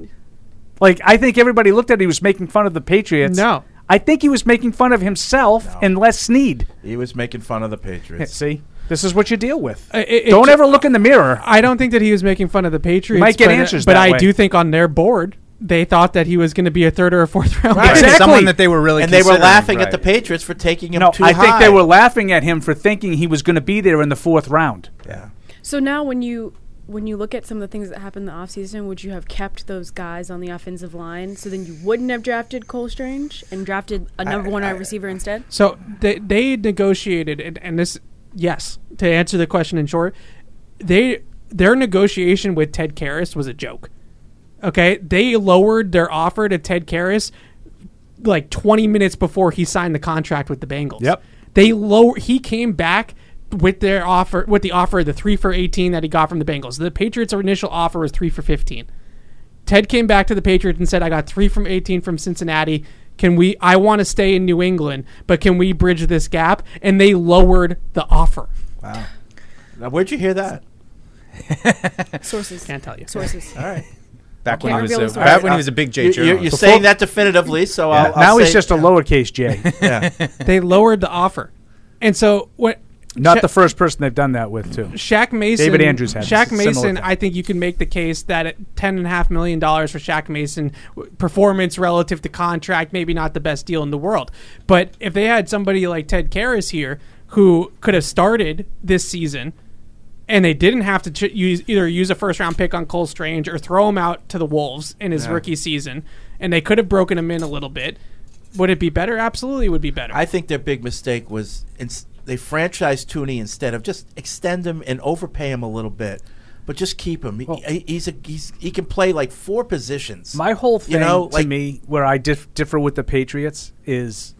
[SPEAKER 5] Like I think everybody looked at it, he was making fun of the Patriots.
[SPEAKER 6] No.
[SPEAKER 5] I think he was making fun of himself and Les Snead.
[SPEAKER 1] He was making fun of the Patriots.
[SPEAKER 5] See, this is what you deal with.
[SPEAKER 6] I- Uh, it- it
[SPEAKER 5] Don't
[SPEAKER 6] ju-
[SPEAKER 5] ever look in the mirror.
[SPEAKER 6] I don't think that he was making fun of the Patriots.
[SPEAKER 5] Might get
[SPEAKER 6] but, uh,
[SPEAKER 5] answers
[SPEAKER 6] but
[SPEAKER 5] that
[SPEAKER 6] I
[SPEAKER 5] way.
[SPEAKER 6] do think on their board they thought that he was going to be a third or a fourth <laughs>
[SPEAKER 5] <laughs>
[SPEAKER 6] round.
[SPEAKER 1] Right.
[SPEAKER 5] Exactly.
[SPEAKER 4] Someone that they were really
[SPEAKER 1] and they were
[SPEAKER 4] considering,
[SPEAKER 1] laughing at
[SPEAKER 4] right.
[SPEAKER 1] the Patriots for taking him
[SPEAKER 5] No,
[SPEAKER 1] too
[SPEAKER 5] I think
[SPEAKER 1] high.
[SPEAKER 5] they were laughing at him for thinking he was going to be there in the fourth round.
[SPEAKER 1] Yeah.
[SPEAKER 8] So now when you when you look at some of the things that happened in the offseason, would you have kept those guys on the offensive line so then you wouldn't have drafted Cole Strange and drafted a number one wide receiver instead?
[SPEAKER 6] So they they negotiated, and, and this yes to answer the question in short, they their negotiation with Ted Karras was a joke. Okay, they lowered their offer to Ted Karras like 20 minutes before he signed the contract with the Bengals.
[SPEAKER 5] Yep.
[SPEAKER 6] They low he came back with their offer with the offer of the 3 for 18 that he got from the Bengals. The Patriots initial offer was 3 for 15. Ted came back to the Patriots and said, "I got 3 from 18 from Cincinnati. Can we I want to stay in New England, but can we bridge this gap?" And they lowered the offer.
[SPEAKER 1] Now, where'd you hear that?
[SPEAKER 8] <laughs> Sources.
[SPEAKER 6] Can't tell you.
[SPEAKER 8] Sources.
[SPEAKER 4] back when he was
[SPEAKER 8] reveal
[SPEAKER 4] a,
[SPEAKER 8] his source.
[SPEAKER 4] back when he was a big J.
[SPEAKER 1] You,
[SPEAKER 4] journalist.
[SPEAKER 1] are saying that definitively, so I'll, I'll
[SPEAKER 5] now he's
[SPEAKER 1] say-
[SPEAKER 5] just a lowercase j.
[SPEAKER 1] <laughs> Yeah.
[SPEAKER 6] <laughs> They lowered the offer. And so what
[SPEAKER 5] Not
[SPEAKER 6] Sha-
[SPEAKER 5] the first person they've done that with, too.
[SPEAKER 6] Shaq Mason.
[SPEAKER 5] David Andrews had
[SPEAKER 6] Shaq
[SPEAKER 5] a similar
[SPEAKER 6] Mason.
[SPEAKER 5] thing.
[SPEAKER 6] I think you can make the case that at ten and a half million dollars for Shaq Mason w- performance relative to contract, maybe not the best deal in the world. But if they had somebody like Ted Karras here who could have started this season. And they didn't have to ch- use either use a first round pick on Cole Strange or throw him out to the Wolves in his rookie season, and they could have broken him in a little bit. Would it be better? Absolutely, it would be better.
[SPEAKER 1] I think their big mistake was ins- they franchised Tooney instead of just extend him and overpay him a little bit, but just keep him. He- he, he's a he's, he can play like four positions.
[SPEAKER 5] My whole thing
[SPEAKER 1] you know,
[SPEAKER 5] to
[SPEAKER 1] like,
[SPEAKER 5] me, where I dif- differ with the Patriots, is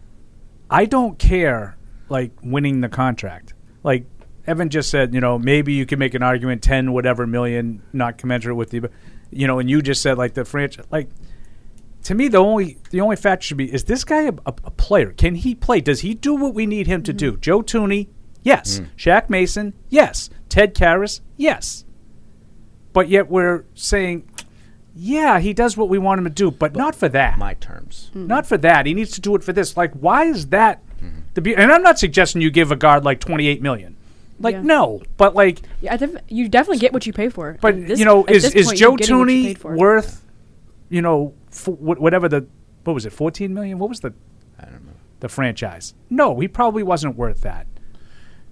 [SPEAKER 5] I don't care like winning the contract. Like Evan just said, you know, maybe you can make an argument ten whatever million not commensurate with the, but- you know, and you just said like the franchise. Like to me, the only the only factor should be is this guy a, a, a player? Can he play? Does he do what we need him to do? Joe Tooney, yes.
[SPEAKER 1] Mm.
[SPEAKER 5] Shaq Mason, yes. Ted Karras, yes. But yet we're saying. Yeah, he does what we want him to do, but not for that.
[SPEAKER 4] my terms.
[SPEAKER 8] Mm-hmm.
[SPEAKER 5] Not for that. He needs to do it for this. Like, why is that? The be- and I'm not suggesting you give a guard like 28 million. Like,
[SPEAKER 8] Yeah.
[SPEAKER 5] no. But like,
[SPEAKER 8] Yeah, I def- you definitely get what you pay for.
[SPEAKER 5] but
[SPEAKER 8] At this-
[SPEAKER 5] you know,
[SPEAKER 8] at
[SPEAKER 5] is
[SPEAKER 8] this
[SPEAKER 5] is
[SPEAKER 8] point,
[SPEAKER 5] Joe
[SPEAKER 8] you're getting what you paid
[SPEAKER 5] Tooney
[SPEAKER 8] for.
[SPEAKER 5] worth? You know, f- wh- whatever the what was it, 14 million? What was the? I don't know. The franchise. No, he probably wasn't worth that.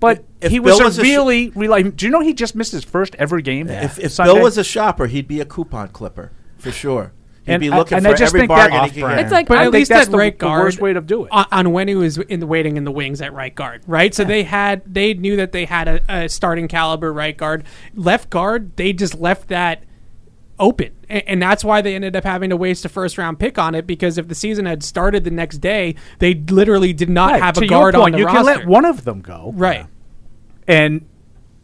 [SPEAKER 5] But
[SPEAKER 1] If
[SPEAKER 5] he
[SPEAKER 1] Bill
[SPEAKER 5] was a
[SPEAKER 1] was a sh-
[SPEAKER 5] really, really. Do you know he just missed his first ever game?
[SPEAKER 1] if if
[SPEAKER 5] Sunday?
[SPEAKER 1] Bill was a shopper, he'd be a coupon clipper for sure. He'd
[SPEAKER 5] And
[SPEAKER 1] be
[SPEAKER 5] I-
[SPEAKER 1] looking
[SPEAKER 5] and I
[SPEAKER 1] for
[SPEAKER 5] just
[SPEAKER 1] every
[SPEAKER 5] think that-
[SPEAKER 1] bargain he could
[SPEAKER 4] Off-brand.
[SPEAKER 1] get.
[SPEAKER 8] It's like
[SPEAKER 6] But
[SPEAKER 5] I
[SPEAKER 6] at
[SPEAKER 5] think
[SPEAKER 6] least
[SPEAKER 5] that's
[SPEAKER 6] at
[SPEAKER 5] the-
[SPEAKER 6] right
[SPEAKER 5] the
[SPEAKER 6] guard,
[SPEAKER 5] worst way to do it.
[SPEAKER 6] On, on when he was in the waiting in the wings at right guard, right? So they had they knew that they had a, a starting caliber right guard, left guard. They just left that open, and, and that's why they ended up having to waste a first round pick on it because if the season had started the next day, they literally did not
[SPEAKER 5] Right,
[SPEAKER 6] have
[SPEAKER 5] to
[SPEAKER 6] a
[SPEAKER 5] your
[SPEAKER 6] guard on
[SPEAKER 5] point,
[SPEAKER 6] the
[SPEAKER 5] you
[SPEAKER 6] roster.
[SPEAKER 5] can let one of them go.
[SPEAKER 6] right.
[SPEAKER 5] and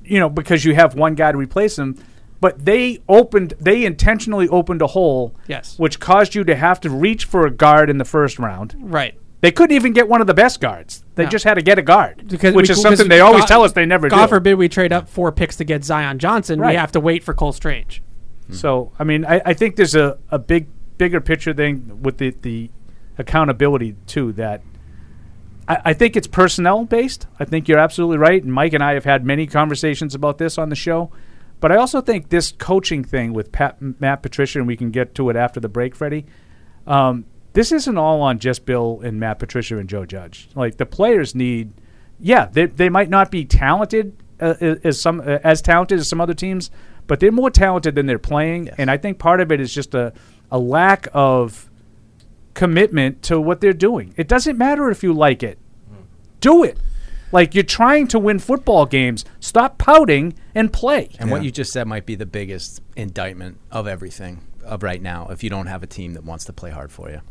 [SPEAKER 5] you know because you have one guy to replace him but they opened they intentionally opened a hole
[SPEAKER 6] Yes.
[SPEAKER 5] which caused you to have to reach for a guard in the first round
[SPEAKER 6] Right.
[SPEAKER 5] they couldn't even get one of the best guards they
[SPEAKER 6] No.
[SPEAKER 5] just had to get a guard
[SPEAKER 6] Because
[SPEAKER 5] which
[SPEAKER 6] we-
[SPEAKER 5] is
[SPEAKER 6] because
[SPEAKER 5] something they always
[SPEAKER 6] God-
[SPEAKER 5] tell us they never
[SPEAKER 6] God
[SPEAKER 5] do
[SPEAKER 6] forbid we trade up four picks to get Zion Johnson. We
[SPEAKER 5] Right.
[SPEAKER 6] have to wait for Cole Strange.
[SPEAKER 5] Mm. so i mean i, I think there's a, a big bigger picture thing with the, the accountability too that I, I think it's personnel based. I think you're absolutely right. And Mike and I have had many conversations about this on the show. But I also think this coaching thing with Pat, Matt Patricia, and we can get to it after the break, Freddie. Um, this isn't all on just Bill and Matt Patricia and Joe Judge. Like the players need, yeah, they, they might not be talented uh, a- as some uh, as talented as some other teams, but they're more talented than they're playing. And I think part of it is just a a lack of commitment to what they're doing. It doesn't matter if you like it. Do it. Like you're trying to win football games. Stop pouting and play.
[SPEAKER 4] And what you just said might be the biggest indictment of everything of right now. If you don't have a team that wants to play hard for you,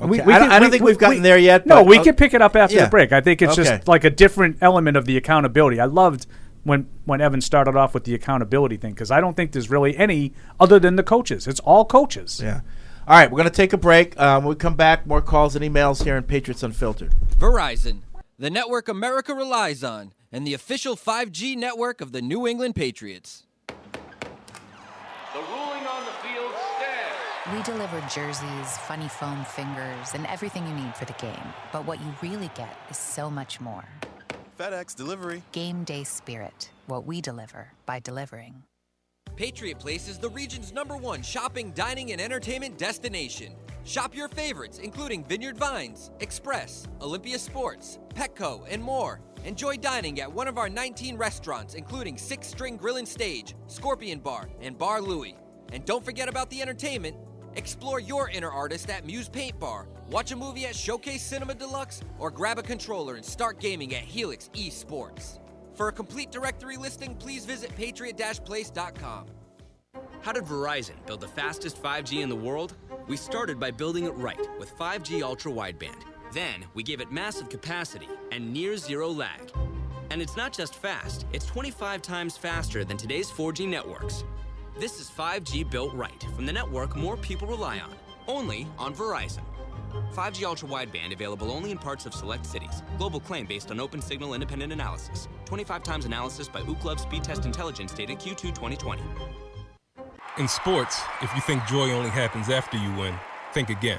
[SPEAKER 1] Okay, I don't- I don't think we've gotten there yet,
[SPEAKER 5] No,
[SPEAKER 1] but-
[SPEAKER 5] we
[SPEAKER 1] oh,
[SPEAKER 5] can pick it up after
[SPEAKER 1] yeah.
[SPEAKER 5] the break. I think it's
[SPEAKER 1] Okay.
[SPEAKER 5] just like a different element of the accountability. I loved when when Evan started off with the accountability thing because I don't think there's really any other than the coaches. It's all coaches.
[SPEAKER 1] Yeah. All right, we're going to take a break. Um, we'll come back. More calls and emails here in Patriots Unfiltered.
[SPEAKER 7] Verizon, the network America relies on, and the official 5G network of the New England Patriots.
[SPEAKER 10] The ruling on the field stands.
[SPEAKER 11] We deliver jerseys, funny foam fingers, and everything you need for the game. But what you really get is so much more.
[SPEAKER 12] FedEx delivery.
[SPEAKER 11] Game day spirit. What we deliver by delivering.
[SPEAKER 7] Patriot Place is the region's number one shopping, dining, and entertainment destination. Shop your favorites, including Vineyard Vines, Express, Olympia Sports, Petco, and more. Enjoy dining at one of our 19 restaurants, including Six String Grill and Stage, Scorpion Bar, and Bar Louie. And don't forget about the entertainment. Explore your inner artist at Muse Paint Bar, watch a movie at Showcase Cinema Deluxe, or grab a controller and start gaming at Helix Esports. For a complete directory listing, please visit patriot-place.com.
[SPEAKER 13] How did Verizon build the fastest 5G in the world? We started by building it right with 5G ultra wideband. Then we gave it massive capacity and near zero lag. And it's not just fast, it's 25 times faster than today's 4G networks. This is 5G built right from the network more people rely on, only on Verizon. 5G ultra wideband available only in parts of select cities. Global claim based on open signal independent analysis. 25 times analysis by Ookla Speed Test Intelligence data Q2 2020.
[SPEAKER 14] In sports, if you think joy only happens after you win, think again.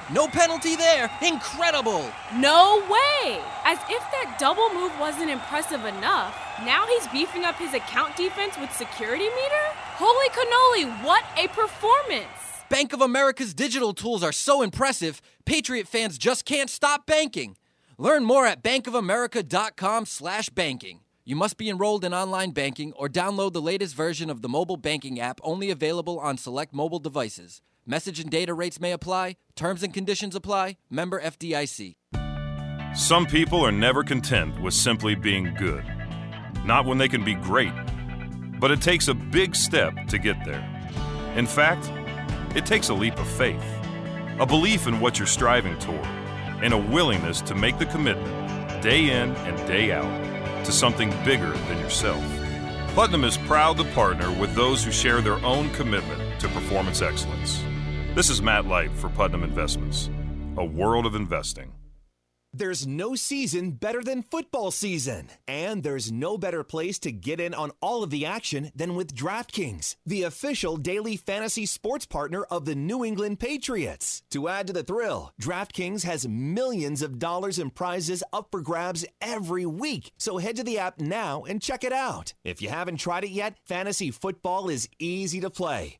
[SPEAKER 7] No penalty there. Incredible!
[SPEAKER 15] No way! As if that double move wasn't impressive enough, now he's beefing up his account defense with security meter? Holy cannoli, what a performance!
[SPEAKER 7] Bank of America's digital tools are so impressive, Patriot fans just can't stop banking. Learn more at bankofamerica.com/banking. You must be enrolled in online banking or download the latest version of the mobile banking app only available on select mobile devices. Message and data rates may apply. Terms and conditions apply. Member FDIC.
[SPEAKER 16] Some people are never content with simply being good, not when they can be great. But it takes a big step to get there. In fact, it takes a leap of faith, a belief in what you're striving toward, and a willingness to make the commitment, day in and day out, to something bigger than yourself. Putnam is proud to partner with those who share their own commitment to performance excellence. This is Matt Light for Putnam Investments, a world of investing.
[SPEAKER 17] There's no season better than football season, and there's no better place to get in on all of the action than with DraftKings, the official daily fantasy sports partner of the New England Patriots. To add to the thrill, DraftKings has millions of dollars in prizes up for grabs every week, so head to the app now and check it out. If you haven't tried it yet, fantasy football is easy to play.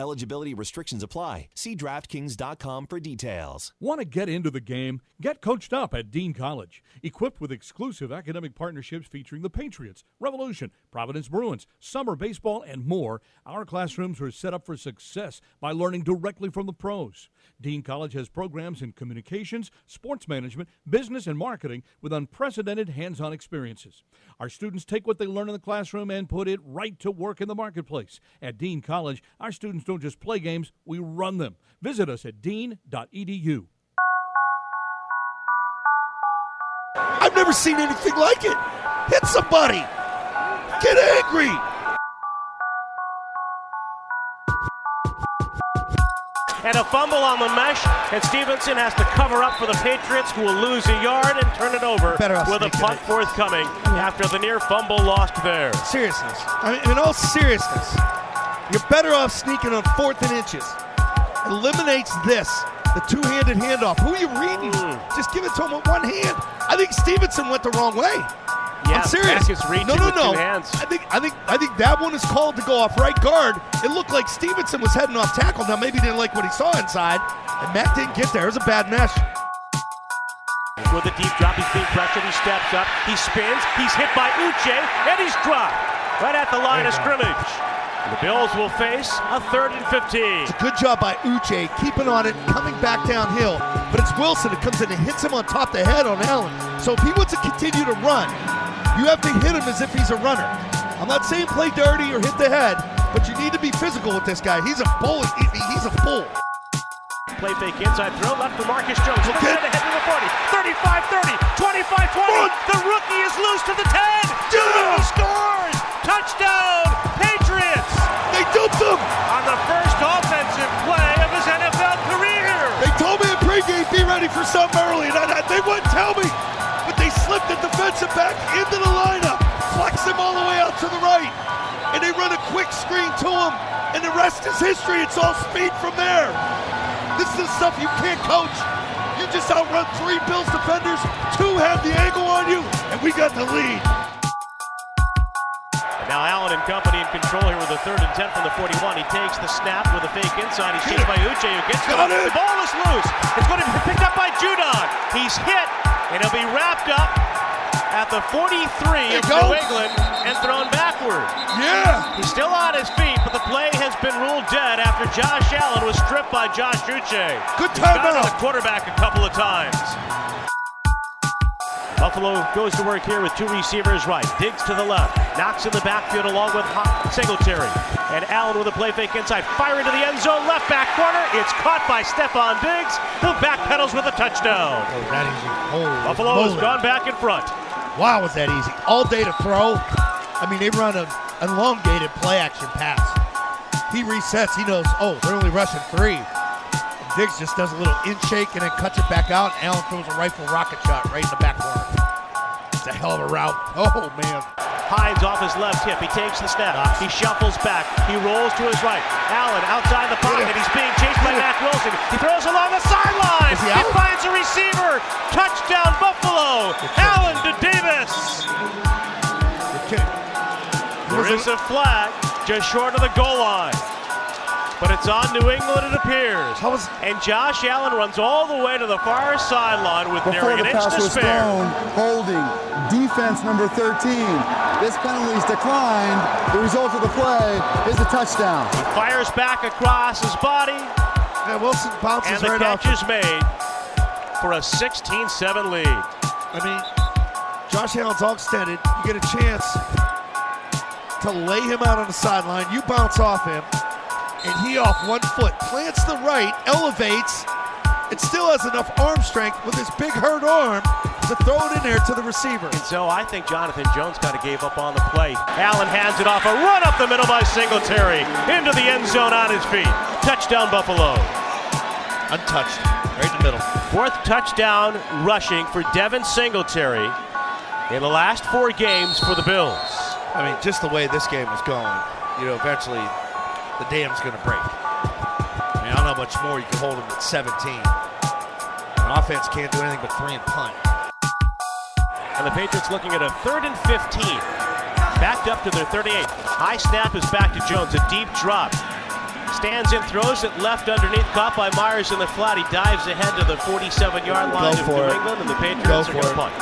[SPEAKER 17] Eligibility restrictions apply. See DraftKings.com for details.
[SPEAKER 18] Want to get into the game? Get coached up at Dean College. Equipped with exclusive academic partnerships featuring the Patriots, Revolution, Providence Bruins, summer baseball, and more, our classrooms are set up for success by learning directly from the pros. Dean College has programs in communications, sports management, business, and marketing with unprecedented hands on experiences. Our students take what they learn in the classroom and put it right to work in the marketplace. At Dean College, our students don't just play games, we run them. Visit us at dean.edu.
[SPEAKER 19] I've never seen anything like it. Hit somebody. Get angry.
[SPEAKER 20] and a fumble on the mesh, and Stevenson has to cover up for the Patriots, who will lose a yard and turn it over
[SPEAKER 21] Better off
[SPEAKER 20] with a
[SPEAKER 21] sneaking
[SPEAKER 20] punt forthcoming after the near fumble lost there.
[SPEAKER 21] Seriousness. I mean, in all seriousness, you're better off sneaking on fourth and inches. Eliminates this, the two-handed handoff. Who are you reading?
[SPEAKER 20] Hmm.
[SPEAKER 21] Just give it to him with one hand. I think Stevenson went the wrong way.
[SPEAKER 20] Yeah,
[SPEAKER 21] I'm serious.
[SPEAKER 20] Beck is reaching
[SPEAKER 21] no, no,
[SPEAKER 20] with
[SPEAKER 21] no.
[SPEAKER 20] two hands.
[SPEAKER 21] I think, I think, I think that one is called to go off right guard. It looked like Stevenson was heading off tackle. Now maybe he didn't like what he saw inside, and Matt didn't get there. It was a bad mesh.
[SPEAKER 20] With a deep drop, he's being pressured, he steps up, he spins, he's hit by Uche, and he's dropped right at the line of scrimmage. The Bills will face a third and 15.
[SPEAKER 21] Good job by Uche, keeping on it, coming back downhill. But it's Wilson that comes in and hits him on top of the head on Allen. So if he wants to continue to run, you have to hit him as if he's a runner. I'm not saying play dirty or hit the head, but you need to be physical with this guy. He's a bull. He- he- He's a bull.
[SPEAKER 20] Play fake inside throw, left for Marcus Jones. Looks at ahead to the 40, 35 30, 25 20. The rookie is loose to the 10. He scores! Touchdown, Patriots!
[SPEAKER 21] They duped him!
[SPEAKER 20] On the first offensive play of his NFL career!
[SPEAKER 21] They told me in pregame, be ready for something early, and I, I- they wouldn't tell me. But they slipped the defensive back into the lineup, flexed him all the way out to the right, and they run a quick screen to him, and the rest is history. It's all speed from there. This is the stuff you can't coach. You just outrun three Bills defenders, two have the angle on you, and we got the lead.
[SPEAKER 20] And now Allen and company in control here with a third and 10 from the 41. He takes the snap with a fake inside. He's chased by Uche, who gets
[SPEAKER 21] Got
[SPEAKER 20] The ball is loose. It's going to be picked up by Judon. He's hit, and he'll be wrapped up at the 43 of
[SPEAKER 21] There
[SPEAKER 20] New
[SPEAKER 21] it goes.
[SPEAKER 20] England and thrown backward.
[SPEAKER 21] Yeah.
[SPEAKER 20] He's still on his feet, but the play has been ruled dead after Josh Allen was stripped by Josh Uche.
[SPEAKER 21] Good
[SPEAKER 20] timeout. the quarterback a couple of times. Buffalo goes to work here with two receivers right. Digs to the left. Knocks in the backfield along with Ho- Singletary. And Allen with a play fake inside. Fire into the end zone. Left back corner. It's caught by Stephon Diggs, who backpedals with a touchdown. Buffalo has
[SPEAKER 21] moly.
[SPEAKER 20] gone back in front.
[SPEAKER 21] Wow, was that easy. All day to throw. I mean, they run an elongated play action pass. He resets. He knows, oh, they're only rushing three. And Diggs just does a little in shake and then cuts it back out. Allen throws a rifle rocket shot right in the back corner. It's a hell of a route. Oh, man.
[SPEAKER 20] Hines off his left hip. He takes the snap. He shuffles back. He rolls to his right. Allen outside the pocket. He's being chased by Mack Wilson. He throws along the sideline.
[SPEAKER 21] Is he
[SPEAKER 20] He,
[SPEAKER 21] out?
[SPEAKER 20] finds a receiver. Touchdown Buffalo. Allen to Davis. There is a flag just short of the goal line. But it's on New England, it appears. and Josh Allen runs all the way to the far sideline with
[SPEAKER 22] Before
[SPEAKER 20] nearly
[SPEAKER 22] the
[SPEAKER 20] an inch
[SPEAKER 22] pass
[SPEAKER 20] to
[SPEAKER 22] was
[SPEAKER 20] spare.
[SPEAKER 22] thrown, holding, defense number 13. This penalty's declined. The result of the play is a touchdown.
[SPEAKER 20] Fires back across his body.
[SPEAKER 21] Yeah, Wilson bounces
[SPEAKER 20] and the
[SPEAKER 21] right off
[SPEAKER 20] catch is made for a 16-7 lead.
[SPEAKER 21] I mean, Josh Allen's all extended. You get a chance to lay him out on the sideline. You bounce off him, and he off one foot, plants the right, elevates, and still has enough arm strength with his big hurt arm to throw it in there to the receiver.
[SPEAKER 20] And so I think Jonathan Jones kind of gave up on the play. Allen hands it off, a run up the middle by Singletary into the end zone on his feet. Touchdown Buffalo.
[SPEAKER 19] Untouched. Right in the middle.
[SPEAKER 20] Fourth touchdown rushing for Devin Singletary in the last four games for the Bills.
[SPEAKER 19] I mean, just the way this game was going, you know, eventually the dam's going to break. I mean, I don't know how much more you can hold them at 17. An offense can't do anything but three and punt.
[SPEAKER 20] And the Patriots looking at a third and 15. Backed up to their 38. High snap is back to Jones. A deep drop. Stands in, throws it left underneath, caught by Myers in the flat. He dives ahead to the 47 yard line
[SPEAKER 19] Go
[SPEAKER 20] of
[SPEAKER 19] for
[SPEAKER 20] New
[SPEAKER 19] it.
[SPEAKER 20] England, and the Patriots
[SPEAKER 19] Go
[SPEAKER 20] are
[SPEAKER 19] for
[SPEAKER 20] going to
[SPEAKER 19] it.
[SPEAKER 20] punt.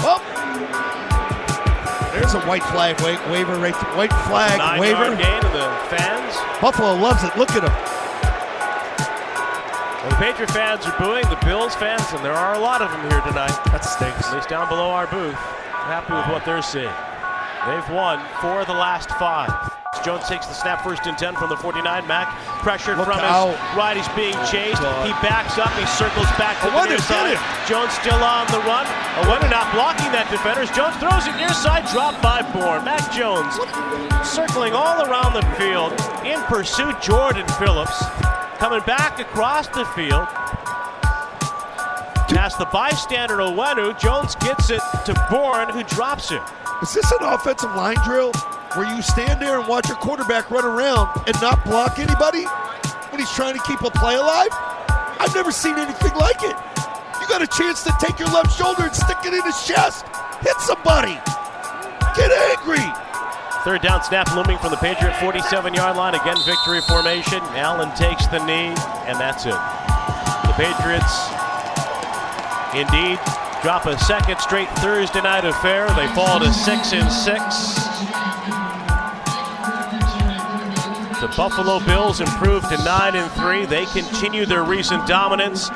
[SPEAKER 19] Well, Oh. there's a white flag wa- waiver right there. White flag
[SPEAKER 20] Nine
[SPEAKER 19] waiver.
[SPEAKER 20] yard gain to the fans.
[SPEAKER 19] Buffalo loves it. Look at him.
[SPEAKER 20] Well, the Patriot fans are booing, the Bills fans, and there are a lot of them here tonight.
[SPEAKER 19] That stinks.
[SPEAKER 20] At least down below our booth. Happy with what they're seeing. They've won four of the last five. Jones takes the snap first and 10 from the 49. Mack pressured from his
[SPEAKER 19] out. Oh,
[SPEAKER 20] right. He's being chased.
[SPEAKER 19] God.
[SPEAKER 20] He backs up. He circles back to
[SPEAKER 19] I wonder
[SPEAKER 20] the near
[SPEAKER 19] if he hit
[SPEAKER 20] side.
[SPEAKER 19] him.
[SPEAKER 20] Jones still on the run. A winner not blocking that defender. as Jones throws it near side. Dropped by Bourne. Mac Jones circling all around the field in pursuit. Jordan Phillips coming back across the field. Past the bystander Owenu. Jones gets it to Bourne, who drops it.
[SPEAKER 19] Is this an offensive line drill where you stand there and watch your quarterback run around and not block anybody when he's trying to keep a play alive? I've never seen anything like it. You got a chance to take your left shoulder and stick it in his chest. Hit somebody. Get angry.
[SPEAKER 20] Third down snap looming from the Patriot 47 yard line. Again, victory formation. Allen takes the knee, and that's it. The Patriots indeed drop a second straight Thursday night affair. They fall to 6 and 6. The Buffalo Bills improve to 9 and 3. They continue their recent dominance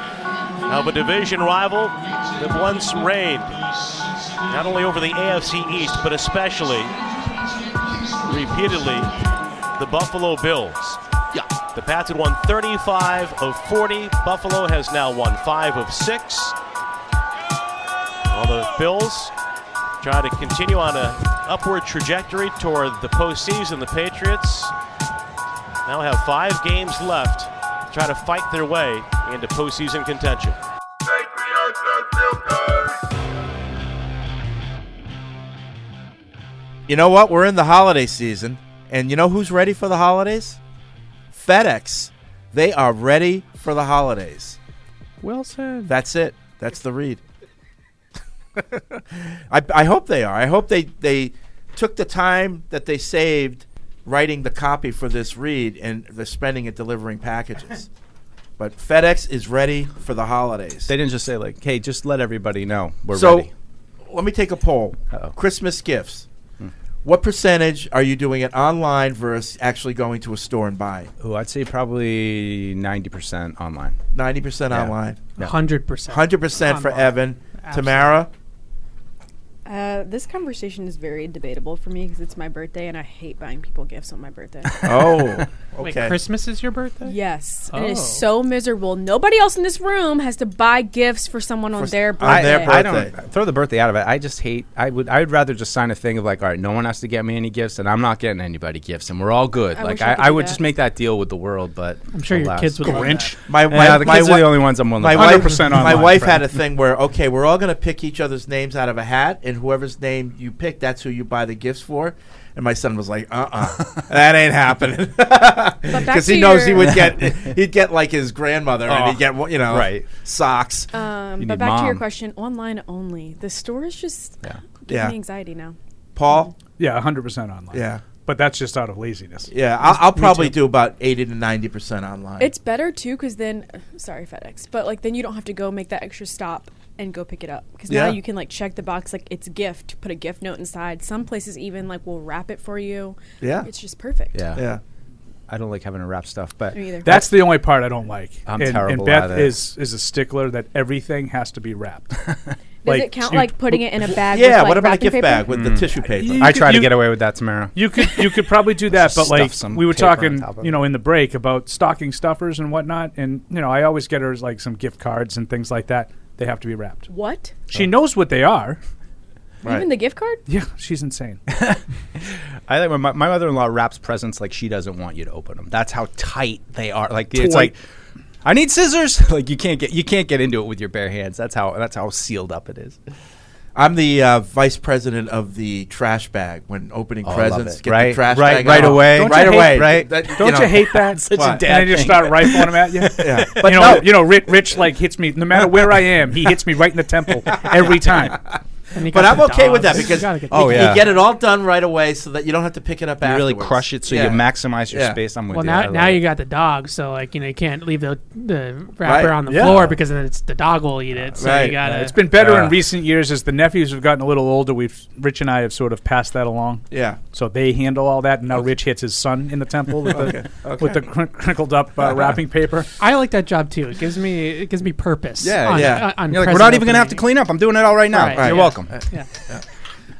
[SPEAKER 20] of a division rival that once reigned not only over the AFC East, but especially repeatedly the Buffalo Bills.
[SPEAKER 19] Yeah.
[SPEAKER 20] The Pats had won 35 of 40. Buffalo has now won 5 of 6. While the Bills try to continue on a upward trajectory toward the postseason, the Patriots now have five games left to try to fight their way into postseason contention.
[SPEAKER 1] You know what? We're in the holiday season, and you know who's ready for the holidays? FedEx. They are ready for the holidays.
[SPEAKER 6] Wilson.
[SPEAKER 1] That's it. That's the read. <laughs> I, I hope they are. I hope they, they took the time that they saved writing the copy for this read and they're spending it delivering
[SPEAKER 4] <laughs>
[SPEAKER 1] packages. but FedEx is ready for the holidays.
[SPEAKER 4] They didn't just say like, "Hey, just let everybody know we're
[SPEAKER 1] so
[SPEAKER 4] ready."
[SPEAKER 1] let me take a poll. Christmas gifts.
[SPEAKER 4] Hmm.
[SPEAKER 1] What percentage are you doing it online versus actually going to a store and buying?
[SPEAKER 4] Oh, I'd say probably ninety percent online.
[SPEAKER 1] Ninety percent
[SPEAKER 4] Yeah.
[SPEAKER 1] online.
[SPEAKER 4] Yeah.
[SPEAKER 6] 100%.
[SPEAKER 1] Hundred percent for
[SPEAKER 6] Online.
[SPEAKER 1] Evan.
[SPEAKER 6] Absolutely.
[SPEAKER 1] Tamara.
[SPEAKER 8] Uh, this conversation is very debatable for me because it's my birthday and I hate buying people gifts on my birthday.
[SPEAKER 1] Oh,
[SPEAKER 6] <laughs> Wait,
[SPEAKER 1] okay.
[SPEAKER 6] Christmas is your birthday?
[SPEAKER 8] Yes, and it is
[SPEAKER 6] Oh.
[SPEAKER 8] so miserable. Nobody else in this room has to buy gifts for someone on their birthday.
[SPEAKER 4] I, I don't throw the birthday out of it. I just hate. I would. I would rather just sign a thing of like, all right, no one has to get me any gifts, and I'm not getting anybody gifts, and we're all good.
[SPEAKER 8] I
[SPEAKER 4] like,
[SPEAKER 8] wish I
[SPEAKER 4] I,
[SPEAKER 8] could
[SPEAKER 4] I
[SPEAKER 8] do
[SPEAKER 4] would
[SPEAKER 8] that.
[SPEAKER 4] just make that deal with the world. But
[SPEAKER 6] I'm sure your
[SPEAKER 4] alas.
[SPEAKER 6] kids would love Grinch. that.
[SPEAKER 1] My, my,
[SPEAKER 4] yeah, the
[SPEAKER 1] my
[SPEAKER 4] kids
[SPEAKER 1] wi-
[SPEAKER 4] are the only ones I'm willing.
[SPEAKER 1] My
[SPEAKER 4] to
[SPEAKER 1] wife, my
[SPEAKER 4] online,
[SPEAKER 1] wife had
[SPEAKER 4] friend.
[SPEAKER 1] a thing where okay, we're all gonna pick each other's names out of a hat, and whoever's name you pick, that's who you buy the gifts for. And my son was like, "Uh,
[SPEAKER 4] <laughs>
[SPEAKER 1] uh that ain't happening," <laughs>
[SPEAKER 19] back
[SPEAKER 1] because he
[SPEAKER 19] to
[SPEAKER 1] knows he
[SPEAKER 19] your-
[SPEAKER 4] <laughs>
[SPEAKER 1] would get he'd get like his grandmother, and
[SPEAKER 19] Oh,
[SPEAKER 1] he'd get you know
[SPEAKER 4] right.
[SPEAKER 1] socks.
[SPEAKER 8] Um, but back to your question, online only. The store is just giving
[SPEAKER 1] Yeah.
[SPEAKER 8] me anxiety now.
[SPEAKER 1] Paul.
[SPEAKER 5] Yeah, 100% online.
[SPEAKER 1] Yeah.
[SPEAKER 5] But that's just out of laziness.
[SPEAKER 1] Yeah, I'll, I'll
[SPEAKER 5] Me
[SPEAKER 1] probably
[SPEAKER 5] too.
[SPEAKER 1] do about eighty to ninety percent online.
[SPEAKER 8] It's better too, because then, sorry FedEx, but like then you don't have to go make that extra stop and go pick it up because now
[SPEAKER 1] Yeah.
[SPEAKER 8] you can like check the box like it's gift, put a gift note inside. Some places even like will wrap it for you.
[SPEAKER 4] Yeah.
[SPEAKER 8] it's just perfect.
[SPEAKER 4] <laughs> Yeah.
[SPEAKER 1] Yeah.
[SPEAKER 4] I don't like having to wrap stuff, but
[SPEAKER 8] Me either.
[SPEAKER 5] That's the only part I don't like.
[SPEAKER 4] I'm
[SPEAKER 5] and,
[SPEAKER 4] terrible
[SPEAKER 5] And Beth
[SPEAKER 4] at it.
[SPEAKER 5] is is a stickler that everything has to
[SPEAKER 1] <laughs>
[SPEAKER 5] be wrapped. Does
[SPEAKER 8] Does it count like putting it in a bag?
[SPEAKER 1] Yeah, what
[SPEAKER 8] with, like,
[SPEAKER 1] about a
[SPEAKER 8] wrapping
[SPEAKER 1] gift
[SPEAKER 8] paper?
[SPEAKER 1] bag with the tissue paper?
[SPEAKER 4] Mm. I try to get away with that, Tamara.
[SPEAKER 5] You could you could probably
[SPEAKER 4] <laughs>
[SPEAKER 5] do that, but
[SPEAKER 4] Stuff
[SPEAKER 5] like
[SPEAKER 4] some
[SPEAKER 5] we were
[SPEAKER 4] paper on
[SPEAKER 5] talking,
[SPEAKER 4] top of
[SPEAKER 5] you know, in the break about stocking stuffers and whatnot, and you know, I always get her like some gift cards and things like that. They have to be wrapped.
[SPEAKER 8] What?
[SPEAKER 4] Oh.
[SPEAKER 5] She knows what they are.
[SPEAKER 8] Even the gift card?
[SPEAKER 5] Yeah, she's insane.
[SPEAKER 4] I like when my, my mother in law wraps presents like she doesn't want you to open them. That's how tight they are. Like
[SPEAKER 5] Tight.
[SPEAKER 4] it's like I need scissors. <laughs> Like you can't get you can't get into it with your bare hands. That's how that's how sealed up it is.
[SPEAKER 1] I'm the uh, vice president of the trash bag when opening
[SPEAKER 4] Oh, I love
[SPEAKER 1] presents.
[SPEAKER 4] it.
[SPEAKER 1] Get
[SPEAKER 4] Right,
[SPEAKER 1] the trash
[SPEAKER 4] right,
[SPEAKER 1] bag
[SPEAKER 4] right
[SPEAKER 1] out.
[SPEAKER 4] away, Don't
[SPEAKER 1] right
[SPEAKER 4] you hate-
[SPEAKER 1] away,
[SPEAKER 4] right?
[SPEAKER 1] That-
[SPEAKER 5] Don't you,
[SPEAKER 1] know,
[SPEAKER 5] hate
[SPEAKER 1] <laughs>
[SPEAKER 5] that?
[SPEAKER 1] Such a
[SPEAKER 5] And
[SPEAKER 1] dad
[SPEAKER 5] then you just
[SPEAKER 1] thing.
[SPEAKER 5] start rifling them at you.
[SPEAKER 1] <laughs> Yeah.
[SPEAKER 5] but you know, you know, Rich, Rich like hits me no matter where I am. He hits me right in the temple
[SPEAKER 6] <laughs>
[SPEAKER 5] every time.
[SPEAKER 1] but I'm okay with that
[SPEAKER 4] <laughs>
[SPEAKER 1] because you,
[SPEAKER 4] Oh, yeah.
[SPEAKER 1] you get it all done right away so that you don't have to pick it up
[SPEAKER 4] You really
[SPEAKER 1] afterwards.
[SPEAKER 4] crush it so you maximize your space. I'm with
[SPEAKER 6] well,
[SPEAKER 4] you. I
[SPEAKER 6] now,
[SPEAKER 4] love
[SPEAKER 6] now
[SPEAKER 4] it.
[SPEAKER 6] you got the dog, so like you know you can't leave the the
[SPEAKER 1] Right.
[SPEAKER 6] wrapper on the
[SPEAKER 1] Yeah.
[SPEAKER 6] floor because then it's the dog will eat it. So you gotta. Uh,
[SPEAKER 5] It's been better
[SPEAKER 6] Yeah.
[SPEAKER 5] in recent years as the nephews have gotten a little older. We've Rich and I have sort of passed that along.
[SPEAKER 1] Yeah.
[SPEAKER 5] So they handle all that, and now Rich hits his son in the temple with the,
[SPEAKER 6] Okay, okay.
[SPEAKER 5] With the cr- crinkled up
[SPEAKER 1] <laughs>
[SPEAKER 5] uh, wrapping paper.
[SPEAKER 6] I like that job too. It gives me it gives me purpose.
[SPEAKER 4] Yeah,
[SPEAKER 6] on-
[SPEAKER 4] yeah.
[SPEAKER 6] on- on
[SPEAKER 4] You're like, we're
[SPEAKER 6] present
[SPEAKER 4] not even gonna have to
[SPEAKER 6] opening.
[SPEAKER 4] clean up. I'm doing it all right now.
[SPEAKER 6] Right,
[SPEAKER 4] You're
[SPEAKER 6] yeah.
[SPEAKER 4] welcome.
[SPEAKER 6] Yeah.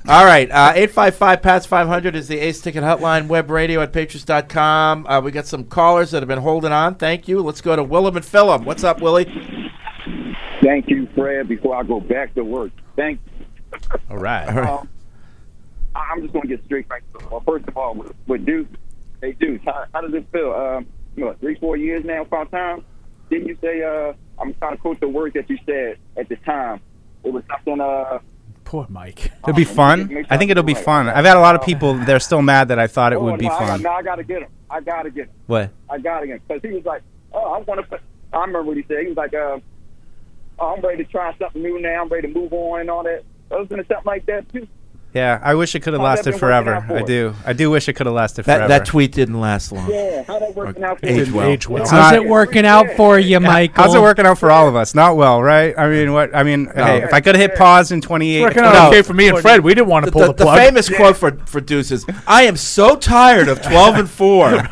[SPEAKER 1] All right, uh, 855 PATS 500 is the Ace Ticket Hotline, web radio at patriots.com. Uh, we got some callers that have been holding on. Thank you. Let's go to Willem and Phillip. What's up, Willie?
[SPEAKER 2] Thank you, Fred. Before I go back to work, thank.
[SPEAKER 4] All right.
[SPEAKER 2] Um, I- I'm just going to get straight back. To, well, first of all, with, with Deuce, hey Deuce, how, how does it feel? Um, what, three, four years now, about time. Didn't you say? Uh, I'm trying to quote the word that you said at the time. It was something. Uh,
[SPEAKER 5] Poor Mike.
[SPEAKER 4] It'll
[SPEAKER 2] Um,
[SPEAKER 4] be fun. I think it'll be fun. I've had a lot of people. They're still mad that I thought it would be
[SPEAKER 2] Oh, no, I, got-
[SPEAKER 4] fun.
[SPEAKER 2] no, I got to get him. I got to get him.
[SPEAKER 4] What?
[SPEAKER 2] I got him because he was like, "Oh, I want to." I remember what he said. He was like, uh, oh, "I'm ready to try something new now. I'm ready to move on and all that." I was into something like that too.
[SPEAKER 4] Yeah, I wish it could have
[SPEAKER 2] How's that
[SPEAKER 4] lasted
[SPEAKER 2] been working
[SPEAKER 4] forever.
[SPEAKER 2] out for
[SPEAKER 4] I
[SPEAKER 2] you?
[SPEAKER 4] do. I do wish it could have lasted
[SPEAKER 1] That-
[SPEAKER 4] forever.
[SPEAKER 1] that tweet didn't last long.
[SPEAKER 2] Yeah, how that working out for you?
[SPEAKER 1] Age well. Age well.
[SPEAKER 4] It's
[SPEAKER 6] How's
[SPEAKER 4] not-
[SPEAKER 6] it working out for you, Michael?
[SPEAKER 4] How's it working out for all of us? Not well, right? I mean, what? I mean, hey, if I could have hit pause in 28,
[SPEAKER 1] Working
[SPEAKER 4] no.
[SPEAKER 1] out okay for me and Fred.
[SPEAKER 5] We didn't want
[SPEAKER 1] The, the famous quote for, for Deuce is, I am so tired of 12 and
[SPEAKER 5] <laughs>
[SPEAKER 1] 4.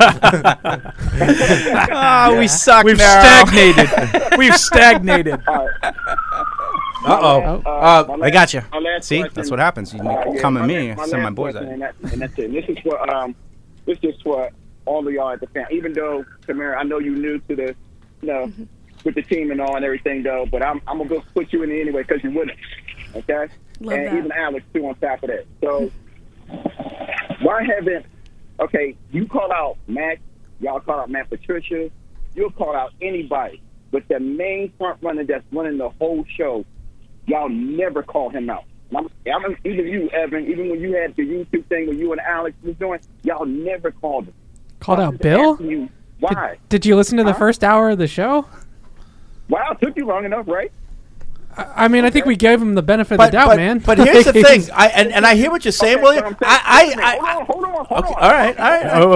[SPEAKER 4] Ah, we suck.
[SPEAKER 5] We've
[SPEAKER 4] now.
[SPEAKER 1] <laughs>
[SPEAKER 5] stagnated. We've stagnated.
[SPEAKER 4] Uh-oh.
[SPEAKER 2] Uh, my
[SPEAKER 4] Uh,
[SPEAKER 2] last-
[SPEAKER 4] I got you.
[SPEAKER 2] my last
[SPEAKER 4] See,
[SPEAKER 2] question-
[SPEAKER 4] that's what happens. You
[SPEAKER 2] Uh, yeah,
[SPEAKER 4] come at
[SPEAKER 2] my
[SPEAKER 4] me,
[SPEAKER 2] last-
[SPEAKER 4] send my
[SPEAKER 2] last
[SPEAKER 4] boys at
[SPEAKER 2] question,
[SPEAKER 4] you.
[SPEAKER 2] and, that, and that's it. And this is for um, this is for all of y'all at the fan. Even though Tamara, I know you new to the, you know,
[SPEAKER 3] Mm-hmm.
[SPEAKER 2] with the team and all and everything though. But I'm I'm gonna go put you in there anyway because you're with us, okay?
[SPEAKER 3] Love
[SPEAKER 2] and
[SPEAKER 3] that.
[SPEAKER 2] even Alex too on top of that. So why haven't? Okay, you call out Matt, y'all call out Matt Patricia, you'll call out anybody, but the main front runner that's running the whole show y'all never call him out. I'm, I'm, even you, Evan, even when you had the YouTube thing when you and Alex was doing, y'all never called him.
[SPEAKER 6] Called out
[SPEAKER 2] Just
[SPEAKER 6] Bill.
[SPEAKER 2] asking you why?
[SPEAKER 6] Did you listen to the first hour of the show?
[SPEAKER 2] Wow, it took you long enough, right?
[SPEAKER 6] I I mean, I think we gave him the benefit of the doubt,
[SPEAKER 1] but,
[SPEAKER 6] man.
[SPEAKER 1] But here's
[SPEAKER 6] <laughs>
[SPEAKER 1] the thing, I, and, and I hear what you're saying, William. I, I, I,
[SPEAKER 2] hold on, hold
[SPEAKER 1] on. Okay, <laughs> all right, all right.
[SPEAKER 5] Oh,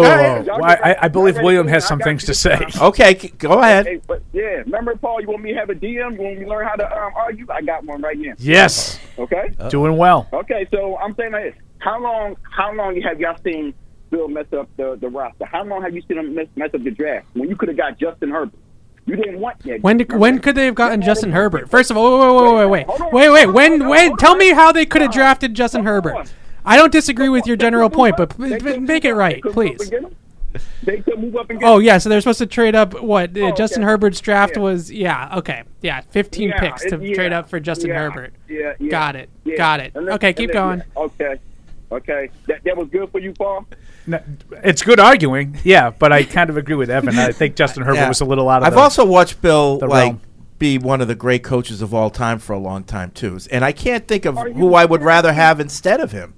[SPEAKER 1] all right.
[SPEAKER 5] I, I believe William has some things to say.
[SPEAKER 1] Okay, c- go ahead.
[SPEAKER 2] Hey, but yeah, remember, Paul, you want me to have a DM? You want me to learn how to um, argue? I got one right now.
[SPEAKER 5] Yes.
[SPEAKER 2] Okay.
[SPEAKER 5] Doing well.
[SPEAKER 2] Okay, so I'm saying like this. How long? How long have y'all seen Bill mess up the, the roster? How long have you seen him mess, mess up the draft? When you could have got Justin Herbert, you didn't want that.
[SPEAKER 6] When did, when could they have gotten Justin Herbert? First of all, wait, wait, wait, wait, wait, wait. When when tell me how they could have drafted Justin Herbert? I don't disagree with your general point, but p- p- make it right, please.
[SPEAKER 2] They could move up and get
[SPEAKER 6] Oh
[SPEAKER 2] him.
[SPEAKER 6] yeah, so they're supposed to trade up. What uh, Justin Herbert's draft
[SPEAKER 2] Yeah.
[SPEAKER 6] was? Yeah, okay, yeah, fifteen
[SPEAKER 2] Yeah,
[SPEAKER 6] picks to
[SPEAKER 2] it- yeah,
[SPEAKER 6] trade up for Justin
[SPEAKER 2] yeah,
[SPEAKER 6] Herbert.
[SPEAKER 2] Yeah, yeah,
[SPEAKER 6] Got it,
[SPEAKER 2] yeah.
[SPEAKER 6] got it.
[SPEAKER 2] And then-
[SPEAKER 6] okay,
[SPEAKER 2] and
[SPEAKER 6] keep
[SPEAKER 2] then-
[SPEAKER 6] going.
[SPEAKER 2] yeah, Okay, okay. That, that was good for you, Paul.
[SPEAKER 5] It's good arguing, yeah, but I kind of agree with Evan. I think Justin Herbert
[SPEAKER 1] Yeah.
[SPEAKER 5] was a little out of.
[SPEAKER 1] I've
[SPEAKER 5] the-
[SPEAKER 1] also watched Bill
[SPEAKER 5] the
[SPEAKER 1] like
[SPEAKER 5] realm.
[SPEAKER 1] be one of the great coaches of all time for a long time too, and I can't think of who I would rather have instead of him.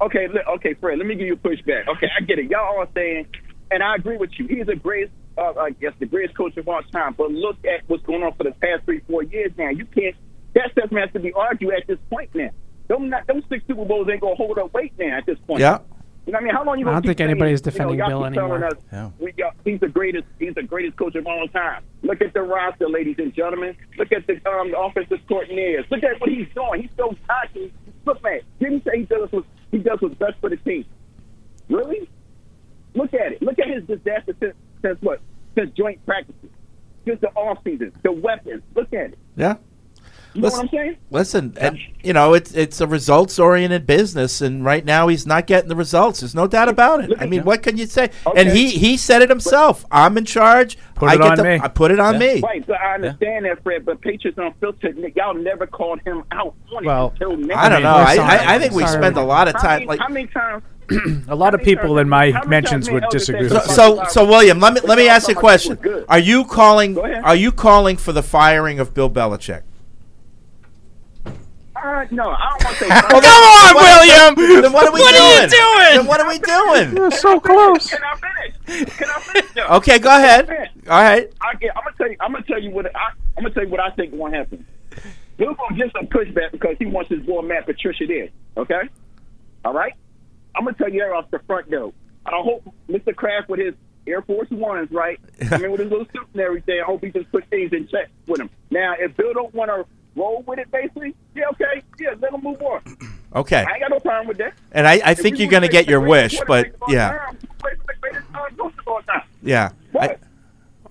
[SPEAKER 2] Okay, le- okay, Fred. Let me give you pushback. Okay, I get it. Y'all are saying, and I agree with you. He's the greatest, uh, I guess, the greatest coach of all time. But look at what's going on for the past three, four years now. You can't. That stuff has to be argued at this point now. Them not, them six Super Bowls ain't gonna hold up weight now at this point.
[SPEAKER 6] Yeah.
[SPEAKER 2] You know what I mean? How long
[SPEAKER 6] I
[SPEAKER 2] you gonna
[SPEAKER 6] don't
[SPEAKER 2] keep
[SPEAKER 6] think
[SPEAKER 2] saying,
[SPEAKER 6] anybody is
[SPEAKER 2] you know,
[SPEAKER 6] defending
[SPEAKER 2] y'all
[SPEAKER 6] Bill
[SPEAKER 2] keep telling
[SPEAKER 6] anymore.
[SPEAKER 2] us,
[SPEAKER 6] Yeah.
[SPEAKER 2] we got, he's the greatest. He's the greatest coach of all time. Look at the roster, ladies and gentlemen. Look at the um, the offensive coordinators. Look at what he's doing. He's so cocky. Look, man. Didn't say he does what he does what's best for the team. Really? Look at it. Look at his disaster since, since what? Since joint practices, since the off season, the weapons. Look at it.
[SPEAKER 1] Yeah.
[SPEAKER 2] You know what I'm saying?
[SPEAKER 1] Listen, and, you know it's it's a results oriented business, and right now he's not getting the results. There's no doubt about it. I mean, what can you say? And
[SPEAKER 2] Okay.
[SPEAKER 1] he he said it himself. I'm in charge.
[SPEAKER 2] Put
[SPEAKER 1] I
[SPEAKER 2] it
[SPEAKER 1] get
[SPEAKER 2] on
[SPEAKER 1] the,
[SPEAKER 2] me.
[SPEAKER 1] I put it on me.
[SPEAKER 2] Right, so I understand that, Fred, but Patriots Unfiltered, Nick, y'all never called him out on
[SPEAKER 1] Well,
[SPEAKER 2] it until now.
[SPEAKER 1] I don't know. I, I, I think we spend a lot of
[SPEAKER 2] How
[SPEAKER 1] time
[SPEAKER 2] many-
[SPEAKER 1] like
[SPEAKER 2] how many times?
[SPEAKER 5] a lot of people in my mentions would disagree.
[SPEAKER 1] So,
[SPEAKER 5] with you.
[SPEAKER 1] so, so William, let me let me ask you a question. Are you calling? Are you calling for the firing of Bill Belichick?
[SPEAKER 2] Uh, no, I don't
[SPEAKER 1] <laughs>
[SPEAKER 2] want to say.
[SPEAKER 1] Come on,
[SPEAKER 2] Why-
[SPEAKER 1] William!
[SPEAKER 2] Then what are we
[SPEAKER 1] What are you
[SPEAKER 2] doing?
[SPEAKER 1] doing? Then what are we doing?
[SPEAKER 2] You're
[SPEAKER 5] so close.
[SPEAKER 2] Can I finish? Can I finish? now?
[SPEAKER 1] Okay, go ahead.
[SPEAKER 2] Can I finish?
[SPEAKER 1] All right.
[SPEAKER 2] I get, I'm gonna tell you. I'm gonna tell you what I, I'm gonna tell you what I think won't happen. Bill gonna get some pushback because he wants his boy Matt Patricia there. Okay. All right. I'm gonna tell you that off the front though. I don't hope Mr. Kraft with his Air Force
[SPEAKER 1] <laughs>
[SPEAKER 2] Ones, right? I mean, with his little suit and everything. I hope he just put things in check with him. Now, if Bill don't want to roll with it, basically, yeah, okay, yeah, let him move on.
[SPEAKER 1] <clears throat> Okay.
[SPEAKER 2] I ain't got no problem with that.
[SPEAKER 1] And I, I think you're going to get your wish, but yeah, yeah. I,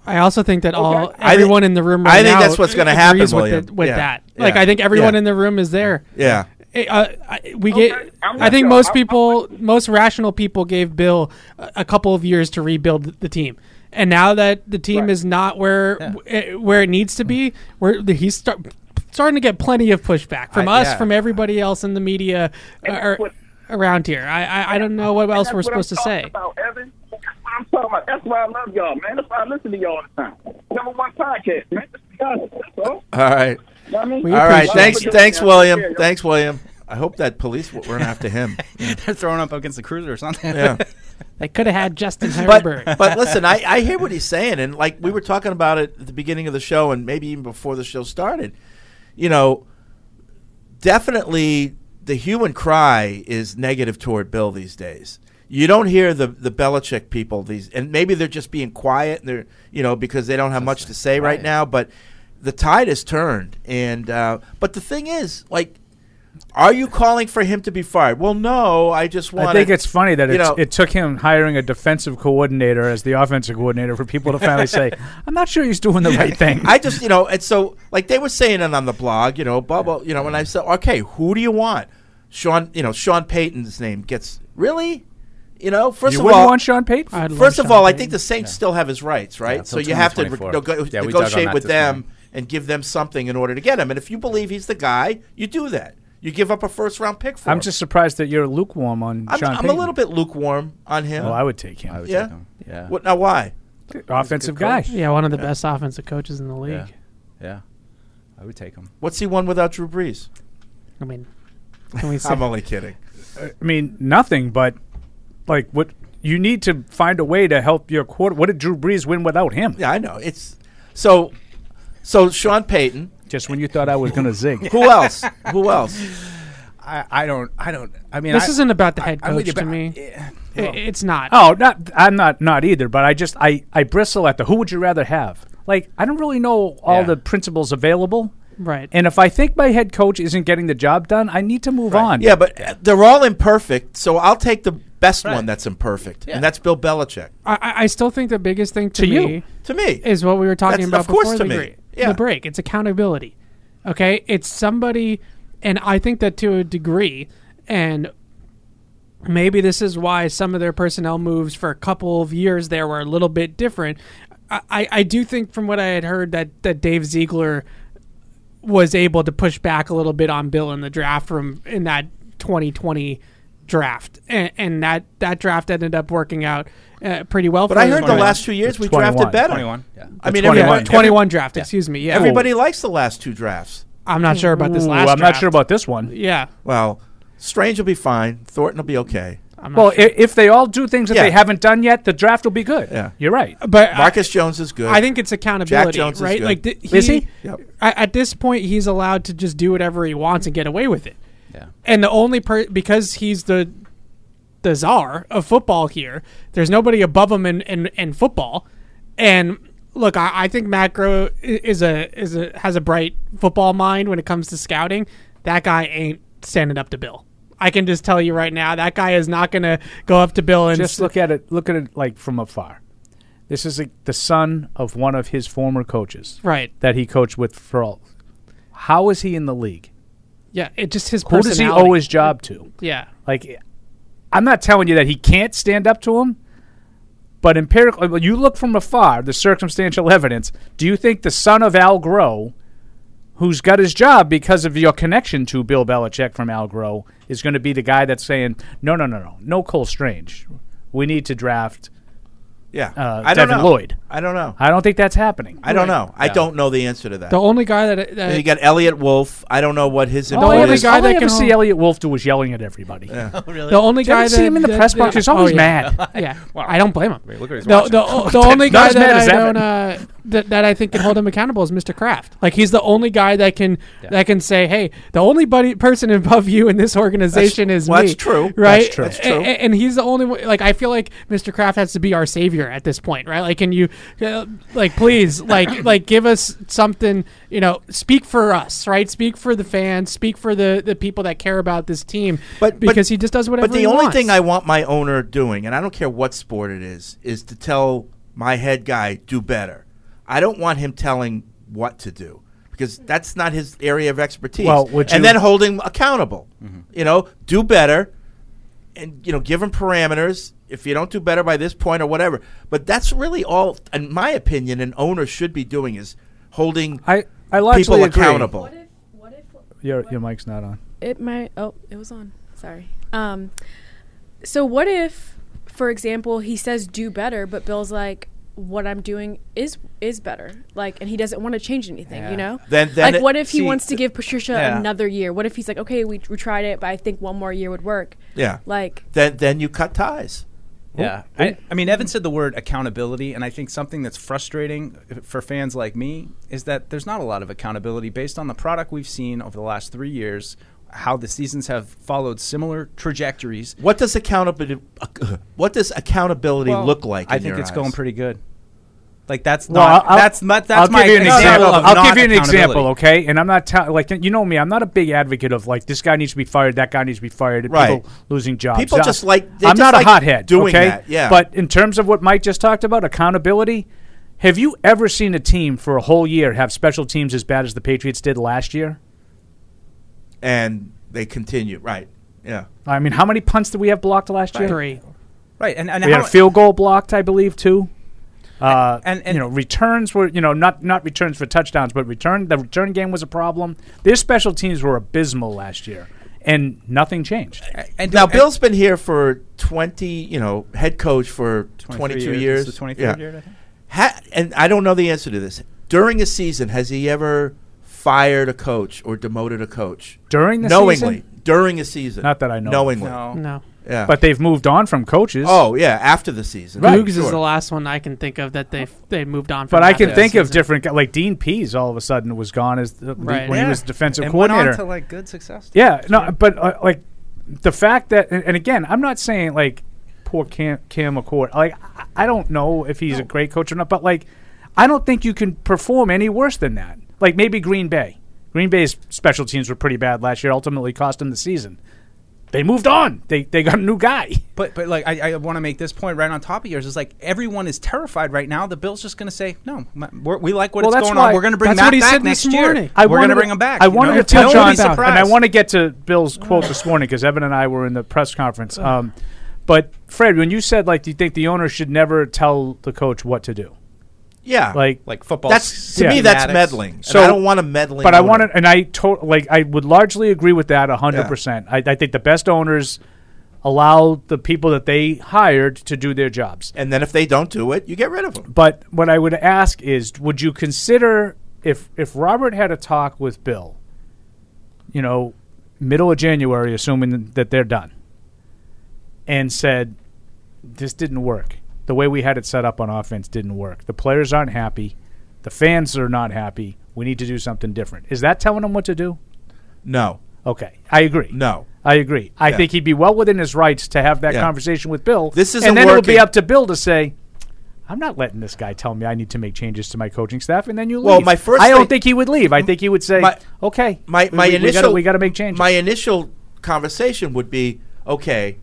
[SPEAKER 6] I also think that all
[SPEAKER 1] I think-
[SPEAKER 6] everyone in the room.
[SPEAKER 1] I
[SPEAKER 6] Right
[SPEAKER 1] think
[SPEAKER 6] now
[SPEAKER 1] that's what's gonna
[SPEAKER 6] agrees
[SPEAKER 1] happen,
[SPEAKER 6] with,
[SPEAKER 1] William.
[SPEAKER 6] it- with
[SPEAKER 1] Yeah.
[SPEAKER 6] that. Like
[SPEAKER 1] Yeah.
[SPEAKER 6] I think everyone
[SPEAKER 1] Yeah.
[SPEAKER 6] in the room is there.
[SPEAKER 1] Yeah.
[SPEAKER 6] Eh, uh, I- we get.
[SPEAKER 1] I'm
[SPEAKER 6] I think
[SPEAKER 1] with you.
[SPEAKER 6] most
[SPEAKER 1] I'm-
[SPEAKER 6] people, <laughs> most rational people, gave Bill a, a couple of years to rebuild the team, and now that the team is not where eh, where it needs to be, where the- he's start, starting to get plenty of pushback from
[SPEAKER 1] I-
[SPEAKER 6] us,
[SPEAKER 1] yeah.
[SPEAKER 6] from everybody else in the media uh, or, around here. I, I I don't know what else
[SPEAKER 2] that's
[SPEAKER 6] we're
[SPEAKER 2] what I'm
[SPEAKER 6] supposed to
[SPEAKER 2] talking
[SPEAKER 6] say.
[SPEAKER 2] About, Evan. That's what I'm talking about. That's why I love y'all, man. That's why I listen to y'all all the time. Number one podcast, man. That's all.
[SPEAKER 1] All right.
[SPEAKER 2] You know what I mean?
[SPEAKER 1] All right.
[SPEAKER 2] appreciate
[SPEAKER 1] Thanks,
[SPEAKER 2] it.
[SPEAKER 1] thanks,
[SPEAKER 2] Yeah,
[SPEAKER 1] William.
[SPEAKER 2] yeah, yeah.
[SPEAKER 1] Thanks, William. I hope that police w- weren't after him.
[SPEAKER 4] <laughs> They're throwing up against the cruiser or something. <laughs>
[SPEAKER 1] Yeah.
[SPEAKER 6] They could have had Justin
[SPEAKER 1] but, <laughs>
[SPEAKER 6] Herbert.
[SPEAKER 1] but
[SPEAKER 6] <laughs>
[SPEAKER 1] listen, I, I hear what he's saying, and like we were talking about it at the beginning of the show, and maybe even before the show started, you know, definitely the hue and cry is negative toward Bill these days. You don't hear the the Belichick people these, and maybe they're just being quiet, and they're you know because they don't have much to say right,
[SPEAKER 4] right.
[SPEAKER 1] now. But the tide has turned, and uh, but the thing is, like. Are you calling for him to be fired? Well, no. I just want.
[SPEAKER 5] I think it's funny that
[SPEAKER 1] you
[SPEAKER 5] it's,
[SPEAKER 1] know-
[SPEAKER 5] it took him hiring a defensive coordinator as the offensive coordinator for people to
[SPEAKER 1] <laughs>
[SPEAKER 5] finally say, "I'm not sure he's doing the right thing."
[SPEAKER 1] I just, you know, and so like they were saying it on the blog, you know, blah blah, you know, and I said, okay, who do you want? Sean, you know, Sean Payton's name gets really, you know, first
[SPEAKER 5] You
[SPEAKER 1] of
[SPEAKER 5] wouldn't
[SPEAKER 1] all,
[SPEAKER 5] want Sean Payton? I'd love
[SPEAKER 1] First of
[SPEAKER 5] Sean
[SPEAKER 1] all, I
[SPEAKER 5] Payton.
[SPEAKER 1] think the Saints still have his rights, right?
[SPEAKER 4] Yeah,
[SPEAKER 1] so
[SPEAKER 4] till
[SPEAKER 1] you have to
[SPEAKER 4] 2024.
[SPEAKER 1] nego-
[SPEAKER 4] Yeah, we dug on
[SPEAKER 1] negotiate
[SPEAKER 4] that
[SPEAKER 1] with
[SPEAKER 4] this
[SPEAKER 1] them and give them something in order to get him. And if you believe he's the guy, you do that. You give up a first round pick for
[SPEAKER 5] I'm
[SPEAKER 1] him.
[SPEAKER 5] just surprised that you're lukewarm on
[SPEAKER 1] I'm,
[SPEAKER 5] Sean
[SPEAKER 1] I'm
[SPEAKER 5] Payton.
[SPEAKER 1] a little bit lukewarm on him.
[SPEAKER 5] Oh, I would take him. I would
[SPEAKER 1] yeah.
[SPEAKER 5] take him.
[SPEAKER 4] Yeah.
[SPEAKER 1] What now? Why?
[SPEAKER 5] Offensive guy.
[SPEAKER 6] Yeah, one of the best offensive coaches in the league.
[SPEAKER 4] Yeah. yeah. I would take him.
[SPEAKER 1] What's he won without Drew Brees?
[SPEAKER 6] I mean,
[SPEAKER 1] <laughs>
[SPEAKER 6] can we say?
[SPEAKER 1] I'm only kidding.
[SPEAKER 5] I mean, nothing but like what you need to find a way to help your quarter. What did Drew Brees win without him?
[SPEAKER 1] Yeah, I know. It's so. So Sean Payton.
[SPEAKER 5] Just when you thought I
[SPEAKER 1] <laughs>
[SPEAKER 5] was going to zig.
[SPEAKER 1] Who else? Who else?
[SPEAKER 4] I, I don't. I don't. I mean,
[SPEAKER 6] this
[SPEAKER 4] I-
[SPEAKER 6] isn't about the head
[SPEAKER 4] I- I'm with
[SPEAKER 6] coach
[SPEAKER 4] you,
[SPEAKER 6] to
[SPEAKER 4] but
[SPEAKER 6] me. I- it's not.
[SPEAKER 5] Oh, not I'm not not either. But I just I I bristle at the who would you rather have? Like I don't really know all
[SPEAKER 6] Yeah.
[SPEAKER 5] the principles available.
[SPEAKER 6] Right.
[SPEAKER 5] And if I think my head coach isn't getting the job done, I need to move on.
[SPEAKER 1] Yeah, but uh, they're all imperfect. So I'll take the best one that's imperfect,
[SPEAKER 6] Yeah.
[SPEAKER 1] and that's Bill Belichick.
[SPEAKER 6] I, I- I still think the biggest thing to,
[SPEAKER 1] To you.
[SPEAKER 6] me
[SPEAKER 1] to me
[SPEAKER 6] is what we were talking
[SPEAKER 1] That's-
[SPEAKER 6] about
[SPEAKER 1] of course
[SPEAKER 6] before
[SPEAKER 1] to
[SPEAKER 6] the,
[SPEAKER 1] me.
[SPEAKER 6] break-
[SPEAKER 1] Yeah.
[SPEAKER 6] the break. It's accountability. Okay, it's somebody, and I think that to a degree, and maybe this is why some of their personnel moves for a couple of years there were a little bit different. I, I, I do think from what I had heard that that Dave Ziegler was able to push back a little bit on Bill in the draft from in that 2020 draft, and, and that that draft ended up working out uh, pretty well.
[SPEAKER 1] But
[SPEAKER 6] for
[SPEAKER 1] I heard the
[SPEAKER 6] 21.
[SPEAKER 1] last two years we drafted better. I
[SPEAKER 6] The
[SPEAKER 1] mean,
[SPEAKER 6] 21.
[SPEAKER 1] everybody-
[SPEAKER 6] 21 draft, excuse me, yeah.
[SPEAKER 1] everybody likes the last two drafts.
[SPEAKER 6] I'm not sure about this
[SPEAKER 5] Ooh,
[SPEAKER 6] last.
[SPEAKER 5] I'm not
[SPEAKER 6] draft.
[SPEAKER 5] sure about this one.
[SPEAKER 6] Yeah.
[SPEAKER 1] Well, Strange will be fine. Thornton will be okay.
[SPEAKER 5] well, i if they all do things that
[SPEAKER 1] Yeah.
[SPEAKER 5] they haven't done yet, the draft will be good.
[SPEAKER 1] Yeah.
[SPEAKER 5] You're right.
[SPEAKER 6] But
[SPEAKER 1] Marcus Jones is good.
[SPEAKER 6] I think it's accountability,
[SPEAKER 1] Jack Jones is
[SPEAKER 6] right?
[SPEAKER 1] good.
[SPEAKER 6] Like, th-
[SPEAKER 1] Is he? Yep.
[SPEAKER 6] I, at this point, he's allowed to just do whatever he wants and get away with it. Yeah. And the only per because he's the the czar of football here. There's nobody above him in in, in football. And look, I, I think Matt Groh i- is a is a has a bright football mind when it comes to scouting. That guy ain't standing up to Bill. I can just tell you right now, that guy is not going to go up to Bill and
[SPEAKER 5] just look at it. Look at it like from afar. This is like the son of one of his former coaches,
[SPEAKER 6] Right.
[SPEAKER 5] That he coached with for all. How is he in the league?
[SPEAKER 6] Yeah, it just his
[SPEAKER 5] Who does he
[SPEAKER 6] personality.
[SPEAKER 5] owe his job to?
[SPEAKER 6] Yeah.
[SPEAKER 5] Like, I'm not telling you that he can't stand up to him, but empirically, when you look from afar, the circumstantial evidence. Do you think the son of Al Groh, who's got his job because of your connection to Bill Belichick from Al Groh, is going to be the guy that's saying, no, no, no, no, no Cole Strange. We need to draft
[SPEAKER 1] Yeah.
[SPEAKER 5] uh,
[SPEAKER 1] I don't
[SPEAKER 5] Devin
[SPEAKER 1] know.
[SPEAKER 5] Lloyd.
[SPEAKER 1] I don't know.
[SPEAKER 5] I don't think that's happening.
[SPEAKER 1] I don't know. I don't know the answer to that.
[SPEAKER 6] The only guy that,
[SPEAKER 1] Then
[SPEAKER 6] that
[SPEAKER 1] you got Elliot Wolf. I don't know what his
[SPEAKER 5] The only
[SPEAKER 1] is.
[SPEAKER 5] guy all that I ever Oh, see Elliot Wolf do was yelling at everybody.
[SPEAKER 6] The only
[SPEAKER 5] Did you
[SPEAKER 6] guy
[SPEAKER 5] ever
[SPEAKER 6] that
[SPEAKER 5] see him in the
[SPEAKER 6] that-
[SPEAKER 5] press
[SPEAKER 6] that-
[SPEAKER 5] box, he's
[SPEAKER 6] oh,
[SPEAKER 5] always
[SPEAKER 6] yeah.
[SPEAKER 5] <laughs> mad.
[SPEAKER 6] <laughs> Yeah, I don't blame him.
[SPEAKER 5] Wait, look at his
[SPEAKER 6] the
[SPEAKER 5] watch.
[SPEAKER 6] the,
[SPEAKER 5] <laughs>
[SPEAKER 6] o- the <laughs> only
[SPEAKER 5] Not
[SPEAKER 6] guy
[SPEAKER 5] as mad
[SPEAKER 6] that
[SPEAKER 5] as
[SPEAKER 6] I
[SPEAKER 5] Evan.
[SPEAKER 6] don't uh, that, that I think can hold him accountable is Mr. Kraft. Like he's the only guy that can that can say, "Hey, the only buddy person above you in this organization
[SPEAKER 1] That's-
[SPEAKER 6] is
[SPEAKER 1] well,
[SPEAKER 6] me."
[SPEAKER 1] that's true.
[SPEAKER 6] right? Eh,
[SPEAKER 1] That's true. That's true.
[SPEAKER 6] A- a- And, he's the only one. Like I feel like Mr. Kraft has to be our savior at this point, right? Like, can you, uh, like, please, <coughs> like, like, give us something. You know, speak for us, right? Speak for the fans. Speak for the the people that care about this team. But because he just does whatever.
[SPEAKER 1] But the
[SPEAKER 6] he
[SPEAKER 1] only
[SPEAKER 6] wants.
[SPEAKER 1] thing I want my owner doing, and I don't care what sport it is, is to tell my head guy do better. I don't want him telling what to do because that's not his area of expertise.
[SPEAKER 5] Well, would
[SPEAKER 1] and
[SPEAKER 5] you-
[SPEAKER 1] then holding him accountable. You know, do better, and you know, give him parameters. If you don't do better by this point or whatever, but that's really all, in my opinion, an owner should be doing is holding
[SPEAKER 5] I
[SPEAKER 6] eh,
[SPEAKER 1] people
[SPEAKER 5] largely agree.
[SPEAKER 1] accountable.
[SPEAKER 5] Your, your mic's not on.
[SPEAKER 8] It might. Oh, it was on. Sorry. Um, so what if, for example, he says do better, but Bill's like, what I'm doing is is better. Like, and he doesn't want to change anything.
[SPEAKER 1] Yeah.
[SPEAKER 8] You know.
[SPEAKER 1] Then- then
[SPEAKER 8] like,
[SPEAKER 1] it-
[SPEAKER 8] what if he
[SPEAKER 1] see,
[SPEAKER 8] wants to give Patricia
[SPEAKER 1] yeah.
[SPEAKER 8] another year? What if he's like, okay, we, we tried it, but I think one more year would work.
[SPEAKER 1] Yeah.
[SPEAKER 8] Like.
[SPEAKER 1] Then then you cut ties.
[SPEAKER 4] Yeah. I, I mean, Evan said the word accountability, and I think something that's frustrating for fans like me is that there's not a lot of accountability based on the product we've seen over the last three years, how the seasons have followed similar trajectories.
[SPEAKER 1] What does accountability what does accountability
[SPEAKER 4] Well,
[SPEAKER 1] look like?
[SPEAKER 4] I
[SPEAKER 1] in
[SPEAKER 4] think
[SPEAKER 1] your
[SPEAKER 4] it's
[SPEAKER 1] eyes?
[SPEAKER 4] going pretty good. Like that's
[SPEAKER 5] Well,
[SPEAKER 4] not
[SPEAKER 5] I'll-
[SPEAKER 4] that's not that's
[SPEAKER 5] I'll
[SPEAKER 4] my
[SPEAKER 5] give you an
[SPEAKER 4] example.
[SPEAKER 5] example.
[SPEAKER 4] of
[SPEAKER 5] I'll
[SPEAKER 4] not
[SPEAKER 5] give you an
[SPEAKER 4] accountability.
[SPEAKER 5] example, okay? And I'm not tell like you know me. I'm not a big advocate of like this guy needs to be fired, that guy needs to be fired,
[SPEAKER 1] Right.
[SPEAKER 5] people losing jobs.
[SPEAKER 1] People
[SPEAKER 5] Uh,
[SPEAKER 1] just like- they just
[SPEAKER 5] I'm not
[SPEAKER 1] like
[SPEAKER 5] a hothead,
[SPEAKER 1] doing
[SPEAKER 5] okay?
[SPEAKER 1] that, yeah.
[SPEAKER 5] But in terms of what Mike just talked about, accountability. Have you ever seen a team for a whole year have special teams as bad as the Patriots did last year?
[SPEAKER 1] and they continue. Right. Yeah.
[SPEAKER 5] I mean, how many punts did we have blocked last year?
[SPEAKER 6] Three.
[SPEAKER 4] Right, and and
[SPEAKER 5] we
[SPEAKER 4] how,
[SPEAKER 5] had a field goal blocked, I believe, too. Uh,
[SPEAKER 4] and,
[SPEAKER 5] you know returns were you know not not returns for touchdowns, but return the return game was a problem. Their special teams were abysmal last year, and nothing changed.
[SPEAKER 1] And now Bill's been here for twenty, you know, head coach for
[SPEAKER 4] 23
[SPEAKER 1] twenty-two
[SPEAKER 4] years.
[SPEAKER 1] years.
[SPEAKER 4] This is the 23rd year, I think.
[SPEAKER 1] Ha- and I don't know the answer to this. During a season, has he ever fired a coach or demoted a coach
[SPEAKER 5] During the
[SPEAKER 1] knowingly
[SPEAKER 5] season?
[SPEAKER 1] during a season?
[SPEAKER 5] Not that I know of.
[SPEAKER 1] knowingly.
[SPEAKER 6] No. No.
[SPEAKER 1] Yeah.
[SPEAKER 5] But they've moved on from coaches.
[SPEAKER 1] oh yeah, after the season.
[SPEAKER 5] Right.
[SPEAKER 6] Googs is
[SPEAKER 5] Sure.
[SPEAKER 6] the last one I can think of that they they moved on. From
[SPEAKER 5] But I
[SPEAKER 6] after
[SPEAKER 5] can
[SPEAKER 6] the
[SPEAKER 5] think of
[SPEAKER 6] season.
[SPEAKER 5] different gu- like Dean Pease all of a sudden was gone as the,
[SPEAKER 6] Right.
[SPEAKER 5] when
[SPEAKER 6] Yeah.
[SPEAKER 5] he was defensive
[SPEAKER 4] and went on
[SPEAKER 5] coordinator.
[SPEAKER 4] to like good success.
[SPEAKER 5] Yeah, no, but uh, like the fact that, and, and again, I'm not saying like poor Cam, Cam McCord. Like I- I don't know if he's a great coach or not, but like I don't think you can perform any worse than that. Like maybe Green Bay. Green Bay's special teams were pretty bad last year. Ultimately, cost them the season. They moved on. They they got a new guy.
[SPEAKER 4] But but like I, I want to make this point right on top of yours is like everyone is terrified right now. The Bill's just going to say no. ma- We're, we like what
[SPEAKER 5] Well,
[SPEAKER 4] it's
[SPEAKER 5] that's
[SPEAKER 4] going
[SPEAKER 5] why-
[SPEAKER 4] on. We're going to bring
[SPEAKER 5] that's
[SPEAKER 4] Matt
[SPEAKER 5] what he
[SPEAKER 4] back
[SPEAKER 5] said
[SPEAKER 4] next
[SPEAKER 5] this
[SPEAKER 4] year.
[SPEAKER 5] morning. I
[SPEAKER 4] We're going
[SPEAKER 5] wanted to-
[SPEAKER 4] to bring him back.
[SPEAKER 5] I
[SPEAKER 4] you
[SPEAKER 5] wanted
[SPEAKER 4] know?
[SPEAKER 5] to touch
[SPEAKER 4] Nobody's
[SPEAKER 5] on that, and
[SPEAKER 4] surprised.
[SPEAKER 5] I want to get to Bill's quote this morning because Evan and I were in the press conference. Um, but Fred, when you said like, do you think the owner should never tell the coach what to do?
[SPEAKER 1] Yeah.
[SPEAKER 5] like
[SPEAKER 4] Like football
[SPEAKER 1] That's to me.
[SPEAKER 4] schematics.
[SPEAKER 1] That's meddling. And I don't want a meddling.
[SPEAKER 5] But I
[SPEAKER 1] owner.
[SPEAKER 5] want to, and I to, like I would largely agree with that hundred
[SPEAKER 1] Yeah.
[SPEAKER 5] percent. I, I think the best owners allow the people that they hired to do their jobs.
[SPEAKER 1] And then if they don't do it, you get rid of them.
[SPEAKER 5] But what I would ask is, would you consider if if Robert had a talk with Bill, you know, middle of January, assuming that they're done, and said, "This didn't work. The way we had it set up on offense didn't work. The players aren't happy. The fans are not happy. We need to do something different." Is that telling them what to do?
[SPEAKER 1] No.
[SPEAKER 5] Okay, I agree.
[SPEAKER 1] No.
[SPEAKER 5] I agree. I
[SPEAKER 1] Yeah.
[SPEAKER 5] think he'd be well within his rights to have that
[SPEAKER 1] Yeah.
[SPEAKER 5] conversation with Bill.
[SPEAKER 1] This isn't
[SPEAKER 5] and then it would be
[SPEAKER 1] working.
[SPEAKER 5] up to Bill to say, "I'm not letting this guy tell me I need to make changes to my coaching staff." And then you leave.
[SPEAKER 1] Well, my first
[SPEAKER 5] I don't
[SPEAKER 1] thing-
[SPEAKER 5] think he would
[SPEAKER 4] Mm-hmm.
[SPEAKER 5] leave. I think he would say,
[SPEAKER 1] My-
[SPEAKER 5] "Okay,
[SPEAKER 1] my
[SPEAKER 5] we-
[SPEAKER 1] my
[SPEAKER 5] we, we
[SPEAKER 1] initial
[SPEAKER 5] gotta, we got to make changes."
[SPEAKER 1] My initial conversation would be, okay,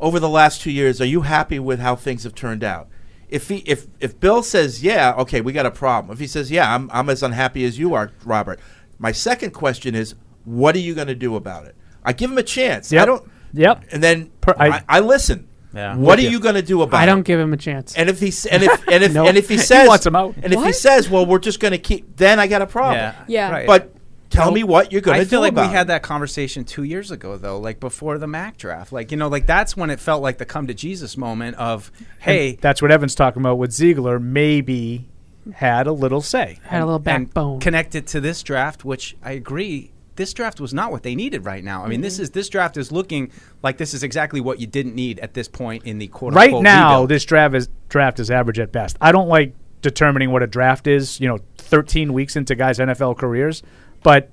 [SPEAKER 1] over the last two years, are you happy with how things have turned out? If he if if Bill says yeah, okay, we got a problem. If he says yeah, I'm I'm as unhappy as you are, Robert. My second question is, what are you going to do about it? I give him a chance. I
[SPEAKER 5] Yep.
[SPEAKER 1] don't.
[SPEAKER 5] Yep.
[SPEAKER 1] And then
[SPEAKER 5] I-
[SPEAKER 1] I, I listen.
[SPEAKER 4] Yeah.
[SPEAKER 1] What
[SPEAKER 4] With
[SPEAKER 1] are
[SPEAKER 4] you.
[SPEAKER 1] you going to do about?
[SPEAKER 6] I
[SPEAKER 1] it?
[SPEAKER 6] don't give him a chance.
[SPEAKER 1] And if he s- and
[SPEAKER 5] <laughs>
[SPEAKER 1] if and if
[SPEAKER 6] Nope.
[SPEAKER 1] and if he
[SPEAKER 6] He
[SPEAKER 1] says
[SPEAKER 6] wants him out.
[SPEAKER 1] and if he
[SPEAKER 6] What?
[SPEAKER 1] says, well, we're just going to keep, then I got a problem.
[SPEAKER 4] Yeah. Yeah. Right.
[SPEAKER 1] But tell
[SPEAKER 4] Nope.
[SPEAKER 1] me what you're going
[SPEAKER 4] I
[SPEAKER 1] to do
[SPEAKER 4] feel like
[SPEAKER 1] about.
[SPEAKER 4] we had that conversation two years ago, though, like before the MAC draft. Like you know, like that's when it felt like the come to Jesus moment of, hey,
[SPEAKER 5] And that's what Evan's talking about with Ziegler. Maybe had a little say.
[SPEAKER 4] and- and Connect it to this draft, which I agree. This draft was not what they needed right now. I mean, this is this draft is looking like this is exactly what you didn't need at this point in the quote
[SPEAKER 5] right
[SPEAKER 4] unquote
[SPEAKER 5] now,
[SPEAKER 4] rebuild.
[SPEAKER 5] this draft is draft is average at best. I don't like determining what a draft is. You know, 13 weeks into guys' NFL careers, but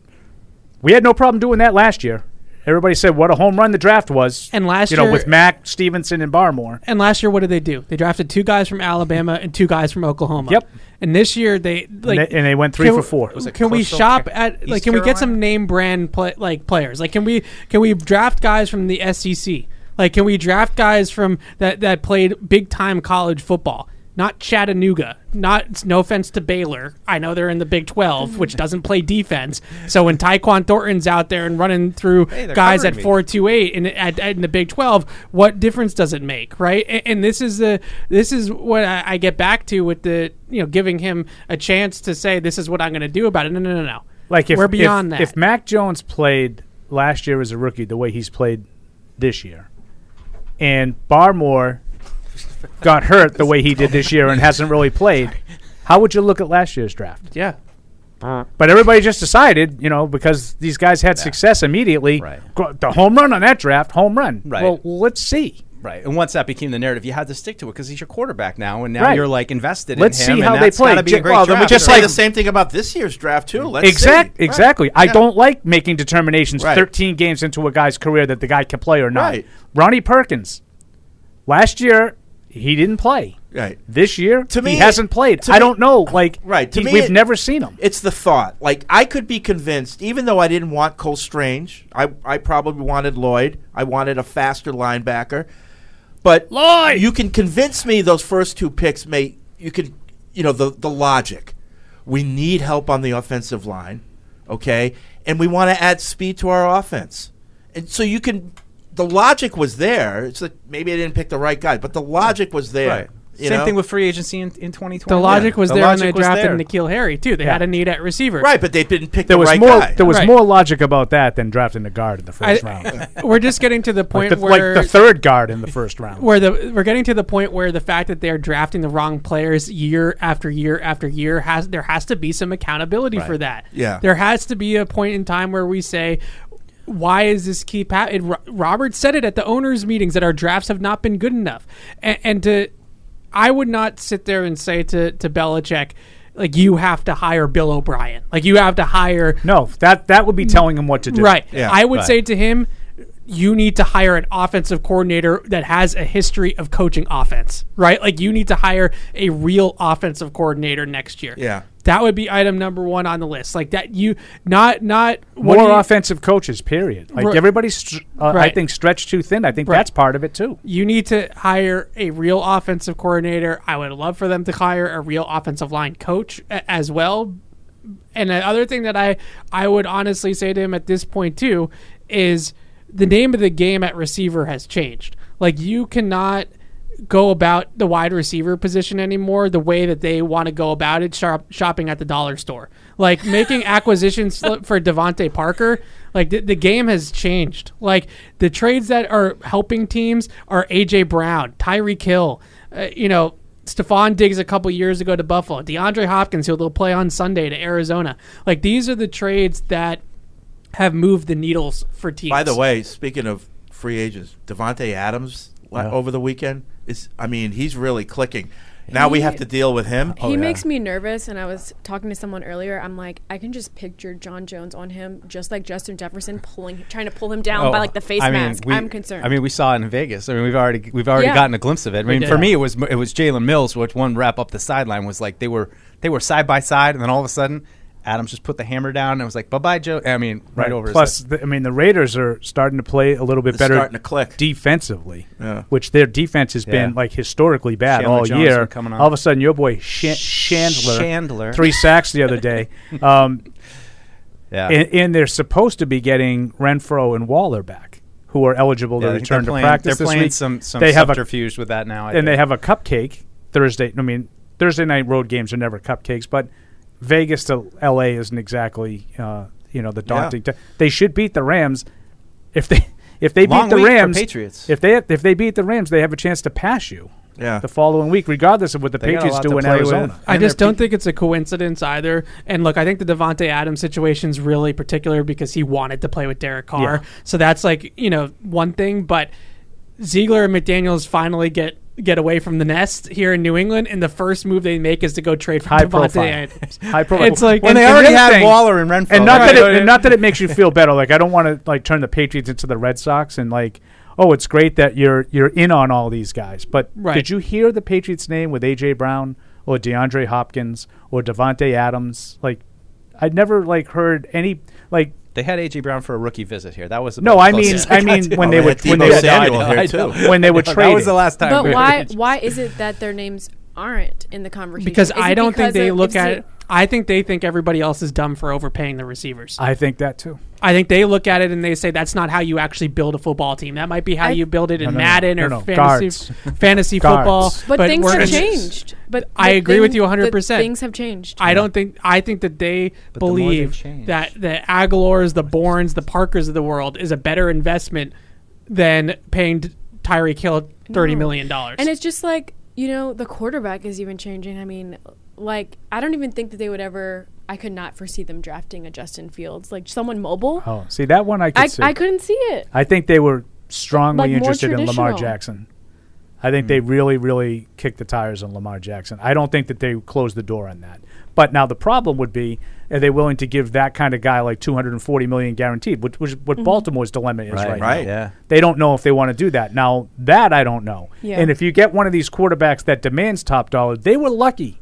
[SPEAKER 5] we had no problem doing that last year. Everybody said what a home run the draft was,
[SPEAKER 6] And last
[SPEAKER 5] you know
[SPEAKER 6] year-
[SPEAKER 5] with Mac Stevenson and Barmore.
[SPEAKER 6] And last year, what did they do? They drafted two guys from Alabama and two guys from Oklahoma. Yep. And this year, they like
[SPEAKER 5] they- and they went three
[SPEAKER 6] can-
[SPEAKER 5] for four. Was it
[SPEAKER 6] Can we
[SPEAKER 5] Coastal
[SPEAKER 6] shop
[SPEAKER 5] Ca-
[SPEAKER 6] at like?
[SPEAKER 5] East
[SPEAKER 6] Can we get some name brand pla like players? Like, can we can we draft guys from the SEC? Like, can we draft guys from that that played big time college football? Not Chattanooga. Not no offense to Baylor. I know they're in the Big Twelve, which doesn't play defense. So when Tyquan Thornton's out there and running through
[SPEAKER 3] Hey, they're
[SPEAKER 6] guys at
[SPEAKER 3] covering me.
[SPEAKER 6] four two eight in at, at- in the Big Twelve, what difference does it make, right? And, and this is the this is what I, I get back to with the you know giving him a chance to say this is what I'm going to do about it. No, no, no, no.
[SPEAKER 5] Like if
[SPEAKER 6] we're beyond
[SPEAKER 5] if,
[SPEAKER 6] that.
[SPEAKER 5] If Mac Jones played last year as a rookie the way he's played this year, and Barmore got hurt the way he did this year and hasn't really played, how would you look at last year's draft?
[SPEAKER 6] yeah.
[SPEAKER 5] But everybody just decided, you know, because these guys had success immediately. go- The home run on that draft, home run.
[SPEAKER 4] Right.
[SPEAKER 5] Well, let's see.
[SPEAKER 4] Right, and once that became the narrative, you had to stick to it because he's your quarterback now, and now
[SPEAKER 5] Right.
[SPEAKER 4] you're like invested
[SPEAKER 5] Let's
[SPEAKER 4] in
[SPEAKER 5] see
[SPEAKER 4] him.
[SPEAKER 5] how
[SPEAKER 4] and
[SPEAKER 5] they
[SPEAKER 4] that's
[SPEAKER 5] play.
[SPEAKER 4] gotta Be
[SPEAKER 5] Ju-
[SPEAKER 4] a great
[SPEAKER 5] well, then we
[SPEAKER 4] draft.
[SPEAKER 5] just
[SPEAKER 1] Say
[SPEAKER 5] like-
[SPEAKER 1] the same thing about this year's draft too. Let's
[SPEAKER 5] exact,
[SPEAKER 1] see. Right.
[SPEAKER 5] Exactly. I
[SPEAKER 1] Yeah.
[SPEAKER 5] don't like making determinations
[SPEAKER 1] Right.
[SPEAKER 5] 13 games into a guy's career that the guy can play or not.
[SPEAKER 1] Right.
[SPEAKER 5] Ronnie Perkins, last year, he didn't play.
[SPEAKER 1] Right.
[SPEAKER 5] This year,
[SPEAKER 1] To me,
[SPEAKER 5] he hasn't played.
[SPEAKER 1] to
[SPEAKER 5] I
[SPEAKER 1] me-
[SPEAKER 5] don't know. Like,
[SPEAKER 1] Right. To
[SPEAKER 5] he-
[SPEAKER 1] me,
[SPEAKER 5] we've
[SPEAKER 1] it-
[SPEAKER 5] never seen him.
[SPEAKER 1] It's the thought. Like I could be convinced, even though I didn't want Cole Strange, I, I probably wanted Lloyd. I wanted a faster linebacker. But Lloyd! you can convince me those first two picks may you can you know, the the logic. We need help on the offensive line, okay? And we want to add speed to our offense. And so you can the logic was there. It's like maybe I didn't pick the right guy, but the logic was there.
[SPEAKER 4] Right.
[SPEAKER 1] you
[SPEAKER 4] Same
[SPEAKER 1] know?
[SPEAKER 4] thing with free agency in, in 2020.
[SPEAKER 6] The logic was there when they
[SPEAKER 4] logic was
[SPEAKER 6] drafted
[SPEAKER 4] there.
[SPEAKER 6] Nikhil Harry too. They
[SPEAKER 4] Yeah.
[SPEAKER 6] had a need at receiver.
[SPEAKER 1] Right, but they didn't pick
[SPEAKER 5] There
[SPEAKER 1] the
[SPEAKER 5] was
[SPEAKER 1] right
[SPEAKER 5] more.
[SPEAKER 1] guy.
[SPEAKER 5] There was
[SPEAKER 6] Right.
[SPEAKER 5] more logic about that than drafting the guard in the
[SPEAKER 6] <laughs>
[SPEAKER 5] first
[SPEAKER 6] I-
[SPEAKER 5] round.
[SPEAKER 6] we're just getting to the
[SPEAKER 5] Like
[SPEAKER 6] point
[SPEAKER 5] the,
[SPEAKER 6] where
[SPEAKER 5] like the third guard in the first round.
[SPEAKER 6] where the we're getting to the point where the fact that they're drafting the wrong players year after year after year has there has to be some accountability for
[SPEAKER 1] Right.
[SPEAKER 6] that.
[SPEAKER 1] Yeah.
[SPEAKER 6] there has to be a point in time where we say. Why is this keep happening? Robert said it at the owners' meetings that our drafts have not been good enough, and, and to, I would not sit there and say to to Belichick, like you have to hire Bill O'Brien, like you have to hire.
[SPEAKER 5] No, that that would be telling him what to do.
[SPEAKER 6] Right.
[SPEAKER 5] Yeah,
[SPEAKER 6] I would
[SPEAKER 5] right.
[SPEAKER 6] say to him, you need to hire an offensive coordinator that has a history of coaching offense, right? Like you need to hire a real offensive coordinator next year.
[SPEAKER 1] Yeah.
[SPEAKER 6] That would be item number one on the list. Like that, you not not what
[SPEAKER 5] More
[SPEAKER 6] do you-
[SPEAKER 5] offensive coaches. Period. Like
[SPEAKER 6] Right.
[SPEAKER 5] everybody's, str- uh, I
[SPEAKER 6] Right.
[SPEAKER 5] think stretched too thin. I think
[SPEAKER 6] Right.
[SPEAKER 5] that's part of it too.
[SPEAKER 6] You need to hire a real offensive coordinator. I would love for them to hire a real offensive line coach a- as well. And the other thing that I I would honestly say to him at this point too is the name of the game at receiver has changed. Like you cannot go about the wide receiver position anymore the way that they want to go about it shop, shopping at the dollar store like making acquisitions li- for devonte parker like the, the game has changed like the trades that are helping teams are aj brown tyree kill uh, you know Stephon Diggs a couple years ago to Buffalo, DeAndre Hopkins, who they'll play on Sunday to Arizona. Like these are the trades that have moved the needles for teams.
[SPEAKER 1] By the way, speaking of free agents, Devonte Adams la-
[SPEAKER 6] Yeah.
[SPEAKER 1] over the weekend is. I mean, he's really clicking. Now we
[SPEAKER 8] He- Oh,
[SPEAKER 1] have to deal with him. Oh,
[SPEAKER 8] he makes me nervous, and I was talking to someone earlier. I'm like, I can just picture John Jones on him, just like Justin Jefferson pulling, trying to pull him down
[SPEAKER 4] Oh,
[SPEAKER 8] by like the face
[SPEAKER 4] I mean,
[SPEAKER 8] mask.
[SPEAKER 4] we-
[SPEAKER 8] I'm concerned.
[SPEAKER 4] I mean, we saw it in Vegas. I mean, we've already we've already
[SPEAKER 8] Yeah.
[SPEAKER 4] gotten a glimpse of it. I
[SPEAKER 8] We
[SPEAKER 4] mean,
[SPEAKER 8] did.
[SPEAKER 4] for me, it was it was Jalen Mills, which one wrap up the sideline was like they were they were side by side, and then all of a sudden, Adams just put the hammer down and it was like bye bye Joe. I mean, right, over. his
[SPEAKER 5] Plus,
[SPEAKER 4] head.
[SPEAKER 5] the, I mean, the Raiders are starting to play a little bit
[SPEAKER 4] They're
[SPEAKER 5] better.
[SPEAKER 4] starting to click.
[SPEAKER 5] defensively,
[SPEAKER 4] Yeah.
[SPEAKER 5] which their defense has been
[SPEAKER 4] Yeah.
[SPEAKER 5] like historically bad
[SPEAKER 4] Chandler
[SPEAKER 5] all
[SPEAKER 4] Jones
[SPEAKER 5] year.
[SPEAKER 4] been coming on.
[SPEAKER 5] All of a sudden, your boy Shan- Chandler,
[SPEAKER 4] Chandler.
[SPEAKER 5] three sacks the other
[SPEAKER 4] <laughs>
[SPEAKER 5] day. Um,
[SPEAKER 4] Yeah.
[SPEAKER 5] and, and they're supposed to be getting Renfro and Waller back. who are eligible
[SPEAKER 4] Yeah,
[SPEAKER 5] to
[SPEAKER 4] I think
[SPEAKER 5] return
[SPEAKER 4] they're
[SPEAKER 5] to
[SPEAKER 4] playing-
[SPEAKER 5] practice
[SPEAKER 4] they're
[SPEAKER 5] this
[SPEAKER 4] playing
[SPEAKER 5] week.
[SPEAKER 4] some- some
[SPEAKER 5] they have
[SPEAKER 4] subterfuge
[SPEAKER 5] a,
[SPEAKER 4] with that now, I
[SPEAKER 5] and they
[SPEAKER 4] think.
[SPEAKER 5] have a cupcake Thursday. I mean, Thursday night road games are never cupcakes, but Vegas to L.A. isn't exactly uh, you know the
[SPEAKER 4] Yeah.
[SPEAKER 5] daunting. ta- they should beat the Rams if they <laughs> if they beat
[SPEAKER 4] Long
[SPEAKER 5] the
[SPEAKER 4] week for
[SPEAKER 5] Rams.
[SPEAKER 4] Patriots.
[SPEAKER 5] If they if they beat the Rams, they have a chance to pass you.
[SPEAKER 1] Yeah.
[SPEAKER 5] The following week, regardless of what the
[SPEAKER 4] They got a
[SPEAKER 5] Patriots
[SPEAKER 4] lot
[SPEAKER 5] do
[SPEAKER 4] to
[SPEAKER 5] in
[SPEAKER 4] play with.
[SPEAKER 5] Arizona.
[SPEAKER 6] I just don't think it's a coincidence either. And look, I think the Devonte Adams situation is really particular because he wanted to play with Derek Carr.
[SPEAKER 5] Yeah.
[SPEAKER 6] So that's like you know one thing, but Ziegler and McDaniel's finally get get away from the nest here in New England, and the first move they make is to go trade for
[SPEAKER 5] High
[SPEAKER 6] Devonte
[SPEAKER 5] profile.
[SPEAKER 6] Adams.
[SPEAKER 5] High profile.
[SPEAKER 6] It's like
[SPEAKER 5] And- and the other thing- And not that it, and
[SPEAKER 6] not
[SPEAKER 5] not that it makes you feel better. Like I don't want to like turn the Patriots into the Red Sox and like, oh, it's great that you're you're in on all these guys. But
[SPEAKER 6] Right.
[SPEAKER 5] did you hear the Patriots name with AJ Brown or DeAndre Hopkins or Devontae Adams? Like, I'd never like heard any like.
[SPEAKER 4] They had AJ Brown for a rookie visit here. That was about
[SPEAKER 5] No,
[SPEAKER 4] the
[SPEAKER 5] I
[SPEAKER 4] <laughs>
[SPEAKER 5] mean,
[SPEAKER 4] closest
[SPEAKER 5] I
[SPEAKER 4] got
[SPEAKER 5] mean
[SPEAKER 4] to
[SPEAKER 5] when
[SPEAKER 4] it.
[SPEAKER 5] they
[SPEAKER 4] Oh,
[SPEAKER 5] were
[SPEAKER 4] had
[SPEAKER 5] when
[SPEAKER 4] Debo
[SPEAKER 5] they were
[SPEAKER 4] Samuel here, too.
[SPEAKER 5] when they were
[SPEAKER 4] <laughs> That
[SPEAKER 5] trading.
[SPEAKER 4] was the last time. we
[SPEAKER 8] But
[SPEAKER 4] were-
[SPEAKER 8] why why is it that their names aren't in the conversation?
[SPEAKER 6] because
[SPEAKER 8] Is
[SPEAKER 6] I
[SPEAKER 8] it
[SPEAKER 6] don't
[SPEAKER 8] because
[SPEAKER 6] think they
[SPEAKER 8] of-
[SPEAKER 6] look
[SPEAKER 8] is
[SPEAKER 6] at it. I think they think everybody else is dumb for overpaying the receivers.
[SPEAKER 5] I think that too.
[SPEAKER 6] I think they look at it and they say that's not how you actually build a football team. That might be how
[SPEAKER 8] I-
[SPEAKER 6] you build it in
[SPEAKER 5] No, no, no.
[SPEAKER 6] Madden
[SPEAKER 5] No,
[SPEAKER 6] or
[SPEAKER 5] no. Guards.
[SPEAKER 6] fantasy <laughs> fantasy
[SPEAKER 5] Guards.
[SPEAKER 6] football.
[SPEAKER 8] But things
[SPEAKER 6] we're-
[SPEAKER 8] have changed. But
[SPEAKER 6] I
[SPEAKER 8] the
[SPEAKER 6] agree with
[SPEAKER 8] thing-
[SPEAKER 6] you
[SPEAKER 8] the
[SPEAKER 6] 100%.
[SPEAKER 8] Things have changed.
[SPEAKER 6] I don't think I think that they
[SPEAKER 8] the more they've
[SPEAKER 6] believe that the Aguilars, the Bournes, the Parkers of the world is a better investment than paying D- Tyreek Hill thirty million dollars.
[SPEAKER 8] And it's just like, you know, the quarterback is even changing. I mean, like, I don't even think that they would ever. I could not foresee them drafting a Justin Fields, like someone mobile.
[SPEAKER 5] Oh, see that one I could
[SPEAKER 8] I,
[SPEAKER 5] see.
[SPEAKER 8] I couldn't see it.
[SPEAKER 5] I think they were strongly
[SPEAKER 8] Like, more
[SPEAKER 5] interested in Lamar
[SPEAKER 8] traditional.
[SPEAKER 5] Jackson. I think
[SPEAKER 1] Hmm.
[SPEAKER 5] they really, really kicked the tires on Lamar Jackson. I don't think that they closed the door on that. But now the problem would be: Are they willing to give that kind of guy like 240 million guaranteed, which, which is what
[SPEAKER 8] Mm-hmm.
[SPEAKER 4] Mhm.
[SPEAKER 5] Baltimore's dilemma is
[SPEAKER 4] Right,
[SPEAKER 5] right,
[SPEAKER 4] right,
[SPEAKER 5] now?
[SPEAKER 4] yeah.
[SPEAKER 5] They don't know if they want to do that. Now that I don't know.
[SPEAKER 4] Yeah.
[SPEAKER 5] And if you get one of these quarterbacks that demands top dollar, they were lucky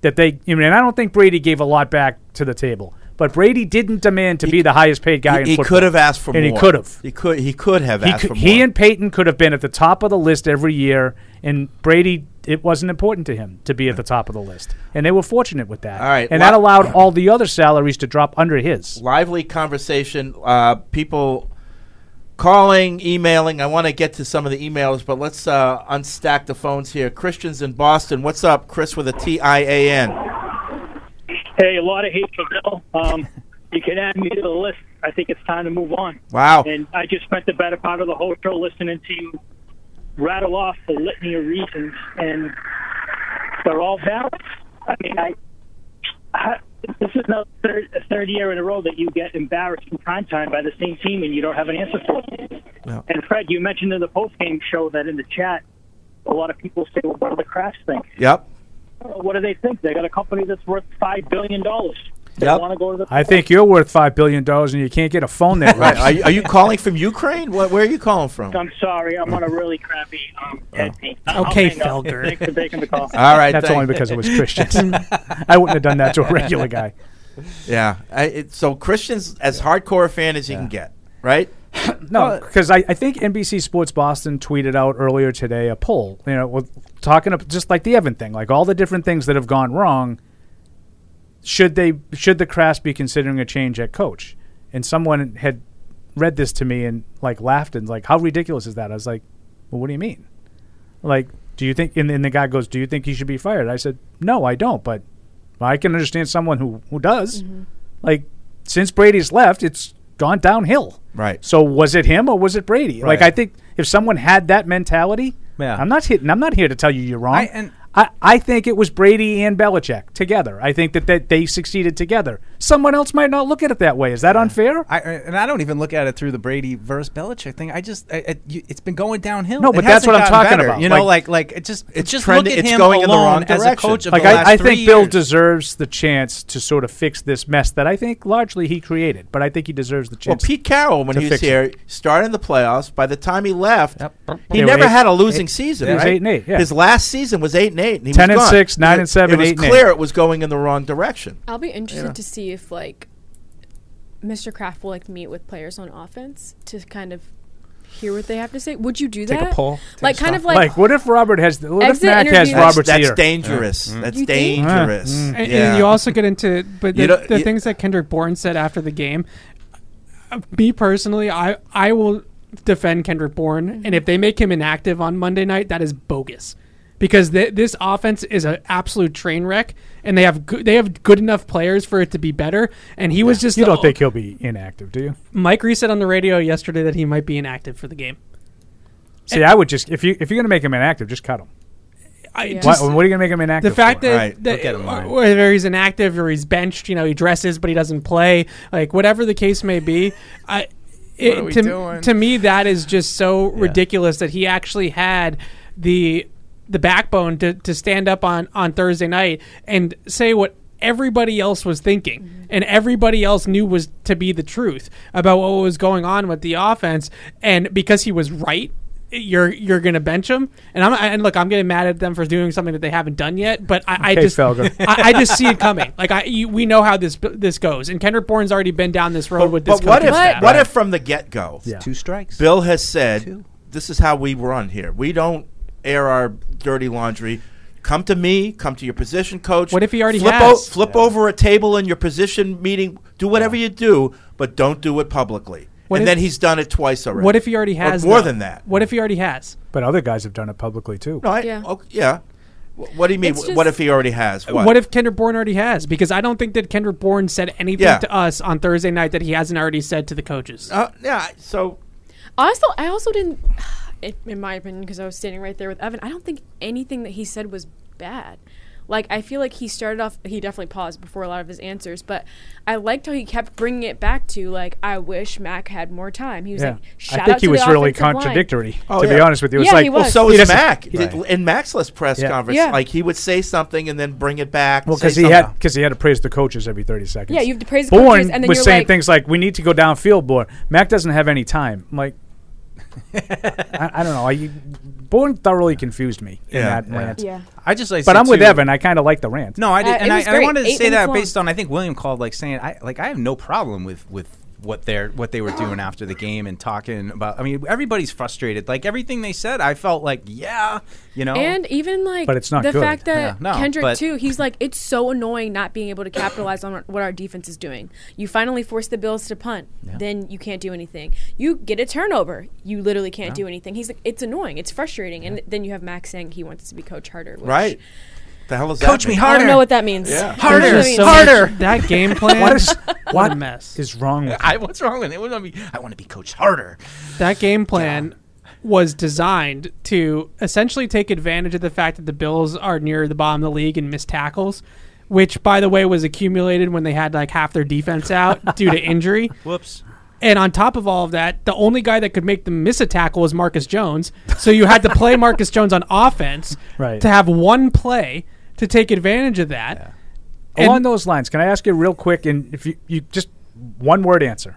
[SPEAKER 5] that they. I mean, and I don't think Brady gave a lot back to the table, but Brady didn't demand to be the highest paid guy. in
[SPEAKER 1] He, he
[SPEAKER 5] football.
[SPEAKER 1] could have asked for
[SPEAKER 5] and
[SPEAKER 1] more.
[SPEAKER 5] he could have.
[SPEAKER 1] He could. He could have
[SPEAKER 5] He,
[SPEAKER 1] asked
[SPEAKER 5] cou-
[SPEAKER 1] for more.
[SPEAKER 5] he and Peyton could have been at the top of the list every year, and Brady, it wasn't important to him to be at the top of the list. And they were fortunate with that.
[SPEAKER 1] All right,
[SPEAKER 5] And
[SPEAKER 1] well-
[SPEAKER 5] that allowed all the other salaries to drop under his.
[SPEAKER 1] lively conversation. Uh, people calling, emailing. I want to get to some of the emails, but let's uh, unstack the phones here. Christian's in Boston. What's up, Chris? With a T I A N.
[SPEAKER 3] Hey, a lot of hate for Bill. Um, <laughs> you can add me to the list. I think it's time to move on.
[SPEAKER 1] Wow.
[SPEAKER 3] And I just spent the better part of the whole show listening to you rattle off the litany of reasons, and they're all valid. I mean, I, I this is now third third year in a row that you get embarrassed in prime time by the same team, and you don't have an answer for it.
[SPEAKER 1] No.
[SPEAKER 3] And Fred, you mentioned in the post game show that in the chat, a lot of people say, "Well, what do the crafts think?"
[SPEAKER 1] Yep.
[SPEAKER 3] What do they think? They got a company that's worth five billion dollars. They
[SPEAKER 5] Yep.
[SPEAKER 3] want to go to the.
[SPEAKER 5] I think you're worth $5 billion, and you can't get a phone that
[SPEAKER 1] Right.
[SPEAKER 5] right.
[SPEAKER 1] Are you, are you calling from Ukraine? What, where are you calling from? Uh,
[SPEAKER 3] I'm sorry. I'm on a really crappy. Um, deadbeat. I'll
[SPEAKER 6] Okay,
[SPEAKER 3] hang up.
[SPEAKER 6] Felger.
[SPEAKER 3] Thanks for taking the call.
[SPEAKER 1] All right.
[SPEAKER 5] That's
[SPEAKER 1] thank-
[SPEAKER 5] only because it was
[SPEAKER 1] <laughs>
[SPEAKER 5] Christians. I wouldn't have done that to a regular guy.
[SPEAKER 1] Yeah. I, it, so Christian's as hardcore a fan as you can get, right?
[SPEAKER 5] No, because I, I think NBC Sports Boston tweeted out earlier today a poll, you know, with talking up just like the Evan thing, like all the different things that have gone wrong. Should they should the Crafts be considering a change at coach? And someone had read this to me and like laughed and like, how ridiculous is that? I was like, well, what do you mean? Like, do you think? And, and the guy goes, do you think he should be fired? I said, no, I don't, but I can understand someone who who does. Like, since Brady's left, it's gone downhill.
[SPEAKER 1] Right.
[SPEAKER 5] So was it him or was it Brady? Like I
[SPEAKER 4] Right.
[SPEAKER 5] think if someone had that mentality,
[SPEAKER 4] Yeah.
[SPEAKER 5] I'm not hitting. I'm not here to tell you you're wrong.
[SPEAKER 4] I-
[SPEAKER 5] I,
[SPEAKER 4] and-
[SPEAKER 5] I, think it was Brady and Belichick together. I think that, that they succeeded together. Someone else might not look at it that way. Is that unfair?
[SPEAKER 4] I, I- and I don't even look at it through the Brady versus Belichick thing. I just I, I, you, it's been going downhill.
[SPEAKER 5] No,
[SPEAKER 4] It
[SPEAKER 5] but that's
[SPEAKER 4] hasn't
[SPEAKER 5] what I'm
[SPEAKER 4] gotten
[SPEAKER 5] talking
[SPEAKER 4] better.
[SPEAKER 5] about.
[SPEAKER 4] You know,
[SPEAKER 5] Like-
[SPEAKER 4] like like it just it's just
[SPEAKER 1] trend-
[SPEAKER 4] look at
[SPEAKER 1] it's
[SPEAKER 4] him
[SPEAKER 1] going in the
[SPEAKER 4] alone
[SPEAKER 1] wrong
[SPEAKER 4] as a
[SPEAKER 1] direction.
[SPEAKER 4] coach of
[SPEAKER 5] like
[SPEAKER 4] the
[SPEAKER 5] I,
[SPEAKER 4] last
[SPEAKER 5] I
[SPEAKER 4] three
[SPEAKER 5] think Bill
[SPEAKER 4] years.
[SPEAKER 5] deserves the chance to sort of fix this mess that I think largely he created, but I think he deserves the
[SPEAKER 1] Well,
[SPEAKER 5] chance.
[SPEAKER 1] Pete Carroll, when
[SPEAKER 5] to
[SPEAKER 1] he was
[SPEAKER 5] fix it.
[SPEAKER 1] here, started in the playoffs. By the time he left, he
[SPEAKER 5] They were
[SPEAKER 1] never
[SPEAKER 5] eight-
[SPEAKER 1] had a losing
[SPEAKER 5] eight-
[SPEAKER 1] season.
[SPEAKER 5] he was
[SPEAKER 1] right?
[SPEAKER 5] eight and eight, yeah.
[SPEAKER 1] His last season was eight and eight. And he was
[SPEAKER 5] 10 and
[SPEAKER 1] gone.
[SPEAKER 5] six, nine and seven,
[SPEAKER 1] It was
[SPEAKER 5] eight and eight.
[SPEAKER 1] clear it was going in the wrong direction.
[SPEAKER 8] I'll be interested
[SPEAKER 1] Yeah.
[SPEAKER 8] to see if like Mr. Kraft will like meet with players on offense to kind of hear what they have to say. Would you do
[SPEAKER 5] Take a
[SPEAKER 8] that?
[SPEAKER 5] poll,
[SPEAKER 8] like kind of like,
[SPEAKER 5] like what if Robert has what if
[SPEAKER 8] Exit
[SPEAKER 5] Mac has
[SPEAKER 8] interview-
[SPEAKER 1] That's-
[SPEAKER 5] Robert's
[SPEAKER 1] that's
[SPEAKER 5] ear?
[SPEAKER 1] dangerous. Yeah. That's You think? dangerous.
[SPEAKER 5] Uh,
[SPEAKER 6] And, and
[SPEAKER 1] Yeah.
[SPEAKER 6] you also get into but
[SPEAKER 1] You
[SPEAKER 6] the,
[SPEAKER 1] don't-
[SPEAKER 6] the
[SPEAKER 1] you-
[SPEAKER 6] things that Kendrick Bourne said after the game. uh, Me personally, I I will defend Kendrick Bourne, and if they make him inactive on Monday night, that is bogus. Because th- this offense is an absolute train wreck, and they have good they have good enough players for it to be better. And he was just
[SPEAKER 5] You
[SPEAKER 6] the-
[SPEAKER 5] don't think he'll be inactive, do you?
[SPEAKER 6] Mike Reese said on the radio yesterday that he might be inactive for the game.
[SPEAKER 5] See, I would just if you if you're going to make him inactive, just cut him.
[SPEAKER 6] I
[SPEAKER 5] Why-
[SPEAKER 6] just-
[SPEAKER 5] what, are you going to make him inactive?
[SPEAKER 6] The fact
[SPEAKER 5] for?
[SPEAKER 6] that, that
[SPEAKER 5] uh,
[SPEAKER 6] or- whether he's inactive or he's benched, you know, he dresses but he doesn't play, like whatever the case may be, <laughs> I
[SPEAKER 10] are we
[SPEAKER 6] it, to,
[SPEAKER 10] doing?
[SPEAKER 6] to me that is just so ridiculous that he actually had the the backbone to, to stand up on on Thursday night and say what everybody else was thinking and everybody else knew was to be the truth about what was going on with the offense and because he was right you're you're gonna bench him and I'm and look I'm getting mad at them for doing something that they haven't done yet but I, I
[SPEAKER 5] Okay,
[SPEAKER 6] just I,
[SPEAKER 5] Felger.
[SPEAKER 6] I just see it coming like I you, we know how this this goes and Kendrick Bourne's already been down this road with this
[SPEAKER 1] But what
[SPEAKER 6] coaching
[SPEAKER 1] if
[SPEAKER 6] staff.
[SPEAKER 1] what if from the get go,
[SPEAKER 6] Yeah. Two strikes.
[SPEAKER 1] Bill has said, "This is how we run here. We don't air our dirty laundry. Come to me. Come to your position coach.
[SPEAKER 6] What if he already
[SPEAKER 1] flip
[SPEAKER 6] has?
[SPEAKER 1] flip over a table in your position meeting? Do whatever you do, but don't do it publicly."
[SPEAKER 6] What
[SPEAKER 1] and
[SPEAKER 6] if-
[SPEAKER 1] then he's done it twice already.
[SPEAKER 6] What if he already
[SPEAKER 1] Or
[SPEAKER 6] has
[SPEAKER 1] more
[SPEAKER 6] though?
[SPEAKER 1] than that?
[SPEAKER 6] What if he already has?
[SPEAKER 5] But other guys have done it publicly too.
[SPEAKER 1] No, I, yeah. yeah. Wh- What do you mean?
[SPEAKER 6] It's
[SPEAKER 1] wh- what
[SPEAKER 6] just-
[SPEAKER 1] if he already has?
[SPEAKER 6] What? if Kendrick Bourne already has? Because I don't think that Kendrick Bourne said anything
[SPEAKER 1] Yeah.
[SPEAKER 6] to us on Thursday night that he hasn't already said to the coaches.
[SPEAKER 1] Uh, yeah. So
[SPEAKER 3] Also, I also didn't, <sighs> it, in my opinion, because I was standing right there with Evan. I don't think anything that he said was bad. Like I feel like he started off. He definitely paused before a lot of his answers, but I liked how he kept bringing it back to like, "I wish Mac had more time." He was like, "Shout
[SPEAKER 5] I think
[SPEAKER 3] out
[SPEAKER 5] he
[SPEAKER 3] to
[SPEAKER 5] was
[SPEAKER 3] the
[SPEAKER 5] really
[SPEAKER 3] offensive line."
[SPEAKER 5] contradictory.
[SPEAKER 1] Oh,
[SPEAKER 5] to be
[SPEAKER 1] yeah.
[SPEAKER 5] honest with you, it's
[SPEAKER 3] Yeah,
[SPEAKER 5] like
[SPEAKER 3] he
[SPEAKER 1] well,
[SPEAKER 3] was.
[SPEAKER 1] so
[SPEAKER 5] he
[SPEAKER 1] is
[SPEAKER 5] doesn't-
[SPEAKER 1] Mac
[SPEAKER 5] Right.
[SPEAKER 1] Did- in Mac's last press
[SPEAKER 5] Yeah.
[SPEAKER 1] conference.
[SPEAKER 3] Yeah.
[SPEAKER 1] Like he would say something and then bring it back.
[SPEAKER 5] Well,
[SPEAKER 1] say
[SPEAKER 5] because he
[SPEAKER 1] something.
[SPEAKER 5] had because he had to praise the coaches every thirty seconds.
[SPEAKER 3] Yeah, you have to praise the
[SPEAKER 5] Bourne
[SPEAKER 3] coaches, and then
[SPEAKER 5] was
[SPEAKER 3] you're
[SPEAKER 5] saying
[SPEAKER 3] like-
[SPEAKER 5] things like, "We need to go downfield." Bourne Mac doesn't have any time.
[SPEAKER 4] <laughs>
[SPEAKER 5] I'm like, I, I don't know. I, Bourne thoroughly confused me
[SPEAKER 4] Yeah,
[SPEAKER 5] in that
[SPEAKER 4] yeah.
[SPEAKER 5] rant.
[SPEAKER 4] Yeah. I just like to
[SPEAKER 5] but
[SPEAKER 4] say,
[SPEAKER 5] I'm with
[SPEAKER 4] too-
[SPEAKER 5] Evan. I kind of like the rant.
[SPEAKER 4] No, I did,
[SPEAKER 5] Uh,
[SPEAKER 4] not and
[SPEAKER 5] it
[SPEAKER 4] I,
[SPEAKER 5] was
[SPEAKER 4] and I
[SPEAKER 5] great.
[SPEAKER 4] wanted to
[SPEAKER 5] Eight
[SPEAKER 4] say that
[SPEAKER 5] minutes long.
[SPEAKER 4] based on I think William called like saying I like I have no problem with with what they're what they were doing after the game and talking about. I mean, everybody's frustrated. Like everything they said, I felt like yeah, you know.
[SPEAKER 3] And even like
[SPEAKER 4] But it's not
[SPEAKER 3] the
[SPEAKER 4] good.
[SPEAKER 3] fact that
[SPEAKER 4] Yeah, no,
[SPEAKER 3] Kendrick
[SPEAKER 4] but-
[SPEAKER 3] too, he's like, it's so annoying not being able to capitalize on what our defense is doing. You finally force the Bills to punt,
[SPEAKER 4] Yeah.
[SPEAKER 3] then you can't do anything. You get a turnover, you literally can't do anything. He's like, it's annoying, it's frustrating, and then you have Max saying he wants to be coach harder. Which
[SPEAKER 1] right. The hell is that?
[SPEAKER 3] Coach me
[SPEAKER 1] mean?
[SPEAKER 3] harder. I don't know what that means. Yeah. Harder,
[SPEAKER 6] There's just so
[SPEAKER 3] harder.
[SPEAKER 6] much- that game
[SPEAKER 5] <laughs>
[SPEAKER 6] plan.
[SPEAKER 4] What is-
[SPEAKER 6] what
[SPEAKER 4] what
[SPEAKER 6] a mess
[SPEAKER 5] is wrong? With
[SPEAKER 4] <laughs> I, what's wrong with it? What do I, mean? I want to be coached harder.
[SPEAKER 6] that game plan was designed to essentially take advantage of the fact that the Bills are near the bottom of the league and miss tackles, which by the way was accumulated when they had like half their defense out due to injury.
[SPEAKER 4] Whoops.
[SPEAKER 6] And on top of all of that, the only guy that could make them miss a tackle was Marcus Jones. So you had to play Marcus Jones on offense
[SPEAKER 5] Right.
[SPEAKER 6] to have one play to take advantage of that. And-
[SPEAKER 5] Along those lines, can I ask you real quick? And if you, you just one word answer,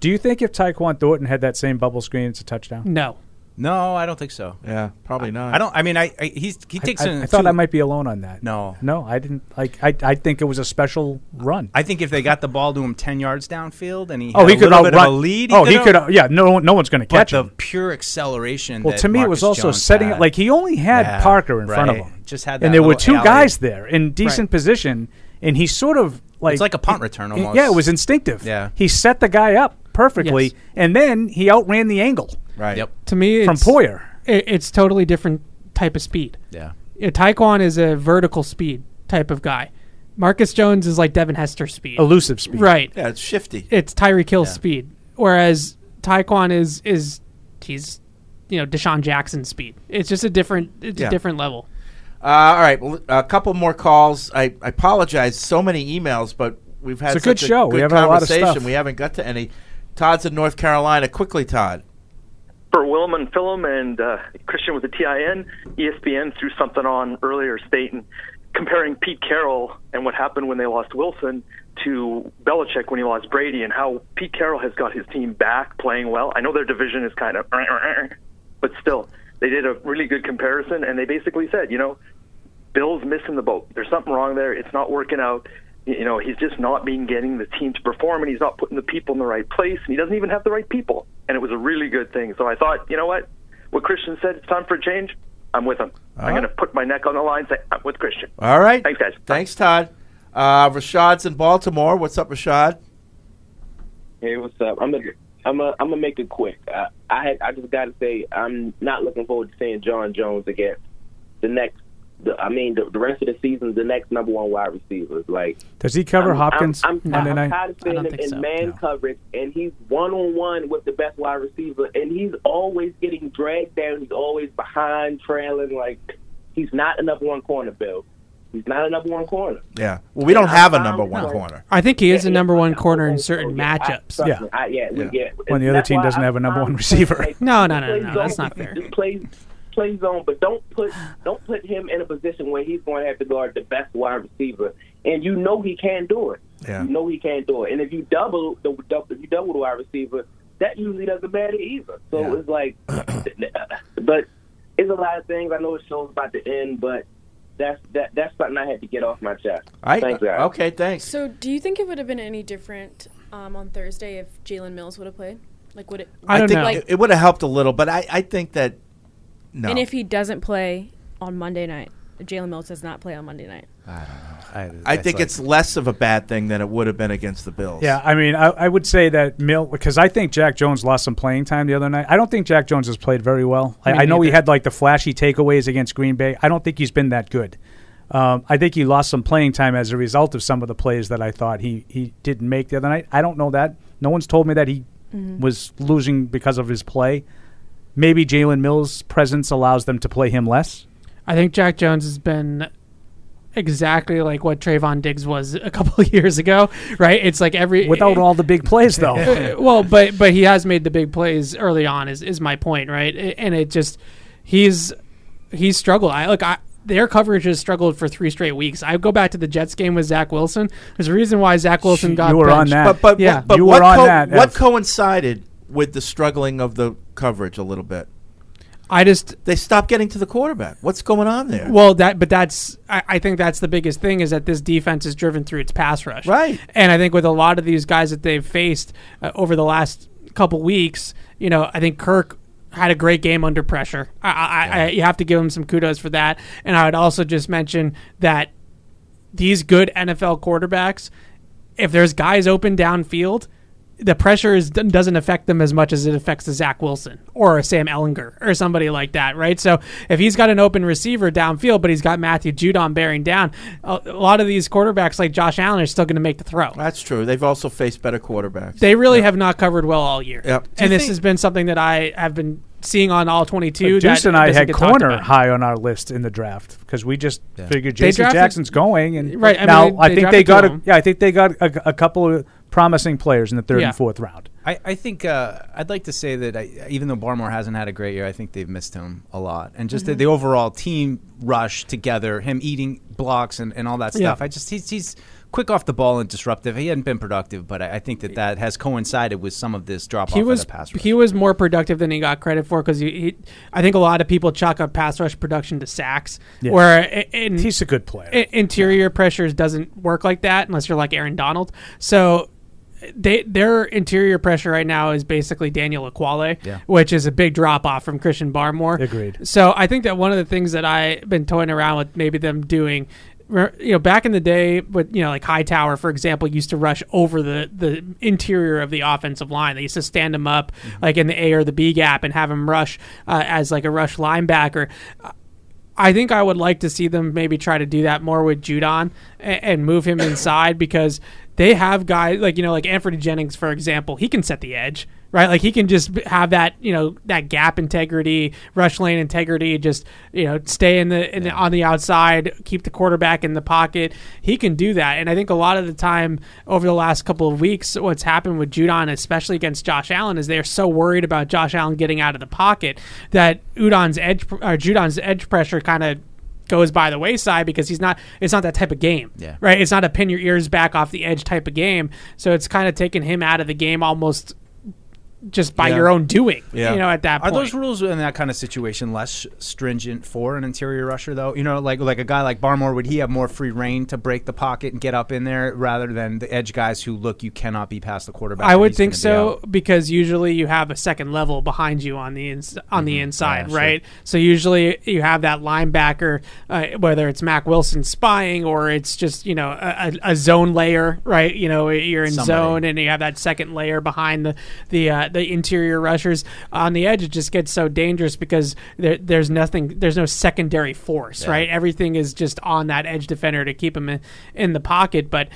[SPEAKER 5] do you think if Tyquan Thornton had that same bubble screen, it's a touchdown?
[SPEAKER 6] No.
[SPEAKER 4] No, I don't think so.
[SPEAKER 1] Yeah, probably not.
[SPEAKER 4] I don't. I mean, I, I he's he
[SPEAKER 5] I-
[SPEAKER 4] takes.
[SPEAKER 5] I,
[SPEAKER 4] it in
[SPEAKER 5] I thought
[SPEAKER 4] two-
[SPEAKER 5] I might be alone on that.
[SPEAKER 4] No,
[SPEAKER 5] no, I didn't. Like, I, I think it was a special run.
[SPEAKER 4] I think if they got the ball to him ten yards downfield and he
[SPEAKER 5] oh,
[SPEAKER 4] had
[SPEAKER 5] he
[SPEAKER 4] a
[SPEAKER 5] could
[SPEAKER 4] little bit
[SPEAKER 5] outrun.
[SPEAKER 4] of a lead.
[SPEAKER 5] oh, he could.
[SPEAKER 4] out-
[SPEAKER 5] out- Yeah, no, no one's going to
[SPEAKER 4] But
[SPEAKER 5] catch
[SPEAKER 4] the
[SPEAKER 5] him.
[SPEAKER 4] pure acceleration.
[SPEAKER 5] Well,
[SPEAKER 4] that
[SPEAKER 5] to me, it was
[SPEAKER 4] Marcus
[SPEAKER 5] also
[SPEAKER 4] Jones
[SPEAKER 5] setting
[SPEAKER 4] had.
[SPEAKER 5] it like he only had
[SPEAKER 4] Yeah,
[SPEAKER 5] Parker in front of
[SPEAKER 4] right.
[SPEAKER 5] him.
[SPEAKER 4] Just had that
[SPEAKER 5] and there were
[SPEAKER 4] little
[SPEAKER 5] two
[SPEAKER 4] alley.
[SPEAKER 5] guys there in decent position, and he sort of like
[SPEAKER 4] It's like a punt return
[SPEAKER 5] It-
[SPEAKER 4] almost.
[SPEAKER 5] Yeah, it was instinctive.
[SPEAKER 4] Yeah.
[SPEAKER 5] he set the guy up perfectly,
[SPEAKER 4] Yes.
[SPEAKER 5] and then he outran the angle.
[SPEAKER 4] Right. Yep.
[SPEAKER 6] to me
[SPEAKER 5] From
[SPEAKER 6] it's,
[SPEAKER 5] Poyer.
[SPEAKER 6] it- it's totally different type of speed.
[SPEAKER 4] Yeah.
[SPEAKER 6] You know, Taekwon is a vertical speed type of guy. Marcus Jones is like Devin Hester speed,
[SPEAKER 5] Elusive speed.
[SPEAKER 6] Right.
[SPEAKER 1] Yeah, it's shifty.
[SPEAKER 6] It's Tyree Kill speed, whereas Taekwon is is he's you know Deshaun Jackson speed. It's just a different it's
[SPEAKER 1] Yeah.
[SPEAKER 6] a different level.
[SPEAKER 1] Uh, all right, well, a couple more calls. I, I apologize. So many emails, but we've had
[SPEAKER 5] It's a good
[SPEAKER 1] such
[SPEAKER 5] show. We have had a lot of
[SPEAKER 1] conversation.
[SPEAKER 5] stuff.
[SPEAKER 1] We haven't got to any. Todd's in North Carolina. Quickly, Todd.
[SPEAKER 12] for Willem and Philum and uh, Christian with the TIN, ESPN threw something on earlier stating comparing Pete Carroll and what happened when they lost Wilson to Belichick when he lost Brady and how Pete Carroll has got his team back playing well. I know their division is kind of, <laughs> but still, they did a really good comparison and they basically said, you know, Bill's missing the boat. There's something wrong there. It's not working out. Y- You know, he's just not being getting the team to perform, and he's not putting the people in the right place, and he doesn't even have the right people. And it was a really good thing. So I thought, you know what? What Christian said, it's time for a change. I'm with him. I'm
[SPEAKER 1] Ah.
[SPEAKER 12] going to put my neck on the line. Say, I'm with Christian.
[SPEAKER 1] All right.
[SPEAKER 12] Thanks, guys.
[SPEAKER 1] Thanks, Todd. Uh, Rashad's in Baltimore. What's up, Rashad?
[SPEAKER 23] Hey, what's up? I'm the I'm a, I'm gonna make it quick. I, I had, I just got to say I'm not looking forward to seeing John Jones against the next. The, I mean, the, the rest of the season, the next number one wide receiver. Like,
[SPEAKER 5] Does he cover
[SPEAKER 23] I'm-
[SPEAKER 5] Hopkins
[SPEAKER 23] I'm, I'm,
[SPEAKER 5] Monday
[SPEAKER 23] I'm
[SPEAKER 5] night?
[SPEAKER 23] tired of seeing him in man coverage, and he's one on one with the best wide receiver, and he's always getting dragged down. He's always behind, trailing. Like, he's not a number one corner, Bill. He's not a number one corner.
[SPEAKER 1] Yeah. Well, we don't have a number one corner.
[SPEAKER 6] I think he is the number one corner in certain matchups.
[SPEAKER 23] Trust me, I, yeah, we get
[SPEAKER 5] When the other
[SPEAKER 23] That's
[SPEAKER 5] team
[SPEAKER 23] why
[SPEAKER 5] doesn't
[SPEAKER 23] I-
[SPEAKER 5] have a number
[SPEAKER 4] <laughs>
[SPEAKER 23] I'm
[SPEAKER 5] one receiver.
[SPEAKER 6] No, no, no,
[SPEAKER 23] Play
[SPEAKER 6] no.
[SPEAKER 23] zone.
[SPEAKER 6] That's not fair.
[SPEAKER 23] Just play, play zone, but don't put don't put him in a position where he's going to have to guard the best wide receiver, and you know he can do it.
[SPEAKER 1] Yeah.
[SPEAKER 23] You know he can do it, and if you double the dou- if you double the wide receiver, that usually doesn't matter either. So it's
[SPEAKER 5] <clears throat>
[SPEAKER 23] like, but it's a lot of things. I know the show's about to end, but that's that that's something I had to get off my chest.
[SPEAKER 1] I-
[SPEAKER 23] Thanks, guys.
[SPEAKER 1] okay, thanks.
[SPEAKER 8] So, do you think it would have been any different um, on Thursday if Jalen Mills would have played? Like, would it?
[SPEAKER 1] think
[SPEAKER 8] Like,
[SPEAKER 1] it, would have helped a little, but I, I think that no.
[SPEAKER 8] And if he doesn't play on Monday night, Jalen Mills does not play on Monday night.
[SPEAKER 4] I,
[SPEAKER 1] I
[SPEAKER 4] that's
[SPEAKER 1] think
[SPEAKER 4] like-
[SPEAKER 1] it's less of a bad thing than it would have been against the Bills.
[SPEAKER 5] Yeah, I mean, I, I would say that Mill because I think Jack Jones lost some playing time the other night. I don't think Jack Jones has played very well. I,
[SPEAKER 6] Me
[SPEAKER 5] I know he
[SPEAKER 6] neither.
[SPEAKER 5] had like the flashy takeaways against Green Bay. I don't think he's been that good. Um, I think he lost some playing time as a result of some of the plays that I thought he he didn't make the other night. I don't know that. No one's told me that he
[SPEAKER 24] Mhm.
[SPEAKER 5] was losing because of his play. Maybe Jalen Mills' presence allows them to play him less.
[SPEAKER 6] I think Jack Jones has been exactly like what Trayvon Diggs was a couple <laughs> of years ago, right? It's like every
[SPEAKER 5] Without all the big plays, though.
[SPEAKER 6] Uh, <laughs> well, but but he has made the big plays early on. Is is my point, right? I- And it just he's he's struggled. I look I. Their coverage has struggled for three straight weeks. I go back to the Jets game with Zach Wilson. There's a reason why Zach Wilson got benched.
[SPEAKER 1] But but
[SPEAKER 6] yeah,
[SPEAKER 1] but what, co- what coincided with the struggling of the coverage a little bit?
[SPEAKER 6] I just
[SPEAKER 1] they stopped getting to the quarterback. What's going on there?
[SPEAKER 6] Well, that but that's I, I think that's the biggest thing is that this defense is driven through its pass rush,
[SPEAKER 1] right?
[SPEAKER 6] And I think with a lot of these guys that they've faced uh, over the last couple weeks, you know, I think Kirk had a great game under pressure. I, I, I you have to give him some kudos for that. And I would also just mention that these good NFL quarterbacks, if there's guys open downfield, the pressure is, doesn't affect them as much as it affects the Zach Wilson or a Sam Ellinger or somebody like that, right? So if he's got an open receiver downfield, but he's got Matthew Judon bearing down, a, a lot of these quarterbacks like Josh Allen are still going to make the throw.
[SPEAKER 1] That's true. They've also faced better quarterbacks.
[SPEAKER 6] They really have not covered well all year,
[SPEAKER 1] Yep. Do you
[SPEAKER 6] and this
[SPEAKER 1] think-
[SPEAKER 6] has been something that I have been seeing on all twenty-two.
[SPEAKER 5] Deuce
[SPEAKER 6] that
[SPEAKER 5] and I
[SPEAKER 6] doesn't
[SPEAKER 5] had
[SPEAKER 6] get talked
[SPEAKER 5] corner
[SPEAKER 6] about.
[SPEAKER 5] high on our list in the draft because we just
[SPEAKER 6] Yeah.
[SPEAKER 5] figured
[SPEAKER 6] They
[SPEAKER 5] J.C.
[SPEAKER 6] drafted-
[SPEAKER 5] Jackson's going, and
[SPEAKER 6] Right, I mean,
[SPEAKER 5] now
[SPEAKER 6] they-
[SPEAKER 5] I
[SPEAKER 6] they
[SPEAKER 5] think they
[SPEAKER 6] drafted
[SPEAKER 5] got
[SPEAKER 6] two
[SPEAKER 5] a,
[SPEAKER 6] of
[SPEAKER 5] yeah, I think they got a, a couple of promising players in the third
[SPEAKER 4] Yeah.
[SPEAKER 5] and fourth round.
[SPEAKER 4] I, I think uh, I'd like to say that I, even though Barmore hasn't had a great year, I think they've missed him a lot. And just the,
[SPEAKER 6] Mhm.
[SPEAKER 4] the overall team rush together, him eating blocks and, and all that
[SPEAKER 6] Yeah.
[SPEAKER 4] stuff. I just he's, he's quick off the ball and disruptive. He hadn't been productive, but I, I think that that has coincided with some of this drop off
[SPEAKER 6] He
[SPEAKER 4] of the
[SPEAKER 6] was
[SPEAKER 4] pass.
[SPEAKER 6] he was more productive than he got credit for because he, he. I think a lot of people chalk up pass rush production to sacks.
[SPEAKER 5] Yeah.
[SPEAKER 6] Where i- in,
[SPEAKER 5] He's a good player.
[SPEAKER 6] i- interior pressures doesn't work like that unless you're like Aaron Donald. So. They, their interior pressure right now is basically Daniel Aquale,
[SPEAKER 5] Yeah.
[SPEAKER 6] which is a big drop off from Christian Barmore. Agreed. So I think that one of the things that I've been toying around with maybe them doing, re- you know, back in the day, with you know, like Hightower, for example, used to rush over the the interior of the offensive line. They used to stand him up
[SPEAKER 5] Mm-hmm.
[SPEAKER 6] like in the A or the B gap and have him rush uh, as like a rush linebacker. I think I would like to see them maybe try to do that more with Judon and, and move him inside because they have guys like you know like Anthony Jennings for example. He can set the edge, right? Like he can just b- have that you know that gap integrity, rush lane integrity. Just you know stay in the, in the on the outside, keep the quarterback in the pocket. He can do that, and I think a lot of the time over the last couple of weeks, what's happened with Judon, especially against Josh Allen, is they're so worried about Josh Allen getting out of the pocket that Udon's edge pr- or Judon's edge pressure kind of goes by the wayside because he's not it's not that type of game
[SPEAKER 4] Yeah.
[SPEAKER 6] right it's not a pin your ears back off the edge type of game so it's kind of taken him out of the game almost just by
[SPEAKER 4] Yeah.
[SPEAKER 6] your own doing you know at that
[SPEAKER 4] Are
[SPEAKER 6] point
[SPEAKER 4] those rules in that kind of situation less stringent for an interior rusher though? You know, like like a guy like Barmore, would he have more free reign to break the pocket and get up in there rather than the edge guys who look you cannot be past the quarterback?
[SPEAKER 6] I
[SPEAKER 4] and
[SPEAKER 6] would
[SPEAKER 4] he's
[SPEAKER 6] think
[SPEAKER 4] gonna be
[SPEAKER 6] so
[SPEAKER 4] out?
[SPEAKER 6] because usually you have a second level behind you on the ins- on the inside,
[SPEAKER 4] Yeah, Mm-hmm. Ah, sure.
[SPEAKER 6] right? So usually you have that linebacker, uh, whether it's Mac Wilson spying or it's just you know a, a, a zone layer, right? You know you're in
[SPEAKER 4] Somebody.
[SPEAKER 6] zone and you have that second layer behind the the uh, at the interior rushers on the edge, it just gets so dangerous because there, there's nothing, there's no secondary force,
[SPEAKER 11] Yeah.
[SPEAKER 6] right? Everything is just on that edge defender to keep him in, in the pocket. But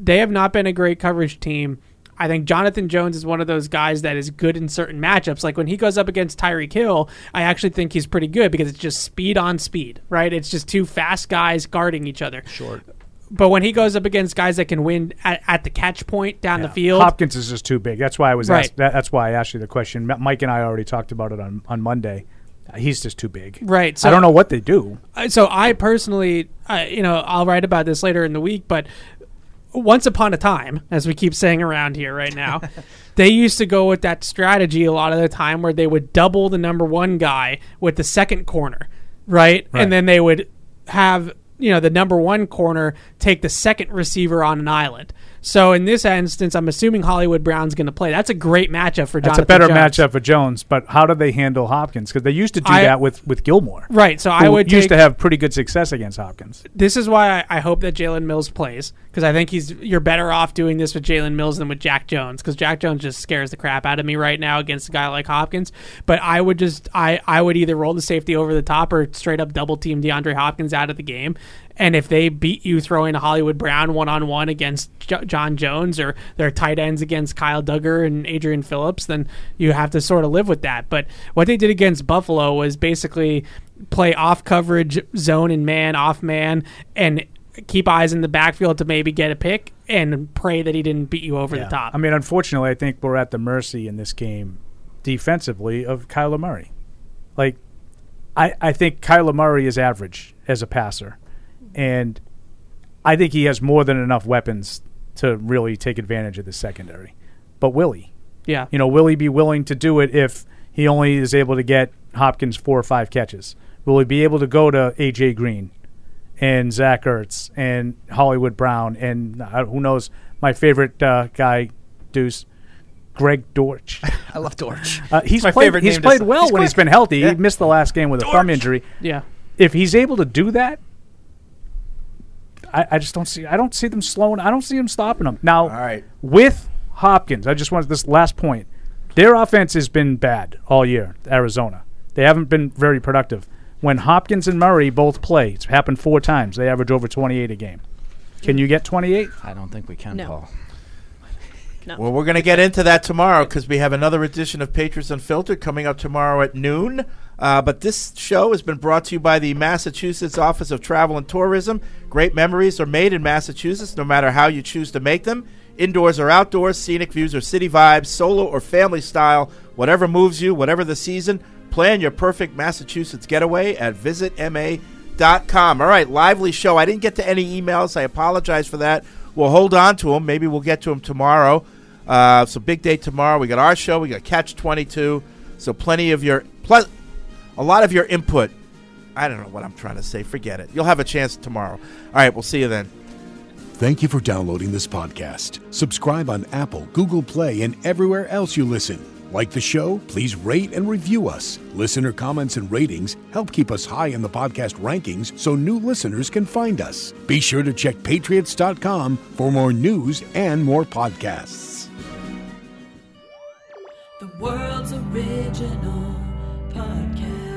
[SPEAKER 6] they have not been a great coverage team. I think Jonathan Jones is one of those guys that is good in certain matchups. Like when he goes up against Tyreek Hill, I actually think he's pretty good because it's just speed on speed, right? It's just two fast guys guarding each other. Short. But when he goes up against guys that can win at, at the catch point down the field,
[SPEAKER 5] Hopkins is just too big. That's why I was
[SPEAKER 6] Right.
[SPEAKER 5] asked. That, that's why I asked you the question. M- Mike and I already talked about it on, on Monday. Uh, He's just too big.
[SPEAKER 6] Right,
[SPEAKER 5] I
[SPEAKER 6] so-
[SPEAKER 5] don't know what they do.
[SPEAKER 6] I- uh, so I personally, uh, you know, I'll write about this later in the week, but once upon a time, as we keep saying around here right
[SPEAKER 5] <laughs>
[SPEAKER 6] now, they used to go with that strategy a lot of the time where they would double the number one guy with the second corner, right?
[SPEAKER 11] Right.
[SPEAKER 6] And then they would have, you know, the number one corner take the second receiver on an island. So in this instance, I'm assuming Hollywood Brown's going to play. That's a great matchup for
[SPEAKER 5] That's
[SPEAKER 6] Jonathan
[SPEAKER 5] a better
[SPEAKER 6] Jones.
[SPEAKER 5] matchup for Jones. But how do they handle Hopkins? Because they used to do
[SPEAKER 6] I-
[SPEAKER 5] that with with Gilmore.
[SPEAKER 6] Right, so I
[SPEAKER 5] who
[SPEAKER 6] would
[SPEAKER 5] used to
[SPEAKER 6] take-
[SPEAKER 5] have pretty good success against Hopkins.
[SPEAKER 6] this is why I, I hope that Jalen Mills plays because I think he's you're better off doing this with Jalen Mills than with Jack Jones because Jack Jones just scares the crap out of me right now against a guy like Hopkins. But I would just I I would either roll the safety over the top or straight up double team DeAndre Hopkins out of the game. And if they beat you throwing Hollywood Brown one on one against jo- John Jones or their tight ends against Kyle Duggar and Adrian Phillips, then you have to sort of live with that. But what they did against Buffalo was basically play off coverage zone and man off man and keep eyes in the backfield to maybe get a pick and pray that he didn't beat you over
[SPEAKER 5] Yeah.
[SPEAKER 6] the top.
[SPEAKER 5] I mean, unfortunately, I think we're at the mercy in this game defensively of Kyler Murray. Like, I, I think Kyler Murray is average as a passer. And I think he has more than enough weapons to really take advantage of the secondary. But will he?
[SPEAKER 6] Yeah.
[SPEAKER 5] You know, will he be willing to do it if he only is able to get Hopkins four or five catches? Will he be able to go to A.J. Green and Zach Ertz and Hollywood Brown and uh, who knows my favorite uh, guy, Deuce, Greg Dortch.
[SPEAKER 4] I love Dorch.
[SPEAKER 5] Uh, he's played, he's played well when he's been healthy. He missed the last game with a thumb injury.
[SPEAKER 6] Yeah.
[SPEAKER 5] If he's able to do that, I, I just don't see. I don't see them slowing. I don't see them stopping him now. All right. With Hopkins, I just wanted this last point. Their offense has been bad all year. Arizona. They haven't been very productive. When Hopkins and Murray both play, it's happened four times. They average over twenty-eight a game. Can you get twenty-eight?
[SPEAKER 4] I don't think we can,
[SPEAKER 1] No.
[SPEAKER 4] Paul.
[SPEAKER 1] Well, we're going to get into that tomorrow because we have another edition of Patriots Unfiltered coming up tomorrow at noon. Uh, but this show has been brought to you by the Massachusetts Office of Travel and Tourism. Great memories are made in Massachusetts, no matter how you choose to make them. Indoors or outdoors, scenic views or city vibes, solo or family style, whatever moves you, whatever the season, plan your perfect Massachusetts getaway at visitma.com. All right, lively show. I didn't get to any emails. I apologize for that. We'll hold on to them. Maybe we'll get to them tomorrow. Uh, so big day tomorrow. We got our show. We got Catch Twenty Two. So plenty of your plus, a lot of your input. I don't know what I'm trying to say. Forget it. You'll have a chance tomorrow. All right. We'll see you then.
[SPEAKER 13] Thank you for downloading this podcast. Subscribe on Apple, Google Play, and everywhere else you listen. Like the show, please rate and review us. Listener comments and ratings help keep us high in the podcast rankings so new listeners can find us. Be sure to check patriots.com for more news and more podcasts.
[SPEAKER 23] The world's original podcast.